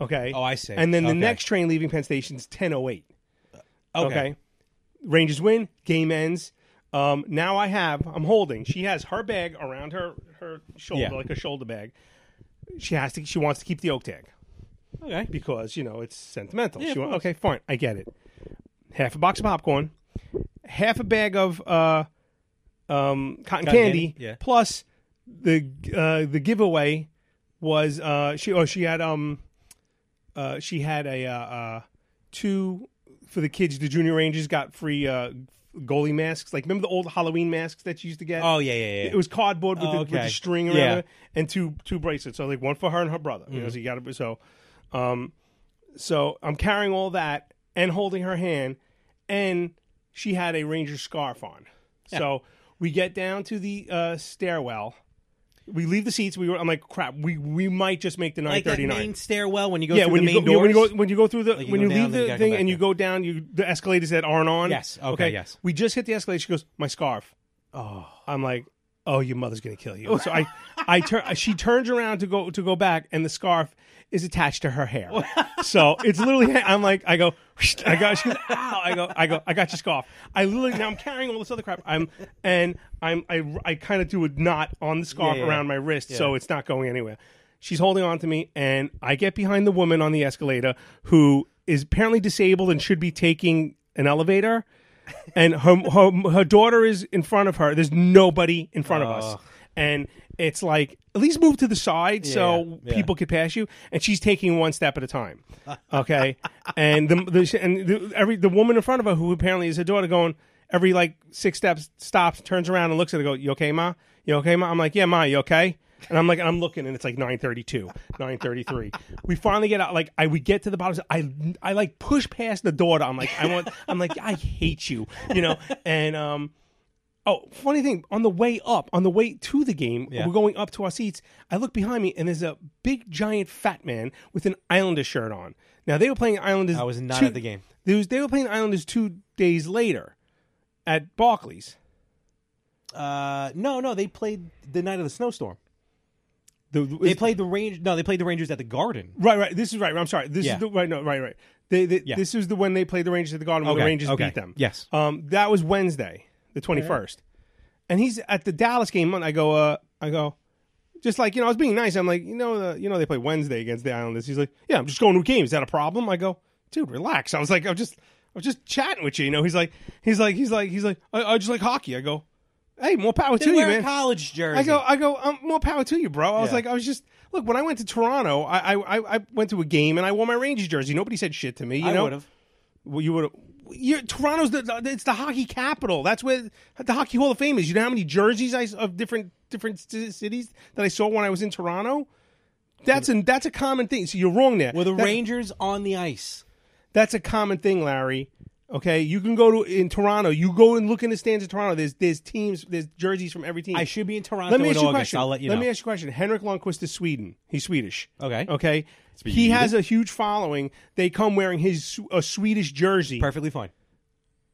[SPEAKER 5] Okay.
[SPEAKER 6] Oh, I see.
[SPEAKER 5] And then the
[SPEAKER 6] Okay.
[SPEAKER 5] next train leaving Penn Station is ten oh eight.
[SPEAKER 6] Okay.
[SPEAKER 5] Okay. Rangers win. Game ends. Um, now I have. I'm holding. She has her bag around her her shoulder,
[SPEAKER 6] Yeah.
[SPEAKER 5] like a shoulder bag. She has to. She wants to keep the oak tag. Okay. Because, you know, it's sentimental.
[SPEAKER 11] Yeah,
[SPEAKER 5] she
[SPEAKER 11] of
[SPEAKER 5] went,
[SPEAKER 11] course.
[SPEAKER 5] okay, fine. I get it. Half a box of popcorn, half a bag of uh, um,
[SPEAKER 11] Cotton
[SPEAKER 5] cotton, candy,
[SPEAKER 11] candy, yeah.
[SPEAKER 5] plus the uh, the giveaway was uh, she oh she had um uh, she had a uh, uh, two for the kids. The junior rangers got free uh, goalie masks. Like remember the old Halloween masks that you used to get?
[SPEAKER 11] Oh, yeah, yeah, yeah.
[SPEAKER 5] It was cardboard with,
[SPEAKER 11] Oh,
[SPEAKER 5] the, with
[SPEAKER 11] okay.
[SPEAKER 5] the string around
[SPEAKER 11] Yeah. Mm-hmm.
[SPEAKER 5] it and two two bracelets. So like one for her and her brother. You know, so you got to so, um, so I'm carrying all that and holding her hand, and she had a ranger scarf on. So we get down to the uh, stairwell. We leave the seats. We were. I'm like, crap. We we might just make the nine
[SPEAKER 11] Like that
[SPEAKER 5] thirty nine
[SPEAKER 11] main stairwell when you go
[SPEAKER 5] yeah,
[SPEAKER 11] through
[SPEAKER 5] when
[SPEAKER 11] the
[SPEAKER 5] you
[SPEAKER 11] main
[SPEAKER 5] go, yeah,
[SPEAKER 11] doors.
[SPEAKER 5] when you go when you go through the
[SPEAKER 11] Like, you
[SPEAKER 5] when
[SPEAKER 11] go
[SPEAKER 5] you
[SPEAKER 11] down,
[SPEAKER 5] leave
[SPEAKER 11] then you
[SPEAKER 5] the
[SPEAKER 11] gotta go
[SPEAKER 5] thing
[SPEAKER 11] back
[SPEAKER 5] and you go down you the escalators that aren't on.
[SPEAKER 11] Yes, okay, yes.
[SPEAKER 5] We just hit the escalator. She goes, "My scarf." Oh, I'm like, "Oh, your mother's gonna kill you." So I, I turn. [LAUGHS] She turns around to go to go back, and the scarf is attached to her hair. so it's literally. I'm like, I go, I go. She goes, "Ow!" I go, I go, I got your scarf. I literally now I'm carrying all this other crap. I'm and I'm I I kind of do a knot on the scarf
[SPEAKER 11] Yeah, yeah,
[SPEAKER 5] around
[SPEAKER 11] yeah.
[SPEAKER 5] my wrist,
[SPEAKER 11] Yeah.
[SPEAKER 5] so it's not going anywhere. She's holding on to me, and I get behind the woman on the escalator who is apparently disabled and should be taking an elevator. And her, her, her daughter is in front of her. There's nobody in front of us.
[SPEAKER 11] Oh.
[SPEAKER 5] And it's like, at least move to the side so
[SPEAKER 11] Yeah, yeah.
[SPEAKER 5] people could pass you. And she's taking one step at a time. Okay. and the, the, and the, every, the woman in front of her, who apparently is her daughter, going every like six steps, stops, turns around, and looks at her, go, You okay, Ma? You okay, Ma? I'm like, Yeah, Ma, you okay? And I'm like, I'm looking, and it's like 9:32, 9:33. We finally get out. Like, I we get to the bottom. I I like push past the daughter. I'm like, I want. I'm like, I hate you, you know. And um, oh, funny thing. On the way up, on the way to the game,
[SPEAKER 11] Yeah.
[SPEAKER 5] we're going up to our seats. I look behind me, and there's a big, giant, fat man with an Islander shirt on. Now they were playing Islanders.
[SPEAKER 11] I was not
[SPEAKER 5] two-
[SPEAKER 11] at the game.
[SPEAKER 5] They, was, they were playing Islanders two days later at Barclays.
[SPEAKER 11] Uh, no, no, they played the night of the snowstorm.
[SPEAKER 5] The,
[SPEAKER 11] they played the Rangers. No, they played the Rangers at the Garden.
[SPEAKER 5] Right, right. This is right. I'm sorry. This
[SPEAKER 11] Yeah.
[SPEAKER 5] is the right. No, right, right. They, they,
[SPEAKER 11] Yeah.
[SPEAKER 5] This is the when they played the Rangers at the Garden when
[SPEAKER 11] Okay,
[SPEAKER 5] the Rangers
[SPEAKER 11] okay.
[SPEAKER 5] beat them.
[SPEAKER 11] Yes.
[SPEAKER 5] Um, that was Wednesday, the 21st, and he's at the Dallas game. And I go, uh, I go, just like you know, I was being nice. I'm like, you know, uh, you know, they play Wednesday against the Islanders. He's like, yeah, I'm just going to a game. Is that a problem? I go, dude, relax. I was like, I'm just, I'm just chatting with you. You know, he's like, he's like, he's like, he's like, I, I just like hockey. I go, hey, more power
[SPEAKER 11] They
[SPEAKER 5] to you,
[SPEAKER 11] wear a
[SPEAKER 5] man.
[SPEAKER 11] college jersey.
[SPEAKER 5] I go, I go, um, more power to you, bro. I was
[SPEAKER 11] Yeah.
[SPEAKER 5] like, I was just look when I went to Toronto, I I, I- I went to a game and I wore my Rangers jersey. Nobody said shit to me. You
[SPEAKER 11] I
[SPEAKER 5] know,
[SPEAKER 11] would've.
[SPEAKER 5] Well, you would have. You're, Toronto's the, the it's the hockey capital. That's where the hockey Hall of Fame is. You know how many jerseys I s- of different different ci- cities that I saw when I was in Toronto. That's an that's a common thing. So you're wrong there.
[SPEAKER 11] Were the
[SPEAKER 5] That-
[SPEAKER 11] Rangers on the ice?
[SPEAKER 5] that's a common thing, Larry. Okay, you can go to in Toronto. You go and look in the stands in Toronto. There's there's teams. There's jerseys from every team.
[SPEAKER 11] I should be in Toronto
[SPEAKER 5] Let me
[SPEAKER 11] in
[SPEAKER 5] ask you a
[SPEAKER 11] August.
[SPEAKER 5] question.
[SPEAKER 11] I'll let you know.
[SPEAKER 5] me ask you a question. Henrik Lundqvist is Sweden. He's Swedish.
[SPEAKER 11] Okay.
[SPEAKER 5] Okay.
[SPEAKER 11] Sweden.
[SPEAKER 5] He has a huge following. They come wearing his Sw- a Swedish jersey.
[SPEAKER 11] Perfectly fine.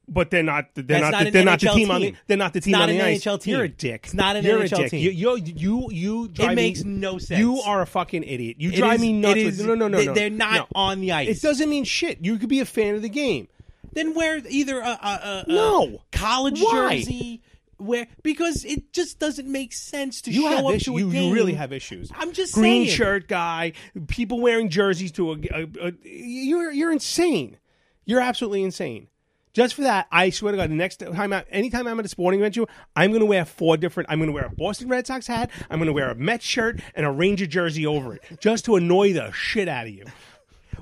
[SPEAKER 5] But they're not. They're
[SPEAKER 11] That's
[SPEAKER 5] not.
[SPEAKER 11] not
[SPEAKER 5] the,
[SPEAKER 11] an
[SPEAKER 5] they're not the
[SPEAKER 11] NHL
[SPEAKER 5] team, on the.
[SPEAKER 11] team.
[SPEAKER 5] They're not the
[SPEAKER 11] It's
[SPEAKER 5] team
[SPEAKER 11] not
[SPEAKER 5] on the
[SPEAKER 11] an
[SPEAKER 5] ice.
[SPEAKER 11] NHL team.
[SPEAKER 5] You're a dick.
[SPEAKER 11] It's not an
[SPEAKER 5] You're
[SPEAKER 11] NHL
[SPEAKER 5] a dick.
[SPEAKER 11] team.
[SPEAKER 5] You, you you you drive
[SPEAKER 11] makes
[SPEAKER 5] me,
[SPEAKER 11] no sense.
[SPEAKER 5] You are a fucking idiot. You
[SPEAKER 11] It
[SPEAKER 5] drive
[SPEAKER 11] is-
[SPEAKER 5] me nuts.
[SPEAKER 11] it
[SPEAKER 5] with-
[SPEAKER 11] is-
[SPEAKER 5] no no no
[SPEAKER 11] they-
[SPEAKER 5] no.
[SPEAKER 11] they're not
[SPEAKER 5] No.
[SPEAKER 11] on the ice.
[SPEAKER 5] It doesn't mean shit. You could be a fan of the game.
[SPEAKER 11] Then wear either a, a, a, a
[SPEAKER 5] No.
[SPEAKER 11] college
[SPEAKER 5] Why?
[SPEAKER 11] jersey. Where because it just doesn't make sense to
[SPEAKER 5] You
[SPEAKER 11] show
[SPEAKER 5] have
[SPEAKER 11] up
[SPEAKER 5] issues.
[SPEAKER 11] to a
[SPEAKER 5] You, you
[SPEAKER 11] game.
[SPEAKER 5] really have issues.
[SPEAKER 11] I'm just
[SPEAKER 5] green
[SPEAKER 11] saying.
[SPEAKER 5] shirt guy. People wearing jerseys to a, a- a- You're you're insane. You're absolutely insane. Just for that, I swear to God, the next time, I, anytime I'm at a sporting event, you, I'm going to wear four different. I'm going to wear a Boston Red Sox hat. I'm going to wear a Mets shirt and a Ranger jersey over it, just to annoy the shit out of you.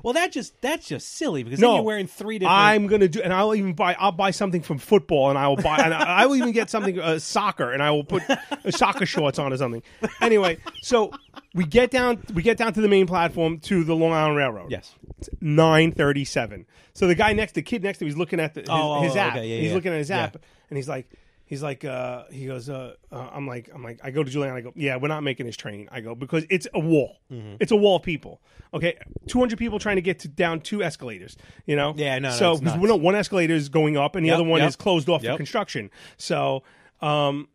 [SPEAKER 11] Well, that just that's just silly because
[SPEAKER 5] No,
[SPEAKER 11] then you're wearing three different.
[SPEAKER 5] I'm gonna do, and I'll even buy. I'll buy something from football, and I will buy. and I I will even get something uh, soccer, and I will put uh, soccer shorts on or something. Anyway, so we get down. We get down to the main platform to the Long Island Railroad.
[SPEAKER 11] Yes.
[SPEAKER 5] nine thirty-seven. So the guy next, the kid next to him, he's looking at the, his,
[SPEAKER 11] Oh, oh,
[SPEAKER 5] his
[SPEAKER 11] oh,
[SPEAKER 5] app.
[SPEAKER 11] okay, yeah,
[SPEAKER 5] he's
[SPEAKER 11] yeah.
[SPEAKER 5] looking at his
[SPEAKER 11] Yeah.
[SPEAKER 5] app, and he's like. He's like, uh, he goes, uh, uh, I'm like, I'm like, I go to Julian. I go, yeah, we're not making this train. I go because it's a wall.
[SPEAKER 11] Mm-hmm.
[SPEAKER 5] It's a wall of people. Okay, 200 people trying to get to down two escalators. You know,
[SPEAKER 11] Yeah, no, no,
[SPEAKER 5] so
[SPEAKER 11] it's
[SPEAKER 5] because
[SPEAKER 11] nuts.
[SPEAKER 5] we know one escalator is going up and the
[SPEAKER 11] Yep,
[SPEAKER 5] other one
[SPEAKER 11] yep.
[SPEAKER 5] is closed off
[SPEAKER 11] Yep.
[SPEAKER 5] for construction. So, um,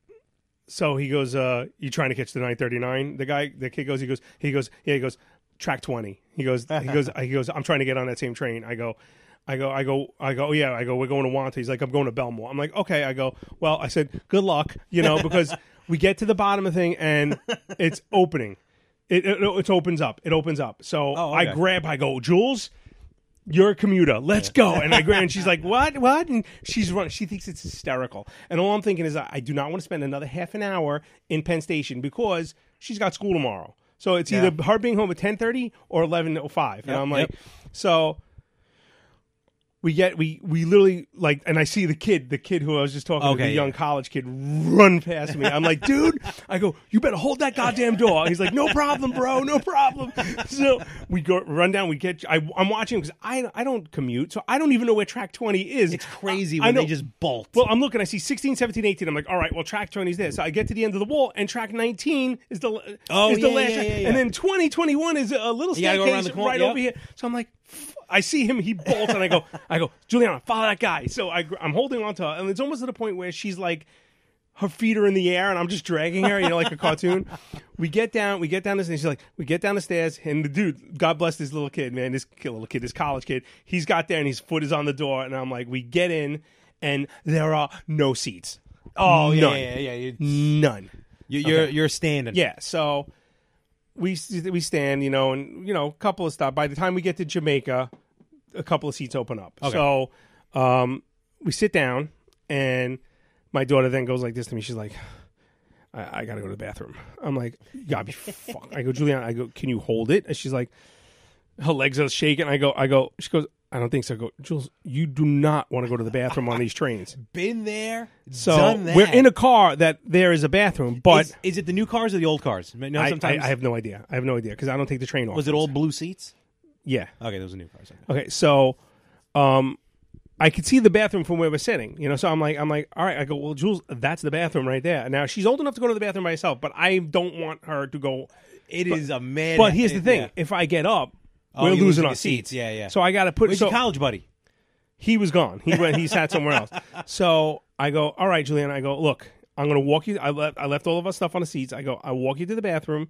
[SPEAKER 5] so he goes, uh, "You trying to catch the 939?" The guy, the kid goes, he goes, he goes, yeah, he goes, track 20. He goes,
[SPEAKER 11] [LAUGHS]
[SPEAKER 5] he goes, he goes, I'm trying to get on that same train. I go. I go, I go, I go. Yeah, I go. We're going to Wanta. He's like, I'm going to Belmore. I'm like, okay. I go. Well,
[SPEAKER 11] [LAUGHS]
[SPEAKER 5] I said, good luck, you know, because we get to the bottom of the thing and it's opening. It, it it opens up. It opens up. So I
[SPEAKER 11] Oh,
[SPEAKER 6] okay.
[SPEAKER 5] grab. I go, Jules, you're a commuter. Let's go. And I grab. And she's
[SPEAKER 6] [LAUGHS]
[SPEAKER 5] like, what? What? And she's running. She thinks it's hysterical. And all I'm thinking is, I I do not want to spend another half an hour in Penn Station because she's got school tomorrow. So it's either her being home at 10:30 or 11:05. And
[SPEAKER 6] Yep,
[SPEAKER 5] I'm like, so we get we we literally like and I see the kid, the kid who I was just talking to,
[SPEAKER 6] Okay,
[SPEAKER 5] the
[SPEAKER 6] yeah.
[SPEAKER 5] young college kid run past me. I'm like, dude, I go, you better hold that goddamn door. He's like, no problem, bro, no problem. [LAUGHS] So we go run down. We get. I, I'm watching because I I don't commute, so I don't even know where track 20 is. It's
[SPEAKER 6] crazy
[SPEAKER 5] I,
[SPEAKER 6] when
[SPEAKER 5] know.
[SPEAKER 6] they just bolt.
[SPEAKER 5] Well, I'm looking. I see 16, 17, 18. I'm like, all right. Well, track 20 is this. I get to the end of the wall, and track 19 is the uh,
[SPEAKER 6] Oh,
[SPEAKER 5] is the
[SPEAKER 6] yeah,
[SPEAKER 5] last.
[SPEAKER 6] yeah,
[SPEAKER 5] track.
[SPEAKER 6] yeah, yeah.
[SPEAKER 5] And then 20, 21 is a little
[SPEAKER 6] You gotta go around
[SPEAKER 5] staircase
[SPEAKER 6] the corner,
[SPEAKER 5] right
[SPEAKER 6] yep.
[SPEAKER 5] over here. So I'm like, f- I see him. He bolts, and I go, I go, Juliana, follow that guy. So I, gr- I'm holding on to her, and it's almost to the point where she's like, her feet are in the air, and I'm just dragging her, you know, like a cartoon. We get down, we get down this, and she's like, we get down the stairs, and the dude, God bless this little kid, man, this kid, little kid, this college kid, he's got there, and his foot is on the door, and I'm like, we get in, and there are no seats. Oh,
[SPEAKER 6] yeah,
[SPEAKER 5] none.
[SPEAKER 6] yeah, yeah, yeah.
[SPEAKER 5] none.
[SPEAKER 6] You, you're
[SPEAKER 5] Okay.
[SPEAKER 6] you're standing.
[SPEAKER 5] Yeah, so we s- we stand, you know, and you know, a couple of stops. By the time we get to Jamaica, a couple of seats open up.
[SPEAKER 6] Okay.
[SPEAKER 5] So um, we sit down, and my daughter then goes like this to me. She's like, "I, I got to go to the bathroom." I'm like, "You gotta be fuck." I go, Juliana. I go, "Can you hold it?" And she's like, her legs are shaking. I go, I go. She goes, "I don't think so." I go, Jules, you do not want to go to the bathroom on these
[SPEAKER 6] [LAUGHS]
[SPEAKER 5] trains.
[SPEAKER 6] Been there,
[SPEAKER 5] So
[SPEAKER 6] done that.
[SPEAKER 5] we're in a car that there is a bathroom, but
[SPEAKER 6] Is, is it the new cars or the old cars? You know,
[SPEAKER 5] I,
[SPEAKER 6] sometimes
[SPEAKER 5] I, I have no idea. I have no idea because I don't take the train off.
[SPEAKER 6] was it all blue seats?
[SPEAKER 5] Yeah.
[SPEAKER 6] Okay, those are new cars.
[SPEAKER 5] Okay. So, um, I could see the bathroom from where we're sitting. You know, so I'm like, I'm like, all right. I go, well, Jules, that's the bathroom right there. Now she's old enough to go to the bathroom by herself, but I don't want her to go.
[SPEAKER 6] It is a man.
[SPEAKER 5] But here's the thing:
[SPEAKER 6] yeah.
[SPEAKER 5] if I get up,
[SPEAKER 6] Oh,
[SPEAKER 5] we're
[SPEAKER 6] you're
[SPEAKER 5] losing,
[SPEAKER 6] losing
[SPEAKER 5] our
[SPEAKER 6] your seats.
[SPEAKER 5] seats.
[SPEAKER 6] Yeah, yeah.
[SPEAKER 5] So I got to put.
[SPEAKER 6] Where's
[SPEAKER 5] so
[SPEAKER 6] your college
[SPEAKER 5] [LAUGHS]
[SPEAKER 6] buddy?
[SPEAKER 5] he was gone. He went. He sat somewhere
[SPEAKER 6] [LAUGHS]
[SPEAKER 5] else. So I go, all right, Julian. I go, look, I'm gonna walk you. I left. I left all of our stuff on the seats. I go, I walk you to the bathroom,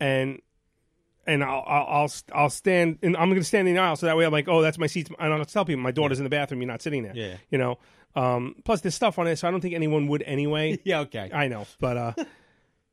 [SPEAKER 5] and and I'll I'll I'll, I'll stand and I'm gonna stand in the aisle so that way I'm like, oh, that's my seats. And I'll tell people my daughter's in the bathroom. You're not sitting there.
[SPEAKER 6] Yeah.
[SPEAKER 5] You know. Um. Plus, there's stuff on it, so I don't think anyone would anyway.
[SPEAKER 6] [LAUGHS] Yeah, okay.
[SPEAKER 5] I know, but uh.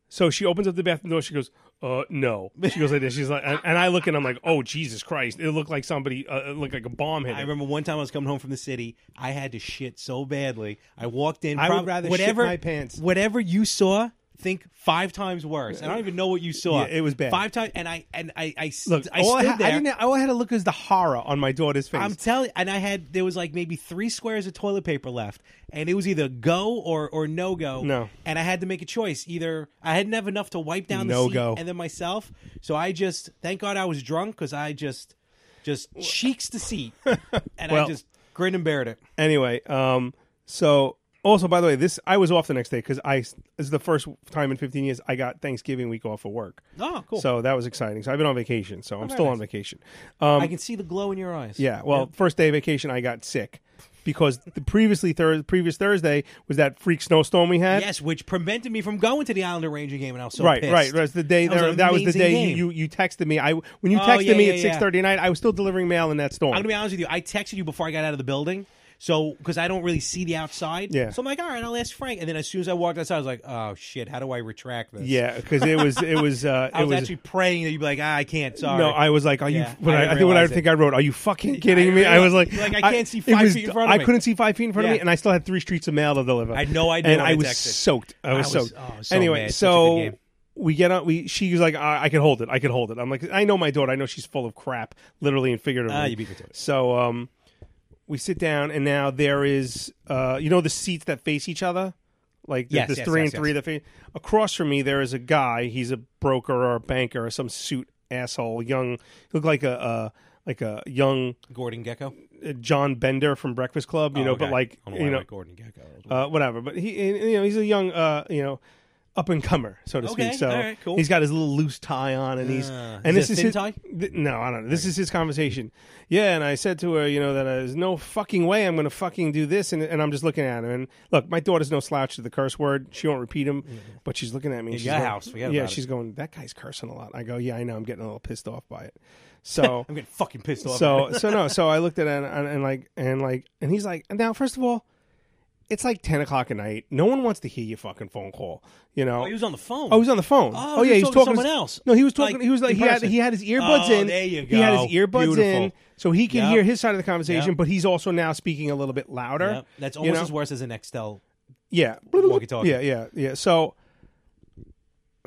[SPEAKER 5] So she opens up the bathroom door. She goes, "Uh, no." She goes like this. She's like, and, and I look and I'm like, "Oh, Jesus Christ!" It looked like somebody, uh, it looked like a bomb hit.
[SPEAKER 6] I
[SPEAKER 5] it.
[SPEAKER 6] remember one time I was coming home from the city. I had to shit so badly. I walked in.
[SPEAKER 5] I would
[SPEAKER 6] prob-
[SPEAKER 5] rather shit
[SPEAKER 6] whatever,
[SPEAKER 5] my pants.
[SPEAKER 6] Whatever you saw, think five times worse. And I don't even know what you saw.
[SPEAKER 5] Yeah, it was bad.
[SPEAKER 6] Five times, and I and I I, st-
[SPEAKER 5] Look,
[SPEAKER 6] I
[SPEAKER 5] all, I,
[SPEAKER 6] stood
[SPEAKER 5] ha-
[SPEAKER 6] there.
[SPEAKER 5] I didn't. All I had to look is the horror on my daughter's face.
[SPEAKER 6] I'm telling, and I had there was like maybe three squares of toilet paper left, and it was either go or or no go.
[SPEAKER 5] No.
[SPEAKER 6] and I had to make a choice. Either I didn't have enough to wipe down the
[SPEAKER 5] No
[SPEAKER 6] seat
[SPEAKER 5] go.
[SPEAKER 6] and then myself. So I just thank God I was drunk because I just just cheeks the seat, and I
[SPEAKER 5] Well-
[SPEAKER 6] just grinned and bared it.
[SPEAKER 5] anyway, um, so also by the way, this I was off the next day because I this is the first time in 15 years I got Thanksgiving week off of work.
[SPEAKER 6] Oh, cool. Oh,
[SPEAKER 5] So that was exciting. So I've been on vacation. So I'm
[SPEAKER 6] very
[SPEAKER 5] still
[SPEAKER 6] nice.
[SPEAKER 5] on vacation. Um,
[SPEAKER 6] I can see the glow in your eyes.
[SPEAKER 5] yeah. Well, first day of vacation, I got sick because the previously thir- previous Thursday was that freak snowstorm we had.
[SPEAKER 6] Yes, which prevented me from going to the Islander Ranger game, and I was so
[SPEAKER 5] right,
[SPEAKER 6] pissed.
[SPEAKER 5] right. That was the day.
[SPEAKER 6] That was
[SPEAKER 5] there-
[SPEAKER 6] an
[SPEAKER 5] That was, the
[SPEAKER 6] amazing
[SPEAKER 5] day
[SPEAKER 6] game.
[SPEAKER 5] you, you you texted me. I when you
[SPEAKER 6] Oh,
[SPEAKER 5] texted
[SPEAKER 6] yeah,
[SPEAKER 5] me
[SPEAKER 6] yeah,
[SPEAKER 5] at
[SPEAKER 6] yeah.
[SPEAKER 5] 6:30 night, I was still delivering mail in that storm.
[SPEAKER 6] I'm gonna be honest with you. I texted you before I got out of the building, so because I don't really see the outside.
[SPEAKER 5] Yeah.
[SPEAKER 6] So I'm like, all right, I'll ask Frank. And then as soon as I walked outside, I was like, oh shit, how do I retract this?
[SPEAKER 5] yeah, because it was it was uh,
[SPEAKER 6] [LAUGHS]
[SPEAKER 5] it
[SPEAKER 6] I was,
[SPEAKER 5] was
[SPEAKER 6] actually praying that you'd be like, ah, I can't. Sorry.
[SPEAKER 5] No, I was like, "Are
[SPEAKER 6] Yeah,
[SPEAKER 5] you?" When
[SPEAKER 6] I
[SPEAKER 5] I, I,
[SPEAKER 6] didn't
[SPEAKER 5] think what I
[SPEAKER 6] realize it.
[SPEAKER 5] think I wrote, "Are you
[SPEAKER 6] [LAUGHS]
[SPEAKER 5] fucking kidding me?" I was like,
[SPEAKER 6] Like, I can't see
[SPEAKER 5] it
[SPEAKER 6] five
[SPEAKER 5] was-
[SPEAKER 6] feet in front of
[SPEAKER 5] I
[SPEAKER 6] me.
[SPEAKER 5] couldn't see five feet in front of
[SPEAKER 6] Yeah.
[SPEAKER 5] me, and I still had three streets of mail to deliver. I
[SPEAKER 6] had no idea
[SPEAKER 5] and
[SPEAKER 6] when
[SPEAKER 5] I
[SPEAKER 6] I
[SPEAKER 5] was
[SPEAKER 6] texted.
[SPEAKER 5] soaked. I was
[SPEAKER 6] I was-
[SPEAKER 5] soaked.
[SPEAKER 6] oh, I was so
[SPEAKER 5] anyway,
[SPEAKER 6] mad. Such a
[SPEAKER 5] so
[SPEAKER 6] good game.
[SPEAKER 5] we get on. We she was like, I, "I can hold it. I can hold it." I'm like, "I know my daughter. I know she's full of crap, literally and figuratively."
[SPEAKER 6] Ah, you beat me to it.
[SPEAKER 5] So um, we sit down, and now there is uh, you know, the seats that face each other. Like
[SPEAKER 6] Yes,
[SPEAKER 5] there's
[SPEAKER 6] yes,
[SPEAKER 5] three
[SPEAKER 6] yes,
[SPEAKER 5] and three
[SPEAKER 6] yes.
[SPEAKER 5] that face across from me. There is a guy. He's a broker or a banker or some suit asshole. Young, look like a uh, like a young
[SPEAKER 6] Gordon Gecko.
[SPEAKER 5] uh, John Bender from Breakfast Club. You
[SPEAKER 6] Oh,
[SPEAKER 5] know, but
[SPEAKER 6] okay.
[SPEAKER 5] like
[SPEAKER 6] I don't
[SPEAKER 5] you
[SPEAKER 6] why I
[SPEAKER 5] know,
[SPEAKER 6] like Gordon Gecko.
[SPEAKER 5] uh, whatever. But he, you know, he's a young, uh, you know, up and comer, so to
[SPEAKER 6] Okay,
[SPEAKER 5] speak. So
[SPEAKER 6] all right, cool.
[SPEAKER 5] he's got his little loose tie on, and he's
[SPEAKER 6] Ah,
[SPEAKER 5] and
[SPEAKER 6] is
[SPEAKER 5] this
[SPEAKER 6] it a
[SPEAKER 5] is
[SPEAKER 6] thin
[SPEAKER 5] his,
[SPEAKER 6] tie?
[SPEAKER 5] th- no, I don't know. This is his conversation. Yeah, and I said to her, you know, that uh, there's no fucking way I'm going to fucking do this, and, and I'm just looking at him. And look, my daughter's no slouch to the curse word; she won't repeat him, but she's looking at me. and
[SPEAKER 6] In
[SPEAKER 5] she's
[SPEAKER 6] your
[SPEAKER 5] going-
[SPEAKER 6] house, forget
[SPEAKER 5] yeah,
[SPEAKER 6] about it.
[SPEAKER 5] she's going. That guy's cursing a lot. I go, yeah, I know. I'm getting a little pissed off by
[SPEAKER 6] [LAUGHS]
[SPEAKER 5] it. So
[SPEAKER 6] I'm getting fucking [LAUGHS] pissed off.
[SPEAKER 5] so so no. So I looked at it and, and, and like and like and he's like. Now, first of all, it's like ten o'clock at night. No one wants to hear your fucking phone call. You know,
[SPEAKER 11] Oh, he was on the phone.
[SPEAKER 5] Oh, he was on the phone.
[SPEAKER 11] Oh,
[SPEAKER 5] Oh,
[SPEAKER 11] he
[SPEAKER 5] yeah,
[SPEAKER 11] was
[SPEAKER 5] he was
[SPEAKER 11] talking to
[SPEAKER 5] talking
[SPEAKER 11] someone else.
[SPEAKER 5] No, he was talking.
[SPEAKER 11] Like,
[SPEAKER 5] he was like
[SPEAKER 11] in
[SPEAKER 5] he had
[SPEAKER 11] person.
[SPEAKER 5] he had his earbuds
[SPEAKER 11] Oh,
[SPEAKER 5] in.
[SPEAKER 11] there you
[SPEAKER 5] He had his
[SPEAKER 11] go.
[SPEAKER 5] earbuds
[SPEAKER 11] Beautiful.
[SPEAKER 5] in, so he can
[SPEAKER 11] Yep.
[SPEAKER 5] hear his side of the conversation.
[SPEAKER 11] Yep.
[SPEAKER 5] But he's also now speaking a little bit louder.
[SPEAKER 11] Yep. That's
[SPEAKER 5] you
[SPEAKER 11] almost
[SPEAKER 5] know?
[SPEAKER 11] as worse as an Nextel.
[SPEAKER 5] Yeah.
[SPEAKER 11] Walkie-talkie.
[SPEAKER 5] Yeah, yeah, yeah. So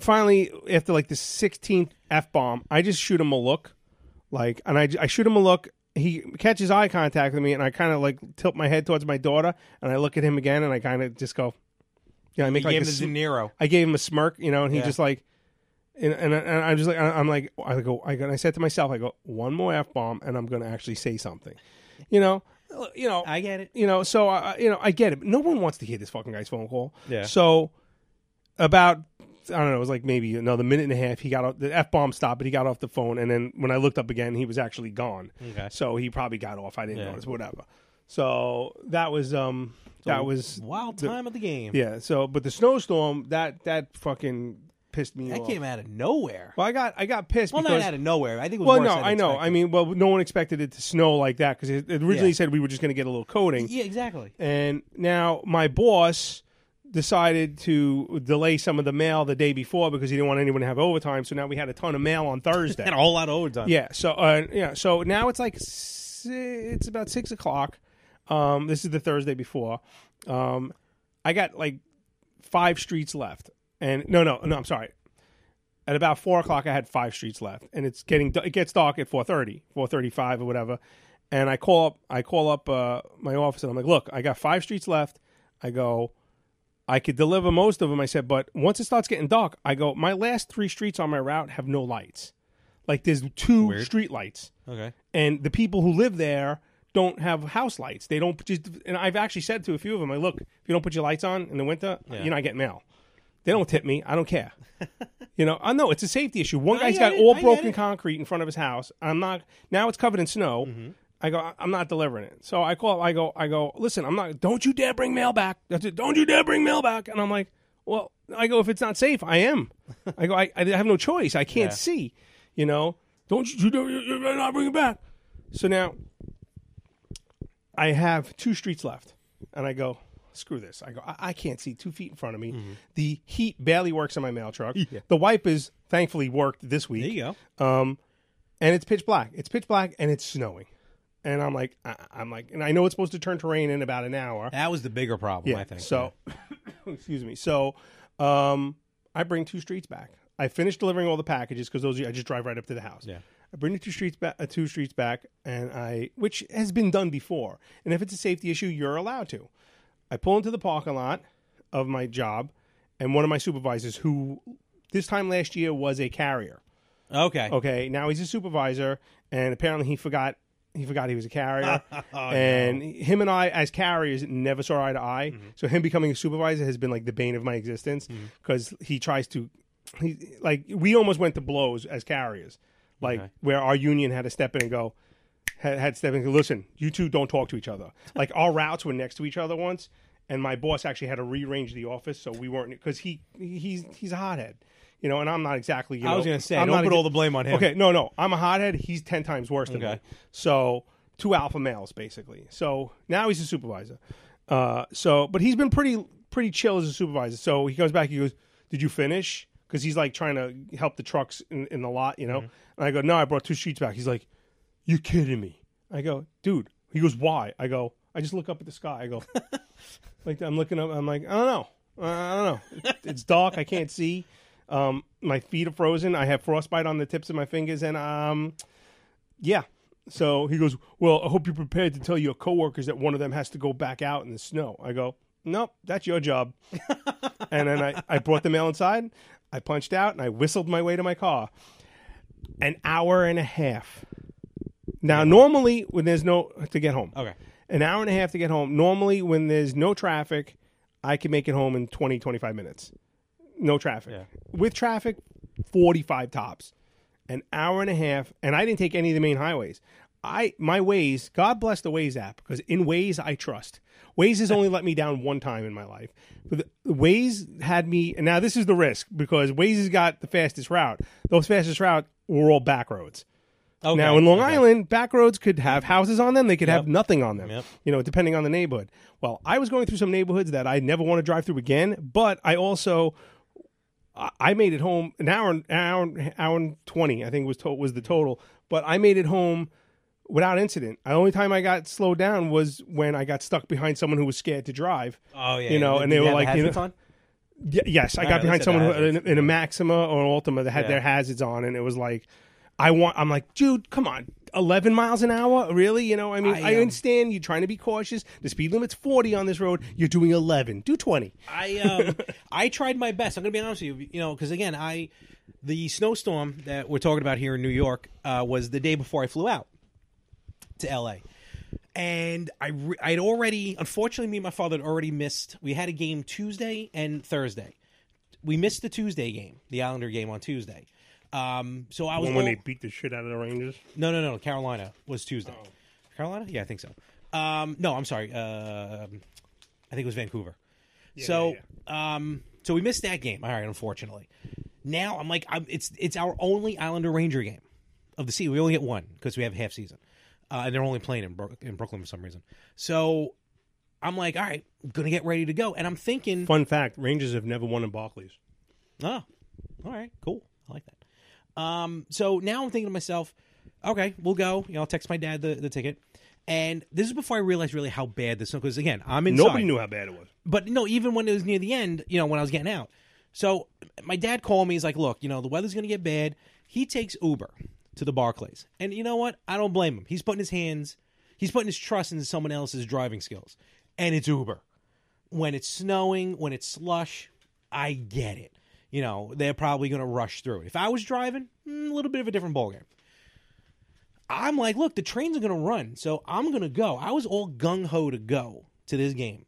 [SPEAKER 5] finally, after like the 16th F bomb, I just shoot him a look. Like, and I, I shoot him a look. He catches eye contact with me, and I kind of like tilt my head towards my daughter, and I look at him again, and I kind of just go, Yeah, I make
[SPEAKER 11] You
[SPEAKER 5] like
[SPEAKER 11] gave
[SPEAKER 5] a
[SPEAKER 11] him the
[SPEAKER 5] sm-
[SPEAKER 11] De Niro.
[SPEAKER 5] I gave him a smirk, you know, and he
[SPEAKER 11] Yeah.
[SPEAKER 5] just like, and, and, I- and I'm just like, I'm like, I go, I go, and I said to myself, I go, one more F bomb, and I'm going to actually say something, you know? Uh, You know,
[SPEAKER 11] I get it.
[SPEAKER 5] You know, so I, I- you know, I get it. But no one wants to hear this fucking guy's phone call.
[SPEAKER 11] Yeah.
[SPEAKER 5] So about I don't know, it was like maybe another minute and a half. He got off the f bomb stopped, but he got off the phone, and then when I looked up again, he was actually gone.
[SPEAKER 11] Okay.
[SPEAKER 5] So he probably got off. I didn't
[SPEAKER 11] Yeah.
[SPEAKER 5] notice. Whatever. So that was um that was
[SPEAKER 11] wild time of the game.
[SPEAKER 5] Yeah. So but the snowstorm that that fucking pissed me
[SPEAKER 11] That
[SPEAKER 5] off.
[SPEAKER 11] came out of nowhere.
[SPEAKER 5] Well, I got I got pissed.
[SPEAKER 11] Well,
[SPEAKER 5] because-
[SPEAKER 11] not out of nowhere. I think. It was
[SPEAKER 5] well,
[SPEAKER 11] worse
[SPEAKER 5] no,
[SPEAKER 11] than
[SPEAKER 5] I know.
[SPEAKER 11] expected.
[SPEAKER 5] I mean, well, no one expected it to snow like that because it it originally
[SPEAKER 11] Yeah.
[SPEAKER 5] said we were just going to get a little coating.
[SPEAKER 11] yeah, exactly.
[SPEAKER 5] And now my boss decided to delay some of the mail the day before because he didn't want anyone to have overtime. So now we had a ton of mail on
[SPEAKER 6] [LAUGHS]
[SPEAKER 5] Thursday.
[SPEAKER 11] Had a whole lot of overtime.
[SPEAKER 5] Yeah. So uh, yeah. So now it's like si- it's about six o'clock. Um, this is the Thursday before. Um, I got like five streets left, and no, no, no. I'm sorry. At about four o'clock, I had five streets left, and it's getting it gets dark at 4:30, 4:35 or whatever. And I call up I call up uh, my office, and I'm like, "Look, I got five streets left." I go, I could deliver most of them. I said, but once it starts getting dark, I go, my last three streets on my route have no lights. Like there's two street lights.
[SPEAKER 11] Okay.
[SPEAKER 5] And the people who live there don't have house lights. They don't just, and I've actually said to a few of them, I look, if you don't put your lights on in the winter,
[SPEAKER 11] Yeah.
[SPEAKER 5] you're not getting mail. They don't tip me. I
[SPEAKER 11] [LAUGHS]
[SPEAKER 5] don't care. you know, I know it's a safety issue. One
[SPEAKER 11] I
[SPEAKER 5] guy's
[SPEAKER 11] get
[SPEAKER 5] got
[SPEAKER 11] it. I
[SPEAKER 5] all
[SPEAKER 11] get
[SPEAKER 5] broken
[SPEAKER 11] it.
[SPEAKER 5] concrete in front of his house. I'm not, now it's covered in snow.
[SPEAKER 11] Mm-hmm.
[SPEAKER 5] I go, I'm not delivering it. So I call, I go, I go, listen, I'm not, don't you dare bring mail back. That's it. Don't you dare bring mail back. And I'm like, well, I go, if it's not safe,
[SPEAKER 11] [LAUGHS]
[SPEAKER 5] I am. I go, I, I have no choice. I can't
[SPEAKER 11] Yeah.
[SPEAKER 5] see, you know, don't you, you, don't- you, you better not bring it back. So now I have two streets left and I go, screw this. I go, I, I can't see two feet in front of me. The heat barely works on my mail truck. The wipers thankfully worked this week. There
[SPEAKER 11] you
[SPEAKER 5] go. Um, and it's pitch black. It's pitch black and it's snowing. And I'm like, I, I'm like, and I know it's supposed to turn to rain in about an hour.
[SPEAKER 11] That was the bigger problem,
[SPEAKER 5] Yeah,
[SPEAKER 11] I think.
[SPEAKER 5] So, [COUGHS] excuse me. So, um, I bring two streets back. I finish delivering all the packages because those I just drive right up to the house.
[SPEAKER 11] Yeah.
[SPEAKER 5] I bring the two streets back, uh, two streets back, and I, which has been done before. And if it's a safety issue, you're allowed to. I pull into the parking lot of my job, and one of my supervisors, who this time last year was a carrier,
[SPEAKER 11] Okay.
[SPEAKER 5] Okay, now he's a supervisor, and apparently he forgot he forgot he was a carrier. and him and I, as carriers, never saw eye to eye. So him becoming a supervisor has been like the bane of my existence because he tries to, he like we almost went to blows as carriers, like where our union had to step in and go. Had, had to step in and go, listen, you two don't talk to each other. Like our routes were next to each other once, and my boss actually had to rearrange the office so we weren't because he he's he's a hothead, you know. And I'm not exactly. You
[SPEAKER 11] I was
[SPEAKER 5] know,
[SPEAKER 11] gonna say,
[SPEAKER 5] I'm
[SPEAKER 11] don't
[SPEAKER 5] not
[SPEAKER 11] put all the blame on him.
[SPEAKER 5] Okay, no, no. I'm a hothead. He's 10 times worse than
[SPEAKER 11] Okay.
[SPEAKER 5] me. So, two alpha males, basically. So, now he's a supervisor. Uh, so, but he's been pretty, pretty chill as a supervisor. So, he comes back, he goes, Did you finish? Because he's like trying to help the trucks in, in the lot, you know?
[SPEAKER 11] Mm-hmm.
[SPEAKER 5] And I go, No, I brought two sheets back. He's like, You kidding me? I go, Dude. He goes, Why? I go, I just look up at the sky. I go, like I'm looking up. I'm like, I don't know. Uh, I don't know. It's- It's dark. I can't see. Um, my feet are frozen. I have frostbite on the tips of my fingers, and um, yeah. So he goes, well, I hope you're prepared to tell your coworkers that one of them has to go back out in the snow. I go, nope, that's your job. and then I, I brought the mail inside. I punched out and I whistled my way to my car. An hour and a half. Now, normally when there's no to get
[SPEAKER 6] Oh,
[SPEAKER 5] home,
[SPEAKER 11] Okay.
[SPEAKER 5] an hour and a half to get home. Normally, when there's no traffic, I can make it home in 20, 25 minutes. No traffic. With traffic, 45 tops. An hour and a half, and I didn't take any of the main highways. I my Waze, God bless the Waze app because in Waze I trust. Waze has only let me down one time in my life. But the, Waze had me, and now this is the risk because Waze has got the fastest route. Those fastest route were all back roads.
[SPEAKER 6] Okay.
[SPEAKER 5] Now in Long Island, back roads could have houses on them; they could have nothing on them.
[SPEAKER 6] Yep.
[SPEAKER 5] You know, depending on the neighborhood. Well, I was going through some neighborhoods that I never want to drive through again, but I also I- I made it home an hour, an hour, an hour and twenty. I think was to- was the total. But I made it home without incident. The only time I got slowed down was when I got stuck behind someone who was scared to drive.
[SPEAKER 6] Oh yeah,
[SPEAKER 5] you know,
[SPEAKER 6] yeah.
[SPEAKER 5] and
[SPEAKER 6] Did
[SPEAKER 5] they were
[SPEAKER 6] have
[SPEAKER 5] like, you know,
[SPEAKER 6] hazards on?
[SPEAKER 5] Y- yes, I
[SPEAKER 6] All
[SPEAKER 5] got
[SPEAKER 6] right,
[SPEAKER 5] behind
[SPEAKER 6] let's say the
[SPEAKER 5] someone who, in,
[SPEAKER 6] hazards.
[SPEAKER 5] in a Maxima or an Ultima that had
[SPEAKER 6] Yeah.
[SPEAKER 5] their hazards on, and it was like, I want. I'm like, dude, come on, 11 miles an hour, really? You know, I mean, I,
[SPEAKER 6] I, um,
[SPEAKER 5] understand you're trying to be cautious. The speed limit's 40 on this road. You're doing 11. Do 20.
[SPEAKER 6] I um, [LAUGHS] I tried my best. I'm going to be honest with you. You know, because again, I the snowstorm that we're talking about here in New York uh, was the day before I flew out to L.A. And I re- I'd already unfortunately me and my father had already missed. We had a game Tuesday and Thursday. We missed the Tuesday game, the Islander game on Tuesday. Um, so I was
[SPEAKER 5] when
[SPEAKER 6] all-
[SPEAKER 5] they beat the shit out of the Rangers.
[SPEAKER 6] no, no, no. Carolina was Tuesday. Carolina? Yeah, I think so. Um, no, I'm sorry. Uh, I think it was Vancouver. so, um, so we missed that game. All right, unfortunately. Now I'm like, I'm, it's it's our only Islander Ranger game of the season. We only get one because we have half season, uh, and they're only playing in, Brook in Brooklyn for some reason. So I'm like, all right, I'm gonna get ready to go, and I'm thinking,
[SPEAKER 5] Fun fact: Rangers have never won in Barclays.
[SPEAKER 6] Oh, all right, cool. I like that. Um, so now I'm thinking to myself, okay, we'll go. You know, I'll text my dad the, the ticket. And this is before I realized really how bad this because again, I'm inside.
[SPEAKER 5] Nobody knew how bad it was.
[SPEAKER 6] But no, even when it was near the end, you know, when I was getting out. So my dad called me. He's like, look, you know, the weather's going to get bad. He takes Uber to the Barclays. And you know what? I don't blame him. He's putting his hands, he's putting his trust into someone else's driving skills. And it's Uber. When it's snowing, when it's slush, I get it. You know, they're probably going to rush through it. If I was driving, mm, a little bit of a different ballgame. I'm like, look, the trains are going to run. So I'm going to go. I was all gung ho to go to this game.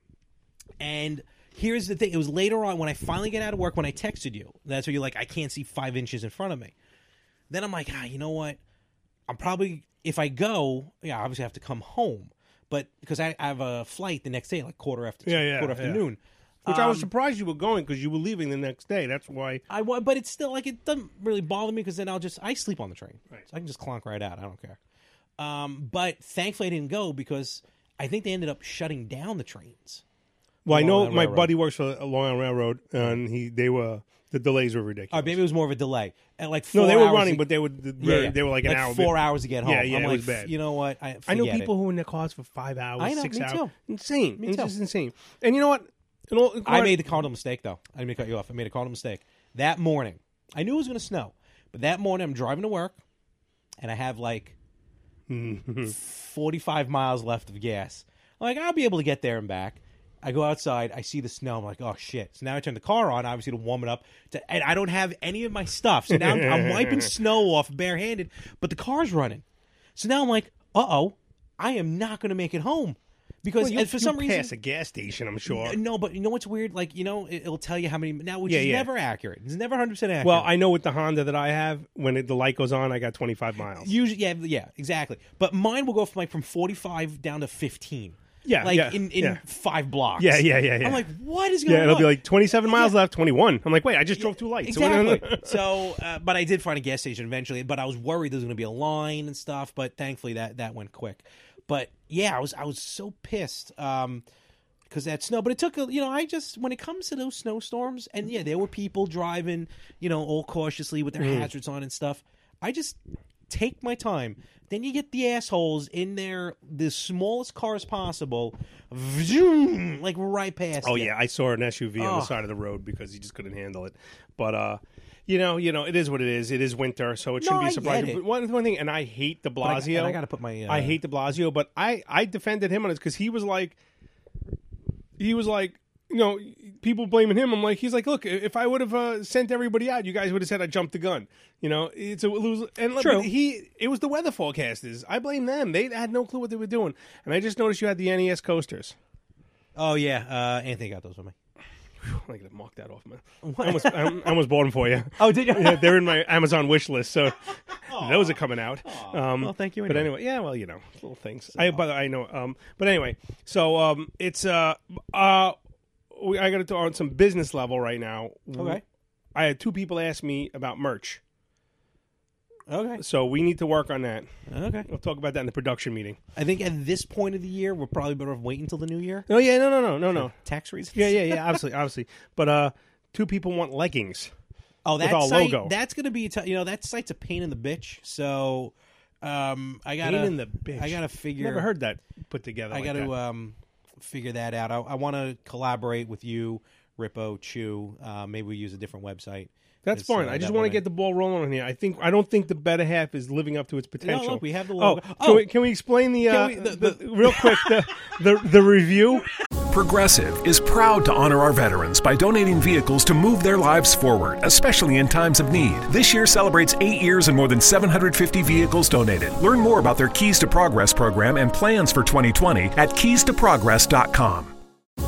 [SPEAKER 6] And here's the thing: it was later on when I finally get out of work when I texted you. That's where you're like, I can't see five inches in front of me. Then I'm like, ah, you know what? I'm probably if I go, yeah, I obviously have to come home, but because I, I have a flight the next day, like quarter after,
[SPEAKER 5] Yeah, yeah,
[SPEAKER 6] quarter after
[SPEAKER 5] yeah.
[SPEAKER 6] noon.
[SPEAKER 5] Which I was
[SPEAKER 6] Um,
[SPEAKER 5] surprised you were going because you were leaving the next day. That's why.
[SPEAKER 6] I wa- but it's still like it doesn't really bother me because then I'll just I sleep on the train, right. so I can just clonk right out. I don't care. Um, but thankfully, I didn't go because I think they ended up shutting down the trains.
[SPEAKER 5] Well, I
[SPEAKER 6] Long
[SPEAKER 5] know
[SPEAKER 6] Island
[SPEAKER 5] my
[SPEAKER 6] Railroad.
[SPEAKER 5] buddy works for Long Island Railroad, and he they were the delays were ridiculous.
[SPEAKER 6] All right, maybe it was more of a delay. At like
[SPEAKER 5] No,
[SPEAKER 6] four
[SPEAKER 5] they were
[SPEAKER 6] hours
[SPEAKER 5] running,
[SPEAKER 6] to-
[SPEAKER 5] but they were- they were- they were like an hour
[SPEAKER 6] Four
[SPEAKER 5] before.
[SPEAKER 6] hours to get home.
[SPEAKER 5] Yeah, yeah,
[SPEAKER 6] I'm
[SPEAKER 5] it
[SPEAKER 6] like,
[SPEAKER 5] was bad.
[SPEAKER 6] You know what? I,
[SPEAKER 5] I know
[SPEAKER 6] forget it.
[SPEAKER 5] people who were in their cars for five hours,
[SPEAKER 6] I know,
[SPEAKER 5] six
[SPEAKER 6] me
[SPEAKER 5] hours.
[SPEAKER 6] too.
[SPEAKER 5] Insane.
[SPEAKER 6] Me
[SPEAKER 5] it's
[SPEAKER 6] too.
[SPEAKER 5] just insane. And you know what? In all- in
[SPEAKER 6] I
[SPEAKER 5] all-
[SPEAKER 6] made the cardinal mistake though. I didn't mean to cut you off. I made a cardinal mistake that morning. I knew it was going to snow, but that morning I'm driving to work, and I
[SPEAKER 5] [LAUGHS]
[SPEAKER 6] have like 45 miles left of gas. I'm like, I'll be able to get there and back. I go outside, I see the snow. I'm like, oh shit. So now I turn the car on, obviously, to warm it up. To, and I don't have any of my stuff. So now I'm, I'm
[SPEAKER 5] [LAUGHS]
[SPEAKER 6] wiping snow off barehanded, but the car's running. So now I'm like, uh oh, I am not going to make it home. Because
[SPEAKER 5] Well, you-
[SPEAKER 6] and for
[SPEAKER 5] you
[SPEAKER 6] some reason.
[SPEAKER 5] pass a gas station, I'm sure.
[SPEAKER 6] No, but you know what's weird? Like, you know, it, will tell you how many. Now, which
[SPEAKER 5] Yeah,
[SPEAKER 6] is
[SPEAKER 5] yeah.
[SPEAKER 6] never accurate. It's never 100% accurate.
[SPEAKER 5] Well, I know with the Honda that I have, when it, the light goes on, I got 25 miles.
[SPEAKER 6] Usually, yeah, yeah, exactly. But mine will go from like from forty five down to fifteen.
[SPEAKER 5] Yeah,
[SPEAKER 6] like
[SPEAKER 5] yeah,
[SPEAKER 6] in, in
[SPEAKER 5] yeah.
[SPEAKER 6] five blocks.
[SPEAKER 5] Yeah, yeah, yeah, yeah.
[SPEAKER 6] I'm like, what is going
[SPEAKER 5] Yeah,
[SPEAKER 6] on?
[SPEAKER 5] it'll be like 27 miles left, 21. I'm like, wait, I just drove two lights. [LAUGHS] So what-
[SPEAKER 6] exactly. so, uh, but I did find a gas station eventually. But I was worried there was going to be a line and stuff. But thankfully, that that went quick. But yeah, I was I was so pissed because that snow. But it took a, you know I just when it comes to those snowstorms and yeah, there were people driving you know all cautiously with their
[SPEAKER 5] Mm.
[SPEAKER 6] hazards on and stuff. I just take my time. Then you get the assholes in there the smallest cars possible, vroom, like right past.
[SPEAKER 5] Oh
[SPEAKER 6] you.
[SPEAKER 5] yeah, I saw an SUV on
[SPEAKER 6] Oh.
[SPEAKER 5] the side of the road because he just couldn't handle it. But uh, you know, you know, it is what it is. It is winter, so it
[SPEAKER 6] No,
[SPEAKER 5] shouldn't
[SPEAKER 6] I
[SPEAKER 5] be
[SPEAKER 6] get
[SPEAKER 5] surprising.
[SPEAKER 6] it.
[SPEAKER 5] But one one thing, and I hate De
[SPEAKER 6] But I-
[SPEAKER 5] Blasio.
[SPEAKER 6] and I gotta put my, uh,
[SPEAKER 5] I hate De Blasio, but I I defended him on this because he was like, he was like. You know, people blaming him. I'm like, he's like, look, if I would have uh, sent everybody out, you guys would have said I jumped the gun. You know, it's a lose. And look,
[SPEAKER 6] True.
[SPEAKER 5] but he, it was the weather forecasters. I blame them. They had no clue what they were doing. And I just noticed you had the NES coasters.
[SPEAKER 6] Oh yeah, uh, Anthony got those for me.
[SPEAKER 5] I'm gonna mark that off, man. I almost, I almost bought them for you.
[SPEAKER 6] [LAUGHS] Oh, did you?
[SPEAKER 5] yeah, they're in my Amazon wish list, so those are coming out. Um,
[SPEAKER 6] Well, thank you
[SPEAKER 5] But
[SPEAKER 6] anyway.
[SPEAKER 5] anyway, yeah, well, you know, little things. I, by the, I know. Um, but anyway, so um, it's uh, uh, we, I got to talk on some business level right now.
[SPEAKER 6] Okay.
[SPEAKER 5] I had two people ask me about merch.
[SPEAKER 6] Okay.
[SPEAKER 5] So we need to work on that.
[SPEAKER 6] Okay.
[SPEAKER 5] We'll talk about that in the production meeting.
[SPEAKER 6] I think at this point of the year, we're probably better off waiting until the new year.
[SPEAKER 5] Oh yeah, no, no, no, no, no.
[SPEAKER 6] Tax reasons.
[SPEAKER 5] Yeah, yeah, yeah. Obviously, obviously. But uh, two people want leggings.
[SPEAKER 6] [LAUGHS] Oh, that
[SPEAKER 5] with our
[SPEAKER 6] site,
[SPEAKER 5] logo.
[SPEAKER 6] That's gonna be t- you know that site's a pain in the bitch. So, um, I gotta
[SPEAKER 5] Pain in the bitch.
[SPEAKER 6] I gotta figure.
[SPEAKER 5] Never heard that put together.
[SPEAKER 6] I
[SPEAKER 5] like
[SPEAKER 6] got to
[SPEAKER 5] that.
[SPEAKER 6] um, figure that out. I, I want to collaborate with you, Rippo Chew. Uh, maybe we use a different website.
[SPEAKER 5] That's
[SPEAKER 6] It's, uh,
[SPEAKER 5] fine. I just
[SPEAKER 6] that
[SPEAKER 5] want to
[SPEAKER 6] one-
[SPEAKER 5] get the ball rolling on here. I think I don't think the better half is living up to its potential.
[SPEAKER 6] look, we have the
[SPEAKER 5] Oh,
[SPEAKER 6] logo.
[SPEAKER 5] can,
[SPEAKER 6] Oh.
[SPEAKER 5] We, can we explain the,
[SPEAKER 6] Can
[SPEAKER 5] uh,
[SPEAKER 6] we-
[SPEAKER 5] the,
[SPEAKER 6] the-
[SPEAKER 5] real quick
[SPEAKER 6] [LAUGHS]
[SPEAKER 5] the, the the review?
[SPEAKER 12] Progressive is proud to honor our veterans by donating vehicles to move their lives forward, especially in times of need. This year celebrates eight years and more than 750 vehicles donated. Learn more about their Keys to Progress program and plans for 2020 at keystoprogress.com.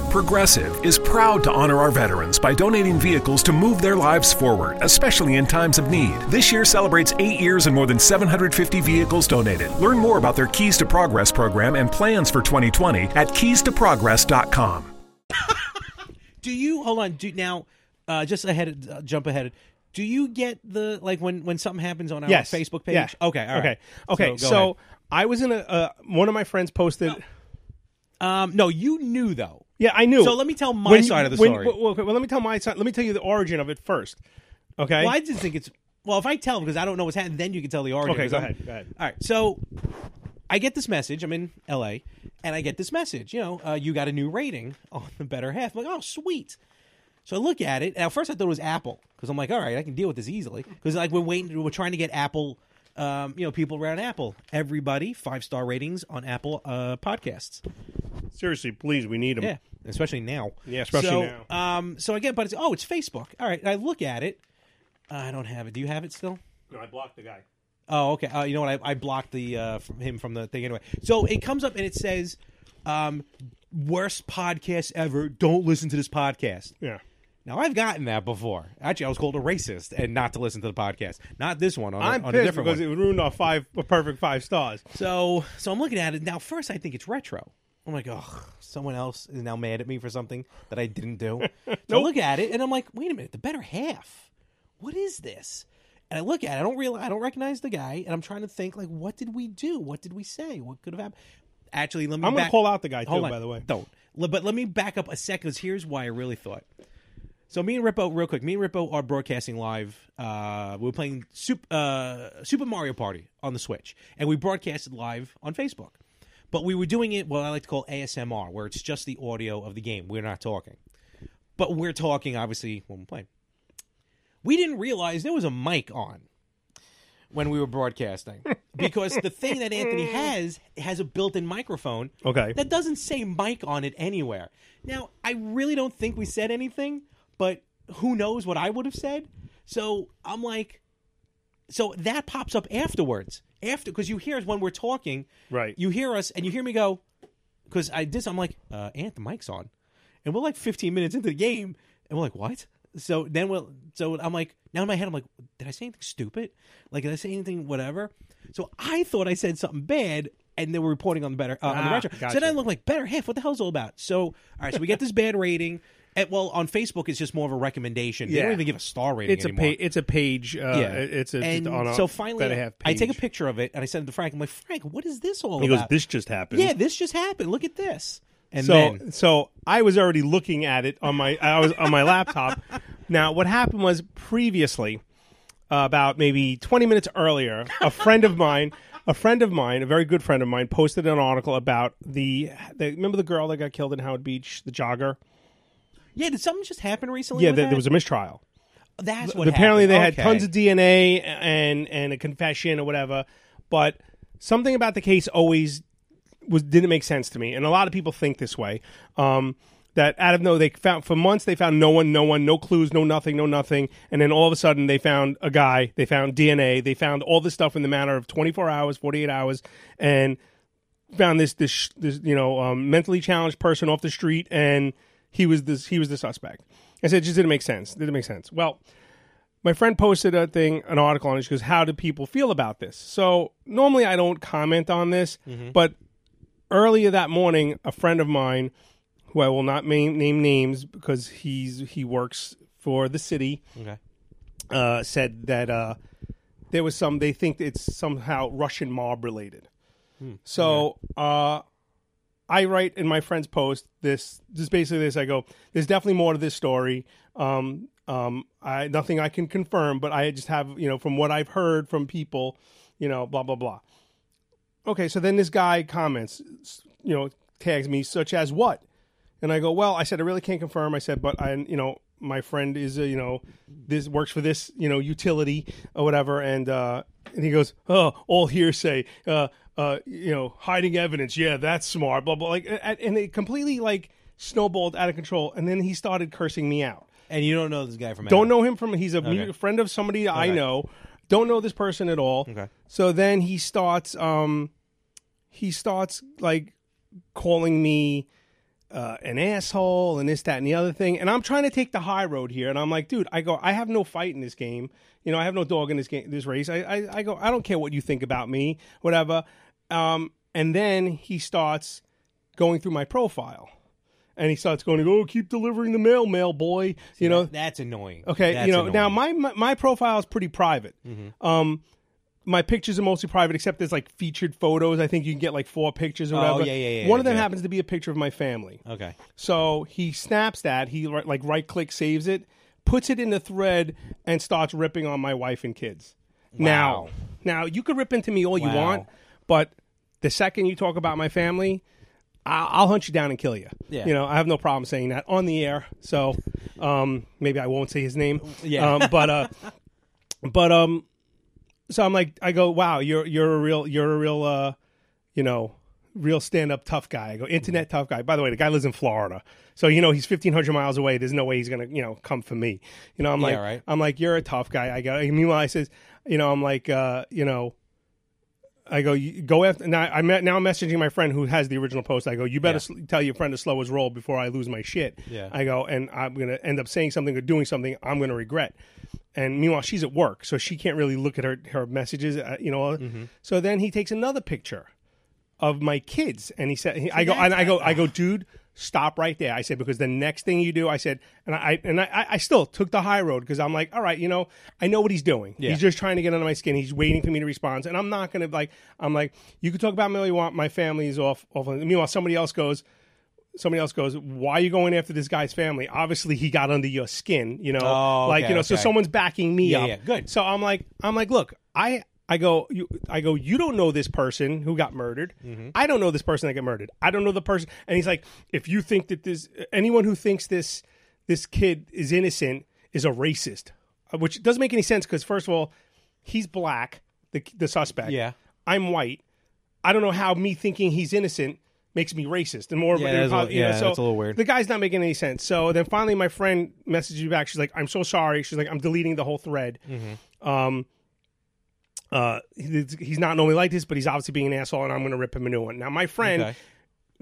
[SPEAKER 12] Progressive is proud to honor our veterans by donating vehicles to move their lives forward, especially in times of need. This year celebrates eight years and more than 750 vehicles donated. Learn more about their Keys to Progress program and plans for 2020 at keystoprogress.com.
[SPEAKER 6] Do you hold on? Do now? Uh, just ahead, uh, jump ahead. Do you get the like when when something happens on our
[SPEAKER 5] yes.
[SPEAKER 6] Facebook page?
[SPEAKER 5] Yeah.
[SPEAKER 6] Okay. all right.
[SPEAKER 5] Okay.
[SPEAKER 6] go
[SPEAKER 5] Okay. So,
[SPEAKER 6] ahead.
[SPEAKER 5] I was in a uh, one of my friends posted.
[SPEAKER 6] um, no, you knew though.
[SPEAKER 5] Yeah, I knew.
[SPEAKER 6] So let me tell my
[SPEAKER 5] When you-
[SPEAKER 6] side of the
[SPEAKER 5] when-
[SPEAKER 6] story.
[SPEAKER 5] Well, okay, well, let me tell my side. Let me tell you the origin of it first. Okay.
[SPEAKER 6] Well, I just think it's well. If I tell because I don't know what's happening, then you can tell the origin.
[SPEAKER 5] Okay,
[SPEAKER 6] 'cause
[SPEAKER 5] go
[SPEAKER 6] I'm-
[SPEAKER 5] ahead, go ahead.
[SPEAKER 6] All right. So I get this message. I'm in LA, and I get this message. You know, uh, you got a new rating on the Better Half. I'm like, oh, sweet. So I look at it, and at first I thought it was Apple because I'm like, all right, I can deal with this easily because like we're waiting, we're trying to get Apple, um, you know, people around Apple, everybody five star ratings on Apple uh, podcasts.
[SPEAKER 5] Seriously, please, we need them.
[SPEAKER 6] Yeah, especially now.
[SPEAKER 5] Yeah, especially
[SPEAKER 6] so, now. Um, so I get, but it's oh, it's Facebook. All right, and I look at it. I don't have it. Do you have it still?
[SPEAKER 5] No, I blocked the guy.
[SPEAKER 6] Oh, okay. Uh, you know what? I, I blocked the uh, from him from the thing anyway. So it comes up and it says, um, "Worst podcast ever. Don't listen to this podcast."
[SPEAKER 5] Yeah.
[SPEAKER 6] Now I've gotten that before. Actually, I was called a racist and not to listen to the podcast. Not this one. On a-
[SPEAKER 5] I'm
[SPEAKER 6] on a
[SPEAKER 5] pissed
[SPEAKER 6] different
[SPEAKER 5] because
[SPEAKER 6] one.
[SPEAKER 5] it ruined our five a perfect five stars.
[SPEAKER 6] So so I'm looking at it now. First, I think it's retro. I'm like, oh, someone else is now mad at me for something that I
[SPEAKER 5] [LAUGHS]
[SPEAKER 6] didn't do. So I look at it and I'm like, wait a minute, the better half. What is this? And I look at it, I don't realize, I don't recognize the guy, and I'm trying to think like, what did we do? What did we say? What could have happened? Actually, let me.
[SPEAKER 5] I'm gonna
[SPEAKER 6] back-
[SPEAKER 5] call out the guy, too,
[SPEAKER 6] Hold on.
[SPEAKER 5] by the way.
[SPEAKER 6] don't. Le- But let me back up a sec because here's why I really thought. So me and Rippo, real quick, me and Rippo are broadcasting live. Uh, we were playing Super, uh, Super Mario Party on the Switch, and we broadcasted live on Facebook. But we were doing it, what I like to call ASMR, where it's just the audio of the game. We're not talking. But we're talking, obviously, when we're playing. We didn't realize there was a mic on when we
[SPEAKER 5] [LAUGHS]
[SPEAKER 6] were broadcasting because the thing that Anthony has has a built-in microphone.
[SPEAKER 5] Okay.
[SPEAKER 6] That doesn't say mic on it anywhere. Now, I really don't think we said anything, but who knows what I would have said? So, I'm like so that pops up afterwards. After cuz you hear when we're talking,
[SPEAKER 5] Right.
[SPEAKER 6] you hear us and you hear me go cuz I did I'm like, uh, "Ant, the mic's on." And we're like 15 minutes into the game, and we're like, what? So then we'll, so I'm like, now in my head, I'm like, did I say anything stupid? Like, did I say anything, whatever? So I thought I said something bad, and they were reporting on the better, uh, on the
[SPEAKER 5] Ah,
[SPEAKER 6] retro.
[SPEAKER 5] gotcha.
[SPEAKER 6] So then I look like, better half, what the hell's it all about? So, all right, so we get this bad rating. And, well, on Facebook, it's just more of a recommendation. They
[SPEAKER 5] Yeah.
[SPEAKER 6] don't even give a star rating
[SPEAKER 5] It's a
[SPEAKER 6] anymore.
[SPEAKER 5] page. It's a page. Uh,
[SPEAKER 6] yeah,
[SPEAKER 5] It's a,
[SPEAKER 6] and
[SPEAKER 5] just on a
[SPEAKER 6] so finally,
[SPEAKER 5] better half
[SPEAKER 6] I
[SPEAKER 5] page.
[SPEAKER 6] take a picture of it and I send it to Frank. I'm like, Frank, what is this all
[SPEAKER 5] He goes,
[SPEAKER 6] about?
[SPEAKER 5] "This just happened."
[SPEAKER 6] Yeah, this just happened. Look at this. And
[SPEAKER 5] so,
[SPEAKER 6] then,
[SPEAKER 5] so I was already looking at it on my I was on my laptop. [LAUGHS] Now, what happened was previously, uh, about maybe 20 minutes earlier, a friend of mine, a friend of mine, a very good friend of mine, posted an article about the, the remember the girl that got killed in Howard Beach, the jogger.
[SPEAKER 6] yeah, did something just happen recently?
[SPEAKER 5] Yeah,
[SPEAKER 6] with
[SPEAKER 5] there-
[SPEAKER 6] that?
[SPEAKER 5] there was a mistrial.
[SPEAKER 6] That's what.
[SPEAKER 5] apparently they had
[SPEAKER 6] happened.
[SPEAKER 5] tons of
[SPEAKER 6] Okay.
[SPEAKER 5] DNA and and a confession or whatever, but something about the case always was didn't make sense to me, and a lot of people think this way. Um, that out of no, they found for months they found no one, no one, no clues, no nothing, no nothing, and then all of a sudden they found a guy, they found DNA, they found all this stuff in the matter of twenty four hours, forty eight hours, and found this this, sh- this you know um, mentally challenged person off the street, and he was this he was the suspect. I said it just didn't make sense. Didn't make sense. Well, my friend posted a thing, an article on it. She goes, "How do people feel about this?" So normally I don't comment on this, but earlier that morning, a friend of mine, who I will not name, name names because he's he works for the city,
[SPEAKER 6] Okay.
[SPEAKER 5] uh, said that uh, there was some. They think it's somehow Russian mob related. So uh, I write in my friend's post this. This basically this. I go. There's definitely more to this story. Um, um, I nothing I can confirm, but I just have you know from what I've heard from people, you know, blah blah blah. Okay, so then this guy comments, s- you know, tags me such as what, and I go, well, I said I really can't confirm. I said, but I, you know, my friend is, uh, you know, this works for this, you know, utility or whatever, and uh, and he goes, oh, all hearsay, uh, uh, you know, hiding evidence. Yeah, that's smart. Blah blah. Like, a- a- and it completely like snowballed out of control, and then he started cursing me out.
[SPEAKER 11] And you don't know this guy from
[SPEAKER 5] Don't
[SPEAKER 11] Adam.
[SPEAKER 5] know him from. He's a
[SPEAKER 11] Okay.
[SPEAKER 5] mu- friend of somebody I
[SPEAKER 11] Okay.
[SPEAKER 5] know. Don't know this person at all.
[SPEAKER 11] Okay.
[SPEAKER 5] So then he starts. Um, he starts like calling me uh, an asshole and this, that, and the other thing. And I'm trying to take the high road here. And I'm like, dude, I go, I have no fight in this game. You know, I have no dog in this game, this race. I, I, I go, I don't care what you think about me, whatever. Um, and then he starts going through my profile. And he starts going, oh, keep delivering the mail, mail boy. You know,
[SPEAKER 11] That's annoying.
[SPEAKER 5] Okay,
[SPEAKER 11] That's
[SPEAKER 5] you know
[SPEAKER 11] annoying.
[SPEAKER 5] now my, my my profile is pretty private.
[SPEAKER 11] Mhm.
[SPEAKER 5] Um, my pictures are mostly private, except there's like featured photos. I think you can get like four pictures or
[SPEAKER 11] Oh,
[SPEAKER 5] whatever.
[SPEAKER 11] yeah, yeah, yeah,
[SPEAKER 5] One of them
[SPEAKER 11] yeah.
[SPEAKER 5] happens to be a picture of my family.
[SPEAKER 11] Okay.
[SPEAKER 5] So he snaps that. He ri- like right click saves it, puts it in the thread, and starts ripping on my wife and kids. Now, now you could rip into me all you
[SPEAKER 11] Wow.
[SPEAKER 5] want, but the second you talk about my family, I- I'll hunt you down and kill you.
[SPEAKER 11] Yeah.
[SPEAKER 5] You know, I have no problem saying that on the air. So, um, maybe I won't say his name.
[SPEAKER 11] Yeah.
[SPEAKER 5] Um, but uh, but um, so I'm like, I go, wow, you're you're a real you're a real uh, you know, real stand up tough guy. I go, internet tough guy. By the way, the guy lives in Florida, so you know he's 1,500 miles away. There's no way he's gonna you know come for me. You know, I'm
[SPEAKER 11] Yeah,
[SPEAKER 5] like,
[SPEAKER 11] right.
[SPEAKER 5] I'm like, you're a tough guy. I go. Meanwhile, I says, you know, I'm like, uh, you know. I go, you go after. Now, I'm now I'm messaging my friend who has the original post. I go, you better sl- tell your friend to slow his roll before I lose my shit.
[SPEAKER 11] Yeah.
[SPEAKER 5] I go, and I'm gonna end up saying something or doing something I'm gonna regret. And meanwhile, she's at work, so she can't really look at her her messages. Uh, you know.
[SPEAKER 11] Mm-hmm.
[SPEAKER 5] So then he takes another picture of my kids, and he said, he, I go, and I go, I
[SPEAKER 11] Ah.
[SPEAKER 5] go, dude, stop right there. I said because the next thing you do, I said, and I and I- I, I still took the high road because I'm like, all right, you know, I know what he's doing.
[SPEAKER 11] Yeah.
[SPEAKER 5] He's just trying to get under my skin. He's waiting for me to respond, and I'm not gonna like. I'm like, you can talk about me all you want. My family is off. off. Meanwhile, somebody else goes. Somebody else goes. Why are you going after this guy's family? Obviously, he got under your skin. You know,
[SPEAKER 11] Oh,
[SPEAKER 5] like
[SPEAKER 11] okay,
[SPEAKER 5] you know. So
[SPEAKER 11] okay.
[SPEAKER 5] someone's backing me
[SPEAKER 11] Yeah,
[SPEAKER 5] up.
[SPEAKER 11] yeah, good.
[SPEAKER 5] So I'm like, I'm like, look, I. I go, you, I go. You don't know this person who got murdered.
[SPEAKER 11] Mm-hmm.
[SPEAKER 5] I don't know this person that got murdered. I don't know the person. And he's like, if you think that this, anyone who thinks this, this kid is innocent is a racist, which doesn't make any sense because first of all, he's black, the the suspect.
[SPEAKER 11] Yeah.
[SPEAKER 5] I'm white. I don't know how me thinking he's innocent makes me racist. And more,
[SPEAKER 11] Yeah,
[SPEAKER 5] and
[SPEAKER 11] that's a
[SPEAKER 5] prob-
[SPEAKER 11] little-
[SPEAKER 5] you know,
[SPEAKER 11] yeah,
[SPEAKER 5] so
[SPEAKER 11] that's a little weird.
[SPEAKER 5] The guy's not making any sense. So then finally, my friend messaged me back. She's like, "I'm so sorry." She's like, "I'm deleting the whole thread."
[SPEAKER 11] Mm-hmm.
[SPEAKER 5] Um, uh, he- he's not normally like this, but he's obviously being an asshole, and I'm going to rip him a new one. Now, my friend
[SPEAKER 11] Okay.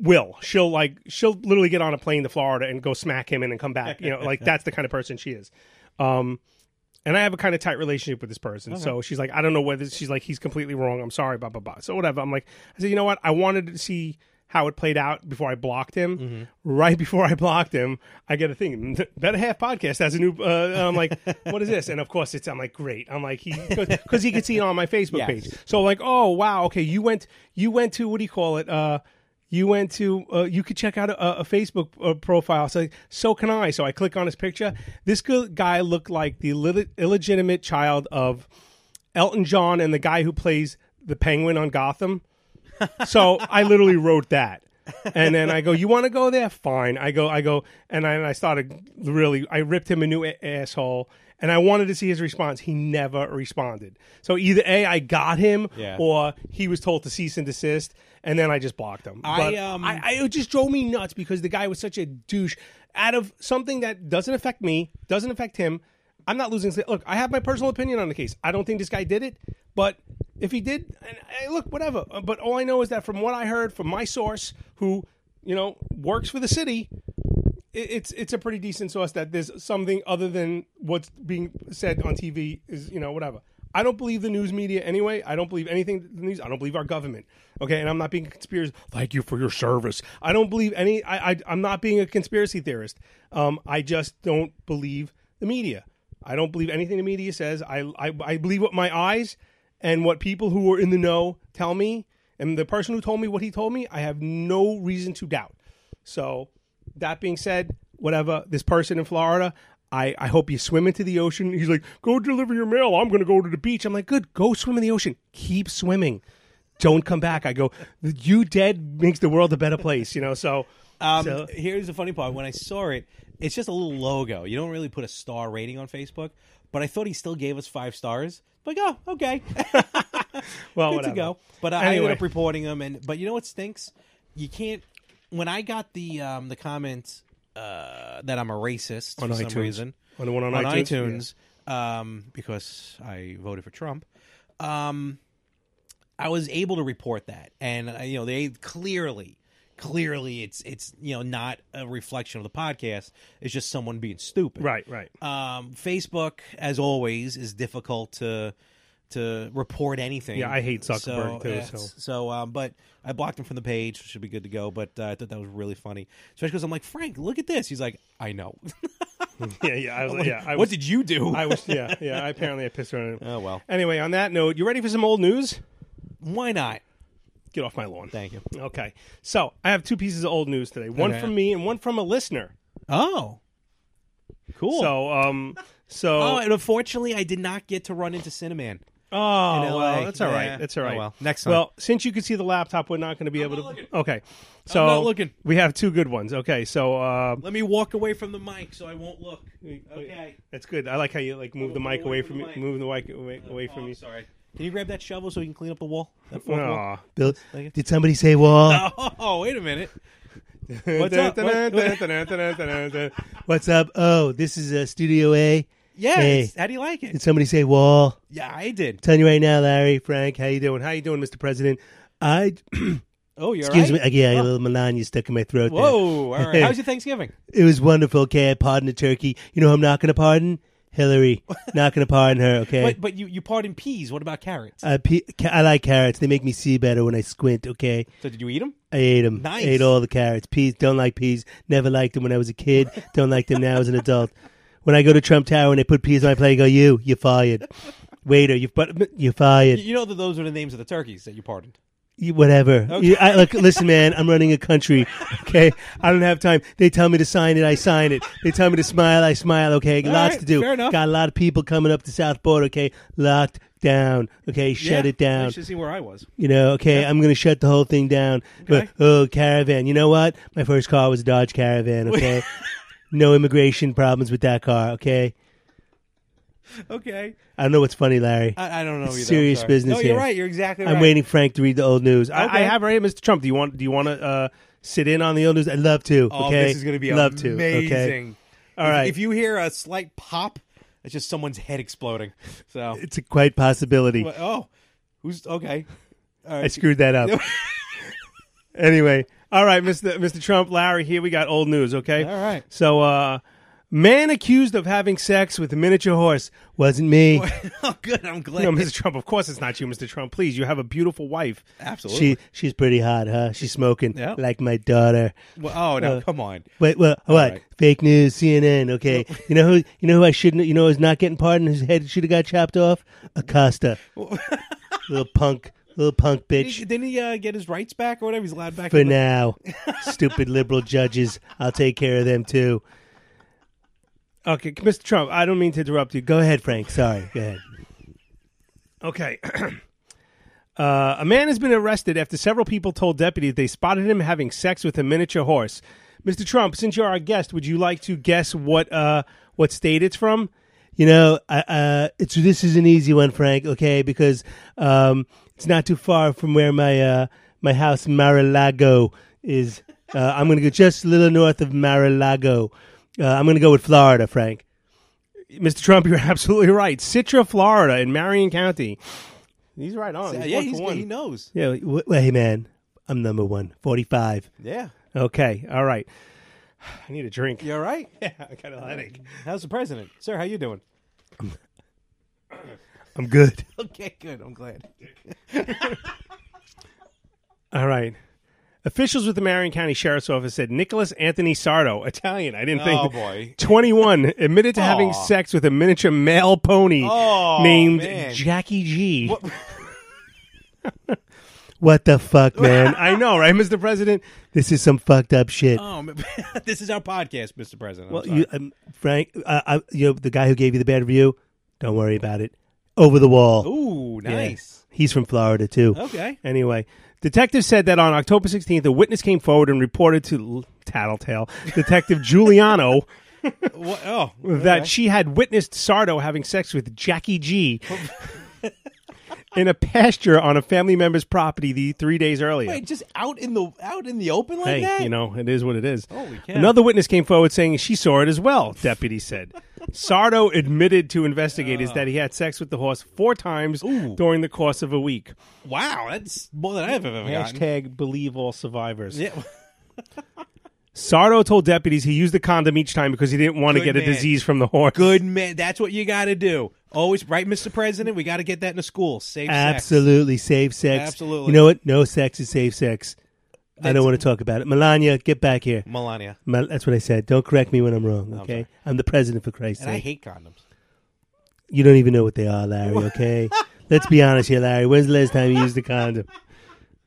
[SPEAKER 5] will she'll like she'll literally get on a plane to Florida and go smack him and then come back. You know, like that's the kind of person she is. Um, and I have a kind of tight relationship with this person, so she's like, I don't know whether she's like he's completely wrong. I'm sorry, blah blah blah. So whatever. I'm like, I said, you know what? I wanted to see how it played out before I blocked him. Right before I blocked him, I get a thing. Better half podcast has a new. Uh, and I'm like, what is this? And of course, it's I'm like, great. I'm like, he because he could see it on my Facebook
[SPEAKER 11] Yes.
[SPEAKER 5] page. So like, oh wow, okay, you went you went to what do you call it? Uh, you went to uh, you could check out a, a Facebook uh, profile. So so can I. So I click on his picture. This gu- guy looked like the illi- illegitimate child of Elton John and the guy who plays the Penguin on Gotham. So I literally wrote that. And then I go, you want to go there? Fine. I go, I go, and I, and I started really, I ripped him a new a- asshole, and I wanted to see his response. He never responded. So either a, I got him,
[SPEAKER 11] Yeah.
[SPEAKER 5] or he was told to cease and desist, and then I just blocked him.
[SPEAKER 11] I,
[SPEAKER 5] But
[SPEAKER 11] um,
[SPEAKER 5] I, I, it just drove me nuts because the guy was such a douche. Out of something that doesn't affect me, doesn't affect him, I'm not losing. sleep. Look, I have my personal opinion on the case. I don't think this guy did it, but if he did, and I, look, whatever. Uh, But all I know is that from what I heard from my source, who you know works for the city, it, it's it's a pretty decent source that there's something other than what's being said on TV is you know whatever. I don't believe the news media anyway. I don't believe anything the news. I don't believe our government. Okay, and I'm not being a conspiracy. Thank you for your service. I don't believe any. I, I I'm not being a conspiracy theorist. Um, I just don't believe the media. I don't believe anything the media says. I, I, I believe what my eyes and what people who are in the know tell me. And the person who told me what he told me, I have no reason to doubt. So, that being said, whatever, this person in Florida, I, I hope you swim into the ocean. He's like, go deliver your mail. I'm going to go to the beach. I'm like, good, go swim in the ocean. Keep swimming. Don't come back. I go, you dead makes the world a better place, you know? So, uh,
[SPEAKER 6] Um,
[SPEAKER 5] so-
[SPEAKER 6] here's the funny part. When I saw it, it's just a little logo. You don't really put a star rating on Facebook, but I thought he still gave us five stars. Like, oh, okay. [LAUGHS]
[SPEAKER 5] well,
[SPEAKER 6] good
[SPEAKER 5] whatever.
[SPEAKER 6] to go. But I
[SPEAKER 5] Anyway.
[SPEAKER 6] ended up reporting them, and but you know what stinks? You can't. When I got the um, the comments uh, that I'm a racist
[SPEAKER 5] On
[SPEAKER 6] for
[SPEAKER 5] iTunes.
[SPEAKER 6] some reason
[SPEAKER 5] On the one on iTunes,
[SPEAKER 6] iTunes, um, because I voted for Trump, um, I was able to report that, and uh, you know they clearly, clearly it's it's you know not a reflection of the podcast. It's just someone being stupid.
[SPEAKER 5] Right, right. [LAUGHS]
[SPEAKER 6] Um, Facebook, as always, is difficult to to report anything.
[SPEAKER 5] Yeah, I hate Zuckerberg, too,
[SPEAKER 6] yes.
[SPEAKER 5] so-
[SPEAKER 6] So, um, but I blocked him from the page. Should be good to go. But uh, I thought that was really funny, especially because I'm like, Frank, look at this. He's like, I know. [LAUGHS]
[SPEAKER 5] yeah, yeah, I was,
[SPEAKER 6] I'm [LAUGHS] like,
[SPEAKER 5] yeah. I
[SPEAKER 6] what
[SPEAKER 5] was-
[SPEAKER 6] did you do?
[SPEAKER 5] I was, yeah, yeah. I apparently I pissed on it.
[SPEAKER 6] [LAUGHS] Oh well.
[SPEAKER 5] Anyway, on that note, you ready for some old news?
[SPEAKER 6] Why not?
[SPEAKER 5] Get off my lawn.
[SPEAKER 6] Thank you.
[SPEAKER 5] Okay, so I have two pieces of old news today. One
[SPEAKER 6] Okay.
[SPEAKER 5] from me and one from a listener.
[SPEAKER 6] Oh, cool.
[SPEAKER 5] So, um, so
[SPEAKER 6] oh, and unfortunately, I did not get to run into Cinnamon.
[SPEAKER 5] Oh,
[SPEAKER 6] In LA.
[SPEAKER 5] well, that's all right.
[SPEAKER 6] Yeah.
[SPEAKER 5] That's all
[SPEAKER 6] Oh,
[SPEAKER 5] right.
[SPEAKER 6] well. Next time.
[SPEAKER 5] Well, since you can see the laptop, we're not going to be able to. Okay, so
[SPEAKER 6] not looking.
[SPEAKER 5] We have two good ones. Okay, so uh,
[SPEAKER 6] let me walk away from the mic so I won't look. Okay.
[SPEAKER 5] That's good. I like how you like move the mic away from you. Move the mic away, away from you.
[SPEAKER 6] Oh, Sorry. Can you grab that shovel so we can clean up the wall? That fourth
[SPEAKER 5] Aw,
[SPEAKER 6] wall?
[SPEAKER 5] Bill,
[SPEAKER 6] Thank you.
[SPEAKER 5] did somebody say wall?
[SPEAKER 6] Oh, [LAUGHS] wait a minute. What's up? What- what-
[SPEAKER 5] What's up? Oh, this is uh, Studio A.
[SPEAKER 6] Yeah,
[SPEAKER 5] Hey.
[SPEAKER 6] it's- how do you like it?
[SPEAKER 5] Did somebody say wall?
[SPEAKER 6] Yeah, I did.
[SPEAKER 5] Telling you right now, Larry, Frank, how you doing? How you doing, Mr. President? I.
[SPEAKER 6] Oh, you're
[SPEAKER 5] Excuse
[SPEAKER 6] right?
[SPEAKER 5] me. Yeah, I got
[SPEAKER 6] Oh.
[SPEAKER 5] a little Melania stuck in my throat. there. [LAUGHS]
[SPEAKER 6] Whoa, all right. How was your Thanksgiving?
[SPEAKER 5] It was wonderful. Okay, I pardoned the turkey. You know who I'm not going to pardon?
[SPEAKER 6] [LAUGHS]
[SPEAKER 5] Hillary. not going to pardon her. Okay. Uh,
[SPEAKER 6] But but you you pardon peas. What about carrots?
[SPEAKER 5] I, pe- ca- I like carrots. They make me see better when I squint. Okay.
[SPEAKER 6] So did you eat 'em?
[SPEAKER 5] I ate them.
[SPEAKER 6] Nice.
[SPEAKER 5] Ate all the carrots. Peas. Don't like peas. Never liked them when I was a kid. Don't like them now as an adult. When I go to Trump Tower and they put peas on my plate, I go, "You, you're
[SPEAKER 6] [LAUGHS]
[SPEAKER 5] fired, waiter. You, but you're fired.
[SPEAKER 6] You, you know that those are the names of the turkeys that you pardoned.
[SPEAKER 5] You- whatever.
[SPEAKER 6] Okay.
[SPEAKER 5] You- I, look, listen, man. I'm running a country. Okay, I don't have time. They tell me to sign it. I sign it. They tell me to smile. I smile. Okay,
[SPEAKER 6] All
[SPEAKER 5] lots
[SPEAKER 6] right,
[SPEAKER 5] to do.
[SPEAKER 6] fair enough.
[SPEAKER 5] Got a lot of people coming up the south border. Okay, locked down. Okay, shut
[SPEAKER 6] Yeah,
[SPEAKER 5] it down.
[SPEAKER 6] You should see where I was.
[SPEAKER 5] You know, okay, I'm going to shut the whole thing down. But, oh, caravan. You know what? My first car was a Dodge Caravan,
[SPEAKER 6] [LAUGHS]
[SPEAKER 5] okay? no immigration problems with that car, okay?
[SPEAKER 6] Okay.
[SPEAKER 5] I don't know what's funny, Larry.
[SPEAKER 6] I- I don't know
[SPEAKER 5] It's
[SPEAKER 6] either, I'm
[SPEAKER 5] Serious
[SPEAKER 6] sorry.
[SPEAKER 5] business.
[SPEAKER 6] No, you're
[SPEAKER 5] here.
[SPEAKER 6] right, you're exactly
[SPEAKER 5] I'm
[SPEAKER 6] right.
[SPEAKER 5] waiting Frank to read the old news. I, I
[SPEAKER 6] Okay.
[SPEAKER 5] have right, Mr. Trump. Do you want? Do you want to uh, sit in on the old news? I'd love to.
[SPEAKER 6] Oh,
[SPEAKER 5] okay,
[SPEAKER 6] this is going to be
[SPEAKER 5] love
[SPEAKER 6] amazing.
[SPEAKER 5] to. Okay, all
[SPEAKER 6] If-
[SPEAKER 5] right.
[SPEAKER 6] If, you hear a slight pop, it's just someone's head exploding. So
[SPEAKER 5] [LAUGHS] it's a quite possibility.
[SPEAKER 6] Well, Oh, who's okay? All right.
[SPEAKER 5] I screwed that
[SPEAKER 6] [LAUGHS]
[SPEAKER 5] up. anyway, all right, Mr. Mr. Trump, Larry, here we got old news, okay? All
[SPEAKER 6] right. [LAUGHS]
[SPEAKER 5] So, uh, man accused of having sex with a miniature horse wasn't me.
[SPEAKER 6] oh, good. I'm
[SPEAKER 5] [LAUGHS]
[SPEAKER 6] glad.
[SPEAKER 5] No, Mr. Trump, of course it's not you, Mr. Trump. Please, you have a beautiful wife.
[SPEAKER 6] Absolutely.
[SPEAKER 5] She she's pretty hot, huh? She's smoking
[SPEAKER 6] Yeah.
[SPEAKER 5] like my daughter.
[SPEAKER 6] [LAUGHS] Well, oh, no,
[SPEAKER 5] Uh,
[SPEAKER 6] come on.
[SPEAKER 5] Wait, well,
[SPEAKER 6] All
[SPEAKER 5] what?
[SPEAKER 6] right.
[SPEAKER 5] Fake news, CNN. Okay, you know who? You know who I shouldn't? You know who's not getting pardoned? Whose head should have got chopped off? Acosta, [LAUGHS] little punk, little punk
[SPEAKER 6] Didn't
[SPEAKER 5] bitch.
[SPEAKER 6] he, didn't he, uh, get his rights back or whatever? He's allowed
[SPEAKER 5] [LAUGHS]
[SPEAKER 6] back
[SPEAKER 5] for
[SPEAKER 6] in the-
[SPEAKER 5] now. Stupid liberal judges. I'll take care of them too. Okay, Mr. Trump, I don't mean to interrupt you. Go ahead, Frank. Sorry. Go ahead. Okay. Uh, a man has been arrested after several people told deputies they spotted him having sex with a miniature horse. Mr. Trump, since you're our guest, would you like to guess what uh, what state it's from? You know, I, uh, it's this is an easy one, Frank. Okay, because um, it's not too far from where my uh, my house in Mar-a-Lago is. Uh, I'm going to go just a little north of Mar-a-Lago. Uh, I'm going to go with Florida, Frank. Mr. Trump, [LAUGHS] you're absolutely right. Citra, Florida, in Marion County. He's right on.
[SPEAKER 6] Yeah,
[SPEAKER 5] He's
[SPEAKER 6] yeah,
[SPEAKER 5] one
[SPEAKER 6] he's,
[SPEAKER 5] for one.
[SPEAKER 6] he knows.
[SPEAKER 5] Yeah, w- well, hey man, I'm number one, 45.
[SPEAKER 6] Yeah.
[SPEAKER 5] Okay, all right. [SIGHS] I need a drink.
[SPEAKER 6] You all right?
[SPEAKER 5] Yeah, I got a headache.
[SPEAKER 6] How's the president, sir? How you doing?
[SPEAKER 5] [LAUGHS] I'm good.
[SPEAKER 6] Okay, good. I'm glad.
[SPEAKER 5] All right. Officials with the Marion County Sheriff's Office said Nicholas Anthony Sardo, Italian, I didn't think.
[SPEAKER 6] Oh, boy.
[SPEAKER 5] 21, admitted to having
[SPEAKER 6] Aw.
[SPEAKER 5] sex with a miniature male pony
[SPEAKER 6] Oh,
[SPEAKER 5] named
[SPEAKER 6] man.
[SPEAKER 5] Jackie G. [LAUGHS] What? the fuck, man? I know, right, Mr. President? This is some fucked up shit.
[SPEAKER 6] Oh, man. [LAUGHS] this is our podcast, Mr. President. I'm
[SPEAKER 5] well,
[SPEAKER 6] sorry.
[SPEAKER 5] you, um, Frank, uh, I, you know, the guy who gave you the bad review, don't worry about it. Over the wall.
[SPEAKER 6] Ooh,
[SPEAKER 5] Yeah.
[SPEAKER 6] nice.
[SPEAKER 5] He's from Florida, too.
[SPEAKER 6] Okay.
[SPEAKER 5] Anyway, detectives said that on October 16th, a witness came forward and reported to Tattletale Detective
[SPEAKER 6] [LAUGHS]
[SPEAKER 5] Giuliano
[SPEAKER 6] What- oh,
[SPEAKER 5] that
[SPEAKER 6] okay.
[SPEAKER 5] she had witnessed Sardo having sex with Jackie
[SPEAKER 6] [LAUGHS]
[SPEAKER 5] G. in a pasture on a family member's property the three days earlier.
[SPEAKER 11] Wait, just out in the out in the open like
[SPEAKER 5] hey,
[SPEAKER 11] that?
[SPEAKER 5] you know, it is what it is.
[SPEAKER 11] Holy cow.
[SPEAKER 5] Another witness came forward saying she saw it as well, deputy
[SPEAKER 6] [LAUGHS]
[SPEAKER 5] said. Sardo admitted to investigators that he had sex with the horse four times during the course of a week.
[SPEAKER 6] Wow, that's more than I've ever gotten.
[SPEAKER 5] Hashtag believe all survivors.
[SPEAKER 6] Yeah.
[SPEAKER 5] Sardo told deputies he used the condom each time because he didn't want to
[SPEAKER 6] Good
[SPEAKER 5] get a
[SPEAKER 6] man.
[SPEAKER 5] disease from the horse.
[SPEAKER 6] Good man. That's what you got to do. Always, right, Mr. President? We got to get that in the school. Safe sex.
[SPEAKER 5] Absolutely safe sex.
[SPEAKER 6] Absolutely.
[SPEAKER 5] You know what? No sex is safe sex. I
[SPEAKER 6] That's-
[SPEAKER 5] don't want to talk about it. Melania, get back here.
[SPEAKER 6] Melania.
[SPEAKER 5] Mel- that's what I said. Don't correct me when I'm wrong.
[SPEAKER 6] I'm
[SPEAKER 5] Okay,
[SPEAKER 6] sorry.
[SPEAKER 5] I'm, the president for Christ's
[SPEAKER 6] And I
[SPEAKER 5] sake.
[SPEAKER 6] hate condoms.
[SPEAKER 5] you don't even know what they are, Larry. Okay, let's be honest here, Larry. When's the last time you used a condom?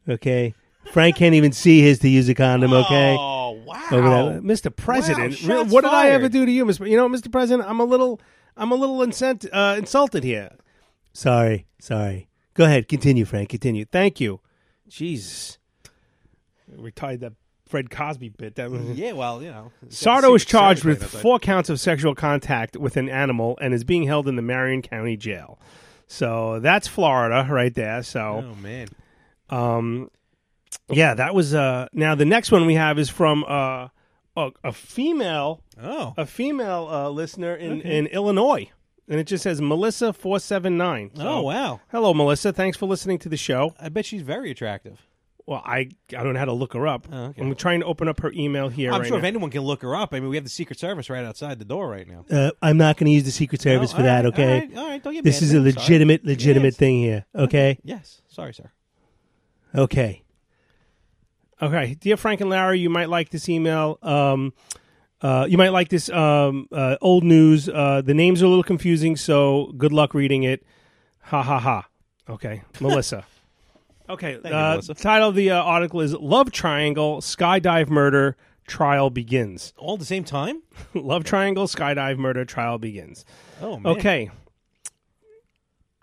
[SPEAKER 5] Okay, Frank can't even see his to use a condom. Okay.
[SPEAKER 6] Oh, wow.
[SPEAKER 5] Over there. Mr.
[SPEAKER 6] Wow,
[SPEAKER 5] President.
[SPEAKER 6] shots
[SPEAKER 5] what did I ever
[SPEAKER 6] fired.
[SPEAKER 5] do to you, Mr. You know, Mr. President, I'm a little, I'm a little incent, uh, insulted here. Sorry, sorry. Go ahead, continue, Frank. Continue. Thank you. Jesus, we tied that Fred Cosby bit. That [LAUGHS] was
[SPEAKER 6] Yeah, well, you know. it's got
[SPEAKER 5] Sardo is
[SPEAKER 6] secret
[SPEAKER 5] charged
[SPEAKER 6] service
[SPEAKER 5] with
[SPEAKER 6] right outside.
[SPEAKER 5] four counts of sexual contact with an animal and is being held in the Marion County Jail. So that's Florida right there. So,
[SPEAKER 6] Oh, man.
[SPEAKER 5] um, yeah, that was. Uh, now the next one we have is from uh, a, a female,
[SPEAKER 6] oh,
[SPEAKER 5] a female uh, listener in, in Illinois, and it just says Melissa four seven nine.
[SPEAKER 6] Oh, wow.
[SPEAKER 5] Hello, Melissa. Thanks for listening to the show.
[SPEAKER 6] I bet she's very attractive.
[SPEAKER 5] Well, I I don't know how to look her up.
[SPEAKER 6] Oh, okay.
[SPEAKER 5] I'm trying to open up her email here.
[SPEAKER 6] I'm
[SPEAKER 5] right
[SPEAKER 6] sure if
[SPEAKER 5] now.
[SPEAKER 6] anyone can look her up. I mean, we have the Secret Service right outside the door right now.
[SPEAKER 5] Uh, I'm not going to use the Secret Service
[SPEAKER 6] all
[SPEAKER 5] for that.
[SPEAKER 6] right,
[SPEAKER 5] Okay.
[SPEAKER 6] all right, all right, don't get
[SPEAKER 5] this
[SPEAKER 6] mad
[SPEAKER 5] is
[SPEAKER 6] at
[SPEAKER 5] a
[SPEAKER 6] me, I'm sorry.
[SPEAKER 5] legitimate, legitimate
[SPEAKER 6] Yes.
[SPEAKER 5] thing here. Okay.
[SPEAKER 6] Yes. Sorry, sir.
[SPEAKER 5] Okay. Okay, dear Frank and Larry, you might like this email. Um, uh, you might like this um, uh, old news. Uh, the names are a little confusing, so good luck reading it. Ha ha ha.
[SPEAKER 6] [LAUGHS]
[SPEAKER 5] Okay, Melissa. Okay,
[SPEAKER 6] you,
[SPEAKER 5] uh,
[SPEAKER 6] Melissa.
[SPEAKER 5] title of the uh, article is "Love Triangle Skydive Murder Trial Begins."
[SPEAKER 6] All at the same time?
[SPEAKER 5] Love Triangle Skydive Murder Trial Begins.
[SPEAKER 6] Oh, man.
[SPEAKER 5] Okay.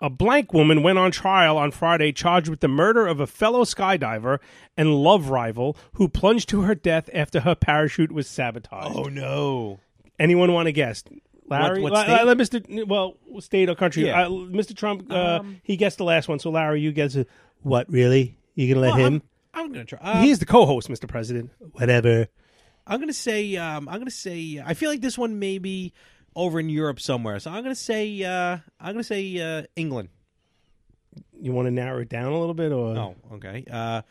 [SPEAKER 5] A blank woman went on trial on Friday charged with the murder of a fellow skydiver and love rival who plunged to her death after her parachute was sabotaged.
[SPEAKER 6] Oh, no.
[SPEAKER 5] Anyone want to guess? Larry,
[SPEAKER 6] what
[SPEAKER 5] La-
[SPEAKER 6] state?
[SPEAKER 5] La- Mr. Well, state or country?
[SPEAKER 6] Yeah.
[SPEAKER 5] Uh, Mr. Trump, uh, he guessed the last one. So Larry, you guess it. What really? You gonna let
[SPEAKER 6] Well,
[SPEAKER 5] him?
[SPEAKER 6] I'm, I'm going to try. Um,
[SPEAKER 5] He's the co-host, Mr. President. Whatever.
[SPEAKER 6] I'm gonna say um, I'm gonna say I feel like this one may be over in Europe somewhere. So I'm gonna say uh, I'm gonna say uh, England.
[SPEAKER 5] You want to narrow it down a little bit, or
[SPEAKER 6] Oh, okay. Uh,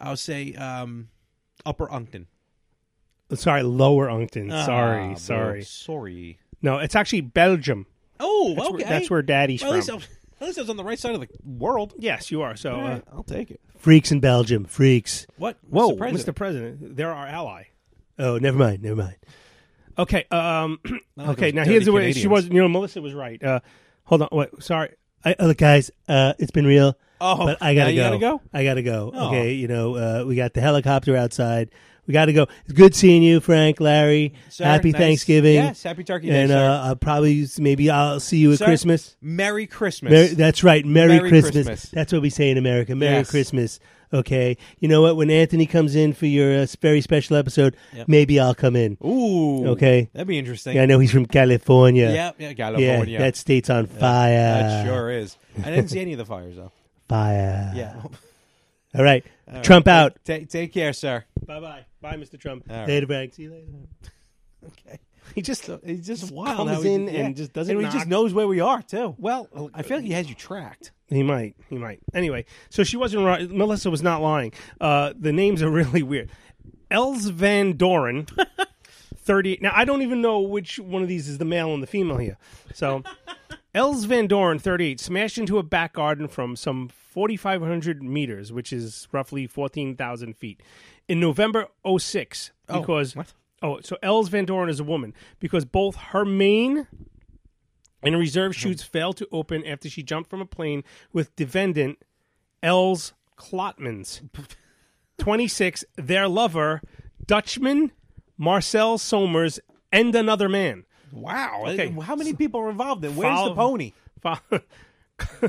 [SPEAKER 6] I'll say um, Upper Uncton.
[SPEAKER 5] Sorry, Lower Uncton.
[SPEAKER 6] Ah,
[SPEAKER 5] sorry,
[SPEAKER 6] bro.
[SPEAKER 5] sorry.
[SPEAKER 6] sorry.
[SPEAKER 5] No, it's actually Belgium.
[SPEAKER 6] Oh,
[SPEAKER 5] That's where-
[SPEAKER 6] okay.
[SPEAKER 5] that's where Daddy's
[SPEAKER 6] well, at least
[SPEAKER 5] from.
[SPEAKER 6] I'm- At least I was on the right side of the world.
[SPEAKER 5] Yes, you are. So,
[SPEAKER 6] All
[SPEAKER 5] uh,
[SPEAKER 6] right, I'll take it.
[SPEAKER 5] freaks in Belgium, freaks.
[SPEAKER 6] What?
[SPEAKER 5] Whoa,
[SPEAKER 6] Mr. President.
[SPEAKER 5] Mr. President, they're our ally. Oh, never mind, never mind. Okay, [CLEARS THROAT] um,
[SPEAKER 6] like
[SPEAKER 5] okay.
[SPEAKER 6] those
[SPEAKER 5] Now
[SPEAKER 6] dirty
[SPEAKER 5] here's the way she
[SPEAKER 6] Canadians.
[SPEAKER 5] was. You know, Melissa was right. Uh, hold on. Wait, sorry. I, oh, look, guys, uh, it's been real.
[SPEAKER 6] Oh,
[SPEAKER 5] but I
[SPEAKER 6] now
[SPEAKER 5] gotta
[SPEAKER 6] you
[SPEAKER 5] go.
[SPEAKER 6] gotta go?
[SPEAKER 5] I gotta go.
[SPEAKER 6] Oh.
[SPEAKER 5] Okay, you know, uh, we got the helicopter outside. We gotta go. It's good seeing you, Frank, Larry.
[SPEAKER 6] Sir,
[SPEAKER 5] Happy
[SPEAKER 6] nice-
[SPEAKER 5] Thanksgiving.
[SPEAKER 6] yes, happy Turkey Day,
[SPEAKER 5] And
[SPEAKER 6] sir.
[SPEAKER 5] uh, I'll probably maybe I'll see you at
[SPEAKER 6] Sir,
[SPEAKER 5] Christmas.
[SPEAKER 6] Merry Christmas.
[SPEAKER 5] Merry, that's right. Merry,
[SPEAKER 6] Merry
[SPEAKER 5] Christmas.
[SPEAKER 6] Christmas.
[SPEAKER 5] That's what we say in America. Merry
[SPEAKER 6] Yes.
[SPEAKER 5] Christmas. Okay. You know what? When Anthony comes in for your uh, very special episode,
[SPEAKER 6] Yep.
[SPEAKER 5] maybe I'll come in.
[SPEAKER 6] Ooh.
[SPEAKER 5] Okay.
[SPEAKER 6] That'd be interesting.
[SPEAKER 5] Yeah, I know he's from California.
[SPEAKER 6] Yeah, yeah, California.
[SPEAKER 5] Yeah, uh, that state's on fire.
[SPEAKER 6] That sure is. I didn't see any of the
[SPEAKER 5] [LAUGHS]
[SPEAKER 6] fires though.
[SPEAKER 5] Fire.
[SPEAKER 6] Yeah. [LAUGHS]
[SPEAKER 5] All right. Trump out.
[SPEAKER 6] Take, take care, sir.
[SPEAKER 5] Bye bye. Bye, Mr. Trump.
[SPEAKER 6] All right.
[SPEAKER 5] Later, Frank. See you later.
[SPEAKER 6] [LAUGHS] Okay.
[SPEAKER 5] He just
[SPEAKER 6] He's just wild.
[SPEAKER 5] comes
[SPEAKER 6] how he-
[SPEAKER 5] in and just doesn't
[SPEAKER 6] And he
[SPEAKER 5] knock.
[SPEAKER 6] just knows where we are too.
[SPEAKER 5] well.
[SPEAKER 6] I feel like he has you tracked.
[SPEAKER 5] He might. He might. Anyway, so she wasn't right. Melissa was not lying. Uh, the names are [LAUGHS] really weird. Els Van
[SPEAKER 6] [LAUGHS]
[SPEAKER 5] Doren, 38. Now, I don't even know which one of these is the male and the female here.
[SPEAKER 6] [LAUGHS]
[SPEAKER 5] So, Els Van Doren, 38, smashed into a back garden from some 4,500 meters, which is roughly 14,000 feet. in November 06
[SPEAKER 6] Oh,
[SPEAKER 5] because
[SPEAKER 6] what?
[SPEAKER 5] oh, so Els Van Doren is a woman because both her main and reserve
[SPEAKER 6] Mm-hmm.
[SPEAKER 5] chutes failed to open after she jumped from a plane with defendant Els Klotmans,
[SPEAKER 6] [LAUGHS]
[SPEAKER 5] 26, their lover, Dutchman Marcel Somers, and another man.
[SPEAKER 6] Wow.
[SPEAKER 5] Okay.
[SPEAKER 6] How many people are involved in? Where's
[SPEAKER 5] Follow-
[SPEAKER 6] the pony?
[SPEAKER 5] Fo- [LAUGHS]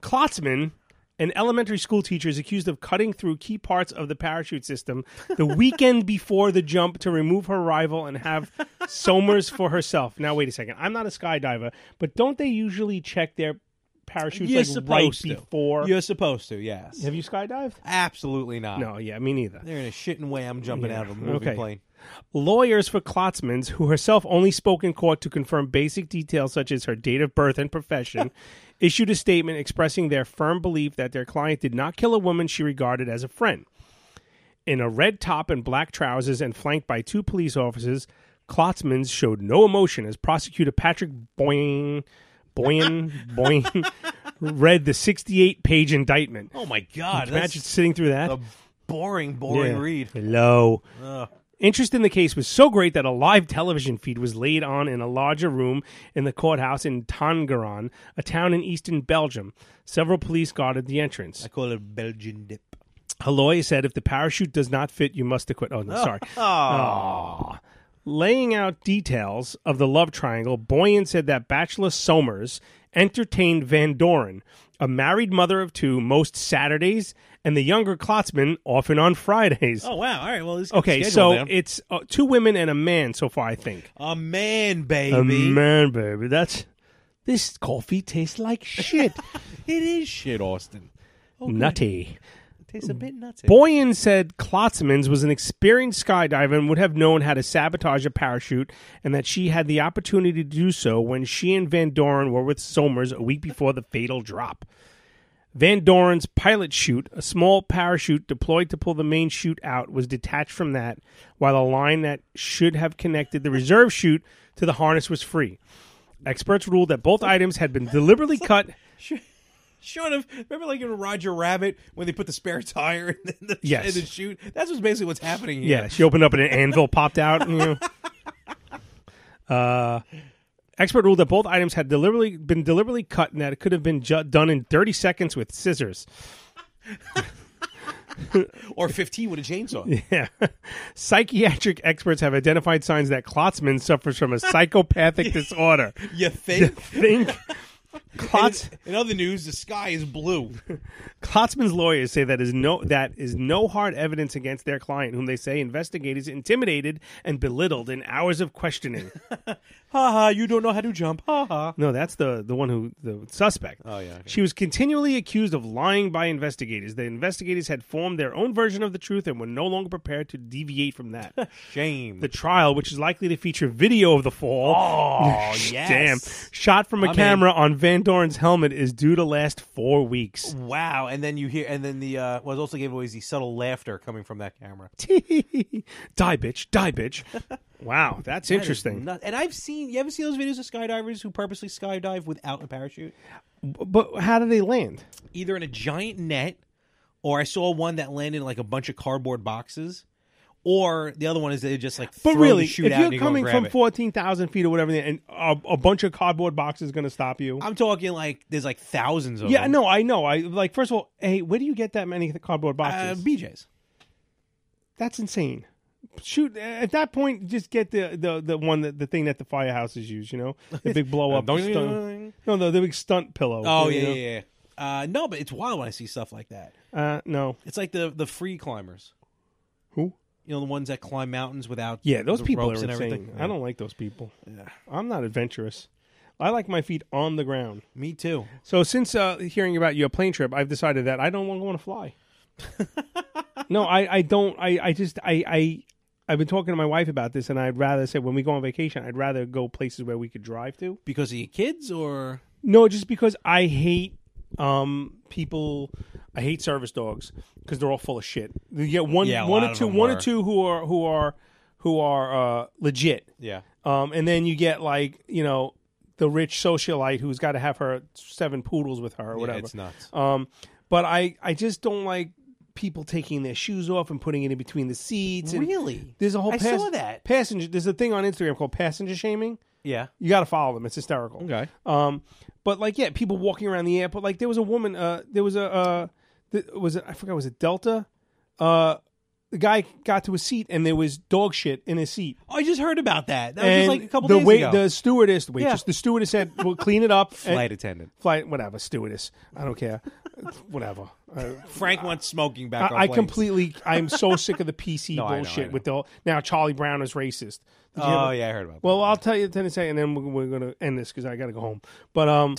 [SPEAKER 5] Klotzman, an elementary school teacher, is accused of cutting through key parts of the parachute system
[SPEAKER 6] [LAUGHS]
[SPEAKER 5] the weekend before the jump to remove her rival and have Somers for herself. Now, wait a second. I'm not a skydiver, but don't they usually check their parachutes
[SPEAKER 6] You're
[SPEAKER 5] like right
[SPEAKER 6] supposed to.
[SPEAKER 5] before?
[SPEAKER 6] You're Ah. supposed to. Yes.
[SPEAKER 5] Have you skydived?
[SPEAKER 6] Absolutely not.
[SPEAKER 5] No, yeah, me neither.
[SPEAKER 6] They're in a shitting way. I'm jumping
[SPEAKER 5] Yeah,
[SPEAKER 6] out of a movie
[SPEAKER 5] okay.
[SPEAKER 6] plane.
[SPEAKER 5] Lawyers for Klotzmans, who herself only spoke in court to confirm basic details such as her date of birth and
[SPEAKER 6] [LAUGHS]
[SPEAKER 5] profession, issued a statement expressing their firm belief that their client did not kill a woman she regarded as a friend. In a red top and black trousers and flanked by two police officers, Klotzmans showed no emotion as prosecutor Patrick Boying Boying
[SPEAKER 6] [LAUGHS]
[SPEAKER 5] Boying read the 68 page indictment.
[SPEAKER 6] Oh my god!
[SPEAKER 5] Can you imagine
[SPEAKER 6] that's
[SPEAKER 5] sitting through that?
[SPEAKER 6] A boring, boring
[SPEAKER 5] Yeah.
[SPEAKER 6] read.
[SPEAKER 5] Hello.
[SPEAKER 6] Ugh.
[SPEAKER 5] Interest in the case was so great that a live television feed was laid on in a larger room in the courthouse in Tangaran, a town in eastern Belgium. Several police guarded the entrance.
[SPEAKER 6] I call it Belgian dip.
[SPEAKER 5] Halloy said, if the parachute does not fit, you must acquit. Oh, no,
[SPEAKER 6] [LAUGHS]
[SPEAKER 5] sorry. Aw. Laying out details of the love triangle, Boyan said that Bachelor Somers entertained Van Doren, a married mother of two, most Saturdays, and the younger Klotzman often on Fridays.
[SPEAKER 6] Oh wow! All right. Well, this got
[SPEAKER 5] Okay,
[SPEAKER 6] scheduled
[SPEAKER 5] so
[SPEAKER 6] down.
[SPEAKER 5] it's uh, two women and a man so far, I think.
[SPEAKER 6] a man, baby.
[SPEAKER 5] A man, baby. That's this coffee tastes like shit.
[SPEAKER 6] it is shit, Austin. Oh, good.
[SPEAKER 5] Nutty.
[SPEAKER 6] Tastes a bit nutty.
[SPEAKER 5] Boyan said Klotzmans was an experienced skydiver and would have known how to sabotage a parachute, and that she had the opportunity to do so when she and Van Doren were with Somers a week before the fatal drop. Van Doren's pilot chute, a small parachute deployed to pull the main chute out, was detached from that, while a line that should have connected the reserve chute to the harness was free. Experts ruled that both items had been deliberately cut.
[SPEAKER 6] Short of remember, like in Roger Rabbit when they put the spare tire [LAUGHS] in the, in the,
[SPEAKER 5] Yes.
[SPEAKER 6] in the chute. That's what's basically what's happening here.
[SPEAKER 5] Yeah, she opened up and an anvil popped out. You [LAUGHS] know. Uh, expert ruled that both items had deliberately been deliberately cut and that it could have been ju- done in 30 seconds with scissors. [LAUGHS]
[SPEAKER 6] or fifteen with a chainsaw.
[SPEAKER 5] Yeah. Psychiatric experts have identified signs that Klotzman suffers [LAUGHS] from a psychopathic disorder. [LAUGHS]
[SPEAKER 6] You think?
[SPEAKER 5] Think. Klotz-
[SPEAKER 6] In, in other news, the sky is blue.
[SPEAKER 5] Klotzman's lawyers say that is no that is no hard evidence against their client, whom they say investigators intimidated and belittled in hours of questioning.
[SPEAKER 6] ha ha! You don't know how to jump. Ha ha!
[SPEAKER 5] No, that's the the one who the suspect. Oh yeah. She was continually accused of lying by investigators. The investigators had formed their own version of the truth and were no longer prepared to deviate from
[SPEAKER 6] [LAUGHS]
[SPEAKER 5] that.
[SPEAKER 6] Shame.
[SPEAKER 5] the trial, which is likely to feature video of the fall. [LAUGHS]
[SPEAKER 6] Oh,
[SPEAKER 5] Damn.
[SPEAKER 6] yes.
[SPEAKER 5] Shot from a
[SPEAKER 6] I'm in.
[SPEAKER 5] camera on Van Doren's helmet is due to last 4
[SPEAKER 6] [LAUGHS]
[SPEAKER 5] weeks.
[SPEAKER 6] Wow! And then you hear, and then the uh, what also gave away is the subtle laughter coming from that camera.
[SPEAKER 5] die bitch, die
[SPEAKER 6] [LAUGHS]
[SPEAKER 5] bitch. wow, that's
[SPEAKER 6] That is
[SPEAKER 5] interesting.
[SPEAKER 6] nut- and I've seen you ever see those videos of skydivers who purposely skydive without a parachute,
[SPEAKER 5] but how do they land?
[SPEAKER 6] either in a giant net, or I saw one that landed in like a bunch of cardboard boxes, or the other one is they just like
[SPEAKER 5] But
[SPEAKER 6] throw
[SPEAKER 5] really, if
[SPEAKER 6] the chute out and
[SPEAKER 5] you're
[SPEAKER 6] you go and
[SPEAKER 5] coming
[SPEAKER 6] grab
[SPEAKER 5] from
[SPEAKER 6] it.
[SPEAKER 5] 14,000 feet or whatever, and a, a bunch of cardboard boxes going to stop you.
[SPEAKER 6] I'm talking like there's like thousands of
[SPEAKER 5] Yeah,
[SPEAKER 6] them. Uh,
[SPEAKER 5] no, I know. I like first of all, hey, where do you get that many cardboard
[SPEAKER 6] uh,
[SPEAKER 5] boxes?
[SPEAKER 6] BJ's.
[SPEAKER 5] That's insane. Shoot, at that point, just get the the, the one that the thing that the firehouses use. You know, the [LAUGHS] big blow up.
[SPEAKER 6] Ding,
[SPEAKER 5] stunt-
[SPEAKER 6] ding,
[SPEAKER 5] no, no, the big stunt pillow.
[SPEAKER 6] Oh
[SPEAKER 5] you
[SPEAKER 6] yeah,
[SPEAKER 5] know?
[SPEAKER 6] yeah, yeah. Uh, no, but it's wild when I see stuff like that.
[SPEAKER 5] Uh, no,
[SPEAKER 6] It's like the the free climbers.
[SPEAKER 5] who?
[SPEAKER 6] You know the ones that climb mountains without
[SPEAKER 5] Yeah, those
[SPEAKER 6] the
[SPEAKER 5] people
[SPEAKER 6] ropes
[SPEAKER 5] are
[SPEAKER 6] and
[SPEAKER 5] insane.
[SPEAKER 6] everything.
[SPEAKER 5] I don't like those people. I'm not adventurous. I like my feet on the ground.
[SPEAKER 6] Me too.
[SPEAKER 5] So since uh, hearing about your plane trip, I've decided that I don't want to fly.
[SPEAKER 6] [LAUGHS]
[SPEAKER 5] no, I, I don't. I, I just I, I I've been talking to my wife about this, and I'd rather say when we go on vacation, I'd rather go places where we could drive to.
[SPEAKER 6] Because of your kids or
[SPEAKER 5] No, just because I hate um people. I hate service dogs because they're all full of shit. You get one,
[SPEAKER 6] Yeah, a
[SPEAKER 5] one
[SPEAKER 6] lot
[SPEAKER 5] or
[SPEAKER 6] of
[SPEAKER 5] two,
[SPEAKER 6] them
[SPEAKER 5] one or
[SPEAKER 6] were.
[SPEAKER 5] two who are who are who are uh, legit.
[SPEAKER 6] Yeah.
[SPEAKER 5] Um, and then you get like you know the rich socialite who's got to have her seven poodles with her or whatever. Uh,
[SPEAKER 6] it's nuts.
[SPEAKER 5] Um, but I I just don't like people taking their shoes off and putting it in between the seats. and
[SPEAKER 11] Really?
[SPEAKER 5] There's a whole
[SPEAKER 11] I
[SPEAKER 5] pass-
[SPEAKER 11] saw that.
[SPEAKER 5] passenger. There's a thing on Instagram called passenger shaming.
[SPEAKER 11] Yeah.
[SPEAKER 5] You got to follow them. It's hysterical. Okay. Um, but like, yeah, people walking around the airport. Like, there was a woman. Uh, there was a. Uh, th- was it? I forgot. Was it Delta? Uh, the guy got to a seat and there was dog shit in his seat.
[SPEAKER 11] Oh, I just heard about that. That was
[SPEAKER 5] And
[SPEAKER 11] just like a couple
[SPEAKER 5] the
[SPEAKER 11] days
[SPEAKER 5] wait-
[SPEAKER 11] ago.
[SPEAKER 5] The stewardess, wait, just the stewardess said, "We'll clean it
[SPEAKER 11] [LAUGHS]
[SPEAKER 5] up."
[SPEAKER 11] Flight
[SPEAKER 5] and-
[SPEAKER 11] attendant.
[SPEAKER 5] flight, whatever, stewardess. I don't care, [LAUGHS] whatever. Uh, I-
[SPEAKER 11] Frank wants smoking back. on
[SPEAKER 5] I, I
[SPEAKER 11] planes.
[SPEAKER 5] completely. I'm so sick
[SPEAKER 11] [LAUGHS]
[SPEAKER 5] of the PC
[SPEAKER 11] No, I know, I
[SPEAKER 5] bullshit
[SPEAKER 11] know.
[SPEAKER 5] with the whole, now Charlie Brown is racist. Did you
[SPEAKER 11] Oh,
[SPEAKER 5] ever-
[SPEAKER 11] yeah, I heard about
[SPEAKER 5] Well, I'll tell you the say, and then we're, we're gonna end this because I got to go home.
[SPEAKER 11] [LAUGHS]
[SPEAKER 5] But um,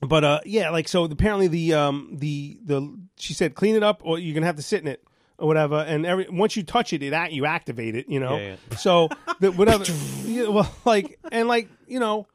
[SPEAKER 5] but uh, yeah, like so. Apparently, the um, the the she said, clean it up, or you're gonna have to sit in it. Or whatever, and every once you touch it, it act you activate it, you know.
[SPEAKER 11] Yeah,
[SPEAKER 5] So
[SPEAKER 11] [LAUGHS]
[SPEAKER 5] the, whatever, yeah, well, like and like you know,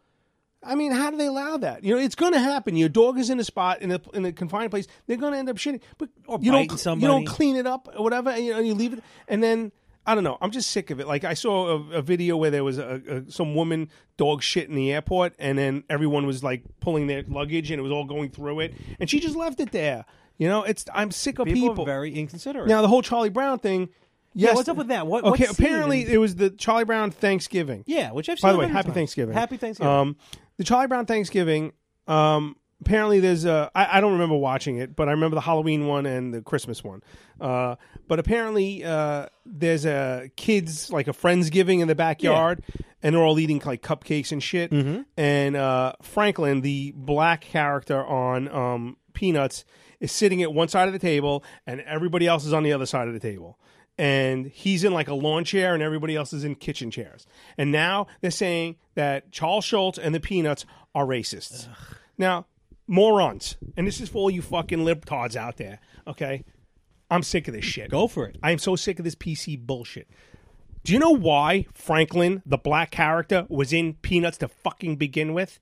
[SPEAKER 5] I mean, how do they allow that? You know, it's going to happen. Your dog is in a spot in a in a confined place. They're going to end up shitting, but or you
[SPEAKER 11] biting
[SPEAKER 5] don't
[SPEAKER 11] somebody.
[SPEAKER 5] you don't clean it up or whatever, and you, and you leave it. And then I don't know. I'm just sick of it. Like I saw a, a video where there was a, a some woman dog shit in the airport, and then everyone was like pulling their luggage, and it was all going through it, and she just left it there. You know, it's I'm sick of
[SPEAKER 11] People
[SPEAKER 5] people.
[SPEAKER 11] are very inconsiderate.
[SPEAKER 5] Now the whole Charlie Brown thing.
[SPEAKER 11] Yeah,
[SPEAKER 5] yes-
[SPEAKER 11] what's up with that? What- what
[SPEAKER 5] okay,
[SPEAKER 11] scene
[SPEAKER 5] apparently
[SPEAKER 11] is-
[SPEAKER 5] it was the Charlie Brown Thanksgiving.
[SPEAKER 11] Yeah, which I've
[SPEAKER 5] By
[SPEAKER 11] seen
[SPEAKER 5] the
[SPEAKER 11] a
[SPEAKER 5] way,
[SPEAKER 11] hundred
[SPEAKER 5] happy
[SPEAKER 11] times.
[SPEAKER 5] Thanksgiving.
[SPEAKER 11] Happy Thanksgiving.
[SPEAKER 5] Um, the Charlie Brown Thanksgiving. Um, apparently, there's a. I, I don't remember watching it, but I remember the Halloween one and the Christmas one. Uh, but apparently, uh, there's a kids like a friendsgiving in the backyard, and they're all eating like cupcakes and shit.
[SPEAKER 11] Mhm.
[SPEAKER 5] And uh, Franklin, the black character on um, Peanuts, is sitting at one side of the table, and everybody else is on the other side of the table and he's in like a lawn chair and everybody else is in kitchen chairs. And now they're saying that Charles Schultz and the Peanuts are racists. Now, morons, and this is for all you fucking libtards out there, okay? I'm sick of this shit. Go for it. I am so sick of this PC bullshit. Do you know why Franklin, the black character, was in Peanuts to fucking begin with?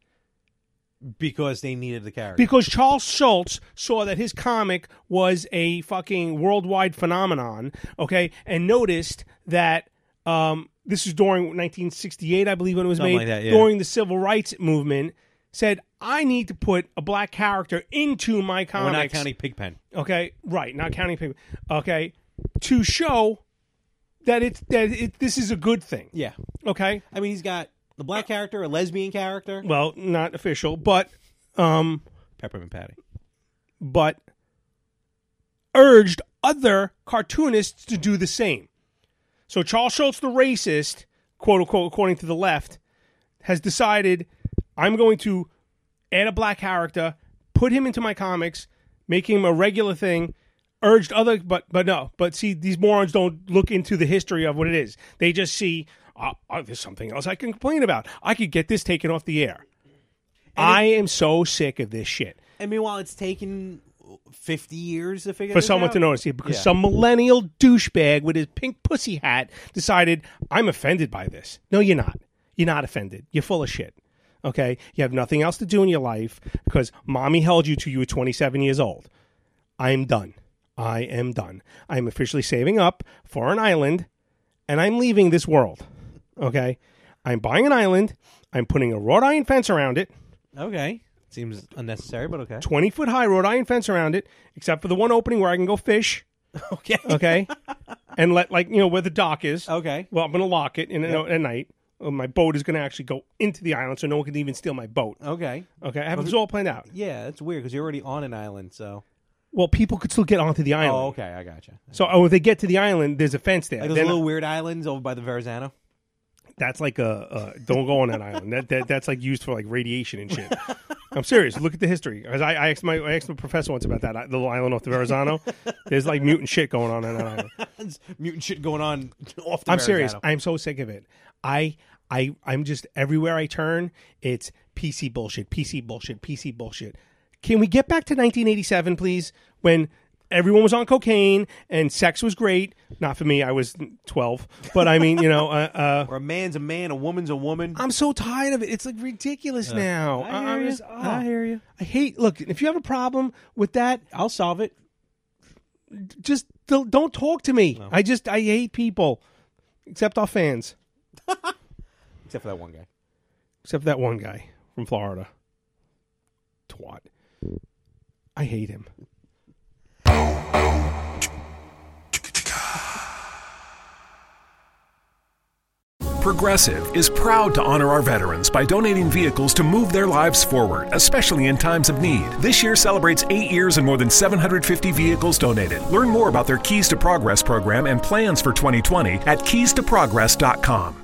[SPEAKER 11] because they needed the character.
[SPEAKER 5] Because Charles Schultz saw that his comic was a fucking worldwide phenomenon, okay, and noticed that um, this is during 1968, I believe, when it was
[SPEAKER 11] Something
[SPEAKER 5] made
[SPEAKER 11] like that, yeah.
[SPEAKER 5] during the civil rights movement. Said I need to put a black character into my
[SPEAKER 11] And
[SPEAKER 5] comics.
[SPEAKER 11] We're not counting Pigpen.
[SPEAKER 5] Okay, right, not counting people. Okay, to show that it's that it, this is a good thing.
[SPEAKER 11] Yeah.
[SPEAKER 5] Okay.
[SPEAKER 11] I mean, he's got the black character, a lesbian character.
[SPEAKER 5] Well, not official, but um,
[SPEAKER 11] Peppermint Patty.
[SPEAKER 5] but urged other cartoonists to do the same. So Charles Schultz, the racist, quote unquote, according to the left, has decided I'm going to add a black character, put him into my comics, make him a regular thing. Urged other, but but no, but see these morons don't look into the history of what it is. They just see oh, oh, there's something else I can complain about. I could get this taken off the air. I am so sick of this shit
[SPEAKER 11] And meanwhile, it's taken fifty years to figure
[SPEAKER 5] for
[SPEAKER 11] this
[SPEAKER 5] someone
[SPEAKER 11] out.
[SPEAKER 5] to notice it because
[SPEAKER 11] Yeah.
[SPEAKER 5] some millennial douchebag with his pink pussy hat decided I'm offended by this. No, you're not. You're not offended. You're full of shit. Okay, you have nothing else to do in your life because mommy held you till you were 27 years old. I'm done. I am done. I'm officially saving up for an island, and I'm leaving this world. Okay, I'm buying an island. I'm putting a wrought iron fence around it.
[SPEAKER 11] Okay, seems unnecessary, but okay.
[SPEAKER 5] 20 foot high wrought iron fence around it, except for the one opening where I can go fish.
[SPEAKER 11] [LAUGHS] Okay.
[SPEAKER 5] Okay. and let, like, you know, where the dock is.
[SPEAKER 11] Okay.
[SPEAKER 5] Well, I'm going to lock it in, at night. Uh, My boat is going to actually go into the island so no one can even steal my boat.
[SPEAKER 11] Okay.
[SPEAKER 5] Okay. I have
[SPEAKER 11] Well,
[SPEAKER 5] this all planned out.
[SPEAKER 11] Yeah, that's weird because you're already on an island. So.
[SPEAKER 5] Well, people could still get onto the island.
[SPEAKER 11] Oh, okay. I gotcha.
[SPEAKER 5] So, oh, if they get to the island, there's a fence there.
[SPEAKER 11] Like those
[SPEAKER 5] Then-
[SPEAKER 11] little weird islands over by the Verrazano.
[SPEAKER 5] that's like a, a don't go on that island. That, that that's like used for like radiation and
[SPEAKER 11] [LAUGHS]
[SPEAKER 5] shit. I'm serious. Look at the history. 'Cause I, I asked my I asked my professor once about that the little island off the Verrazano. There's like mutant shit going on on that island.
[SPEAKER 11] There's mutant shit going on off the
[SPEAKER 5] I'm serious.
[SPEAKER 11] Verrazano.
[SPEAKER 5] I'm so sick of it. I I I'm just everywhere I turn, it's PC bullshit, PC bullshit, PC bullshit. Can we get back to 1987, please? When everyone was on cocaine and sex was great. Not for me. I was 12, but I mean, you know, uh, uh,
[SPEAKER 11] Where a man's a man, a woman's a woman.
[SPEAKER 5] I'm so tired of it. It's like ridiculous
[SPEAKER 11] Yeah.
[SPEAKER 5] now.
[SPEAKER 11] I
[SPEAKER 5] I,
[SPEAKER 11] hear
[SPEAKER 5] I'm
[SPEAKER 11] ya.
[SPEAKER 5] just-
[SPEAKER 11] I hear ya.
[SPEAKER 5] I hate. Look, if you have a problem with that,
[SPEAKER 11] I'll solve it.
[SPEAKER 5] Just don't, don't talk to me. I just I hate people, except our fans,
[SPEAKER 11] Except for that one guy.
[SPEAKER 5] except that one guy from Florida. Twat. I hate him.
[SPEAKER 12] Progressive is proud to honor our veterans by donating vehicles to move their lives forward, especially in times of need. This year celebrates eight years and more than 750 vehicles donated. Learn more about their Keys to Progress program and plans for 2020 at keystoprogress.com.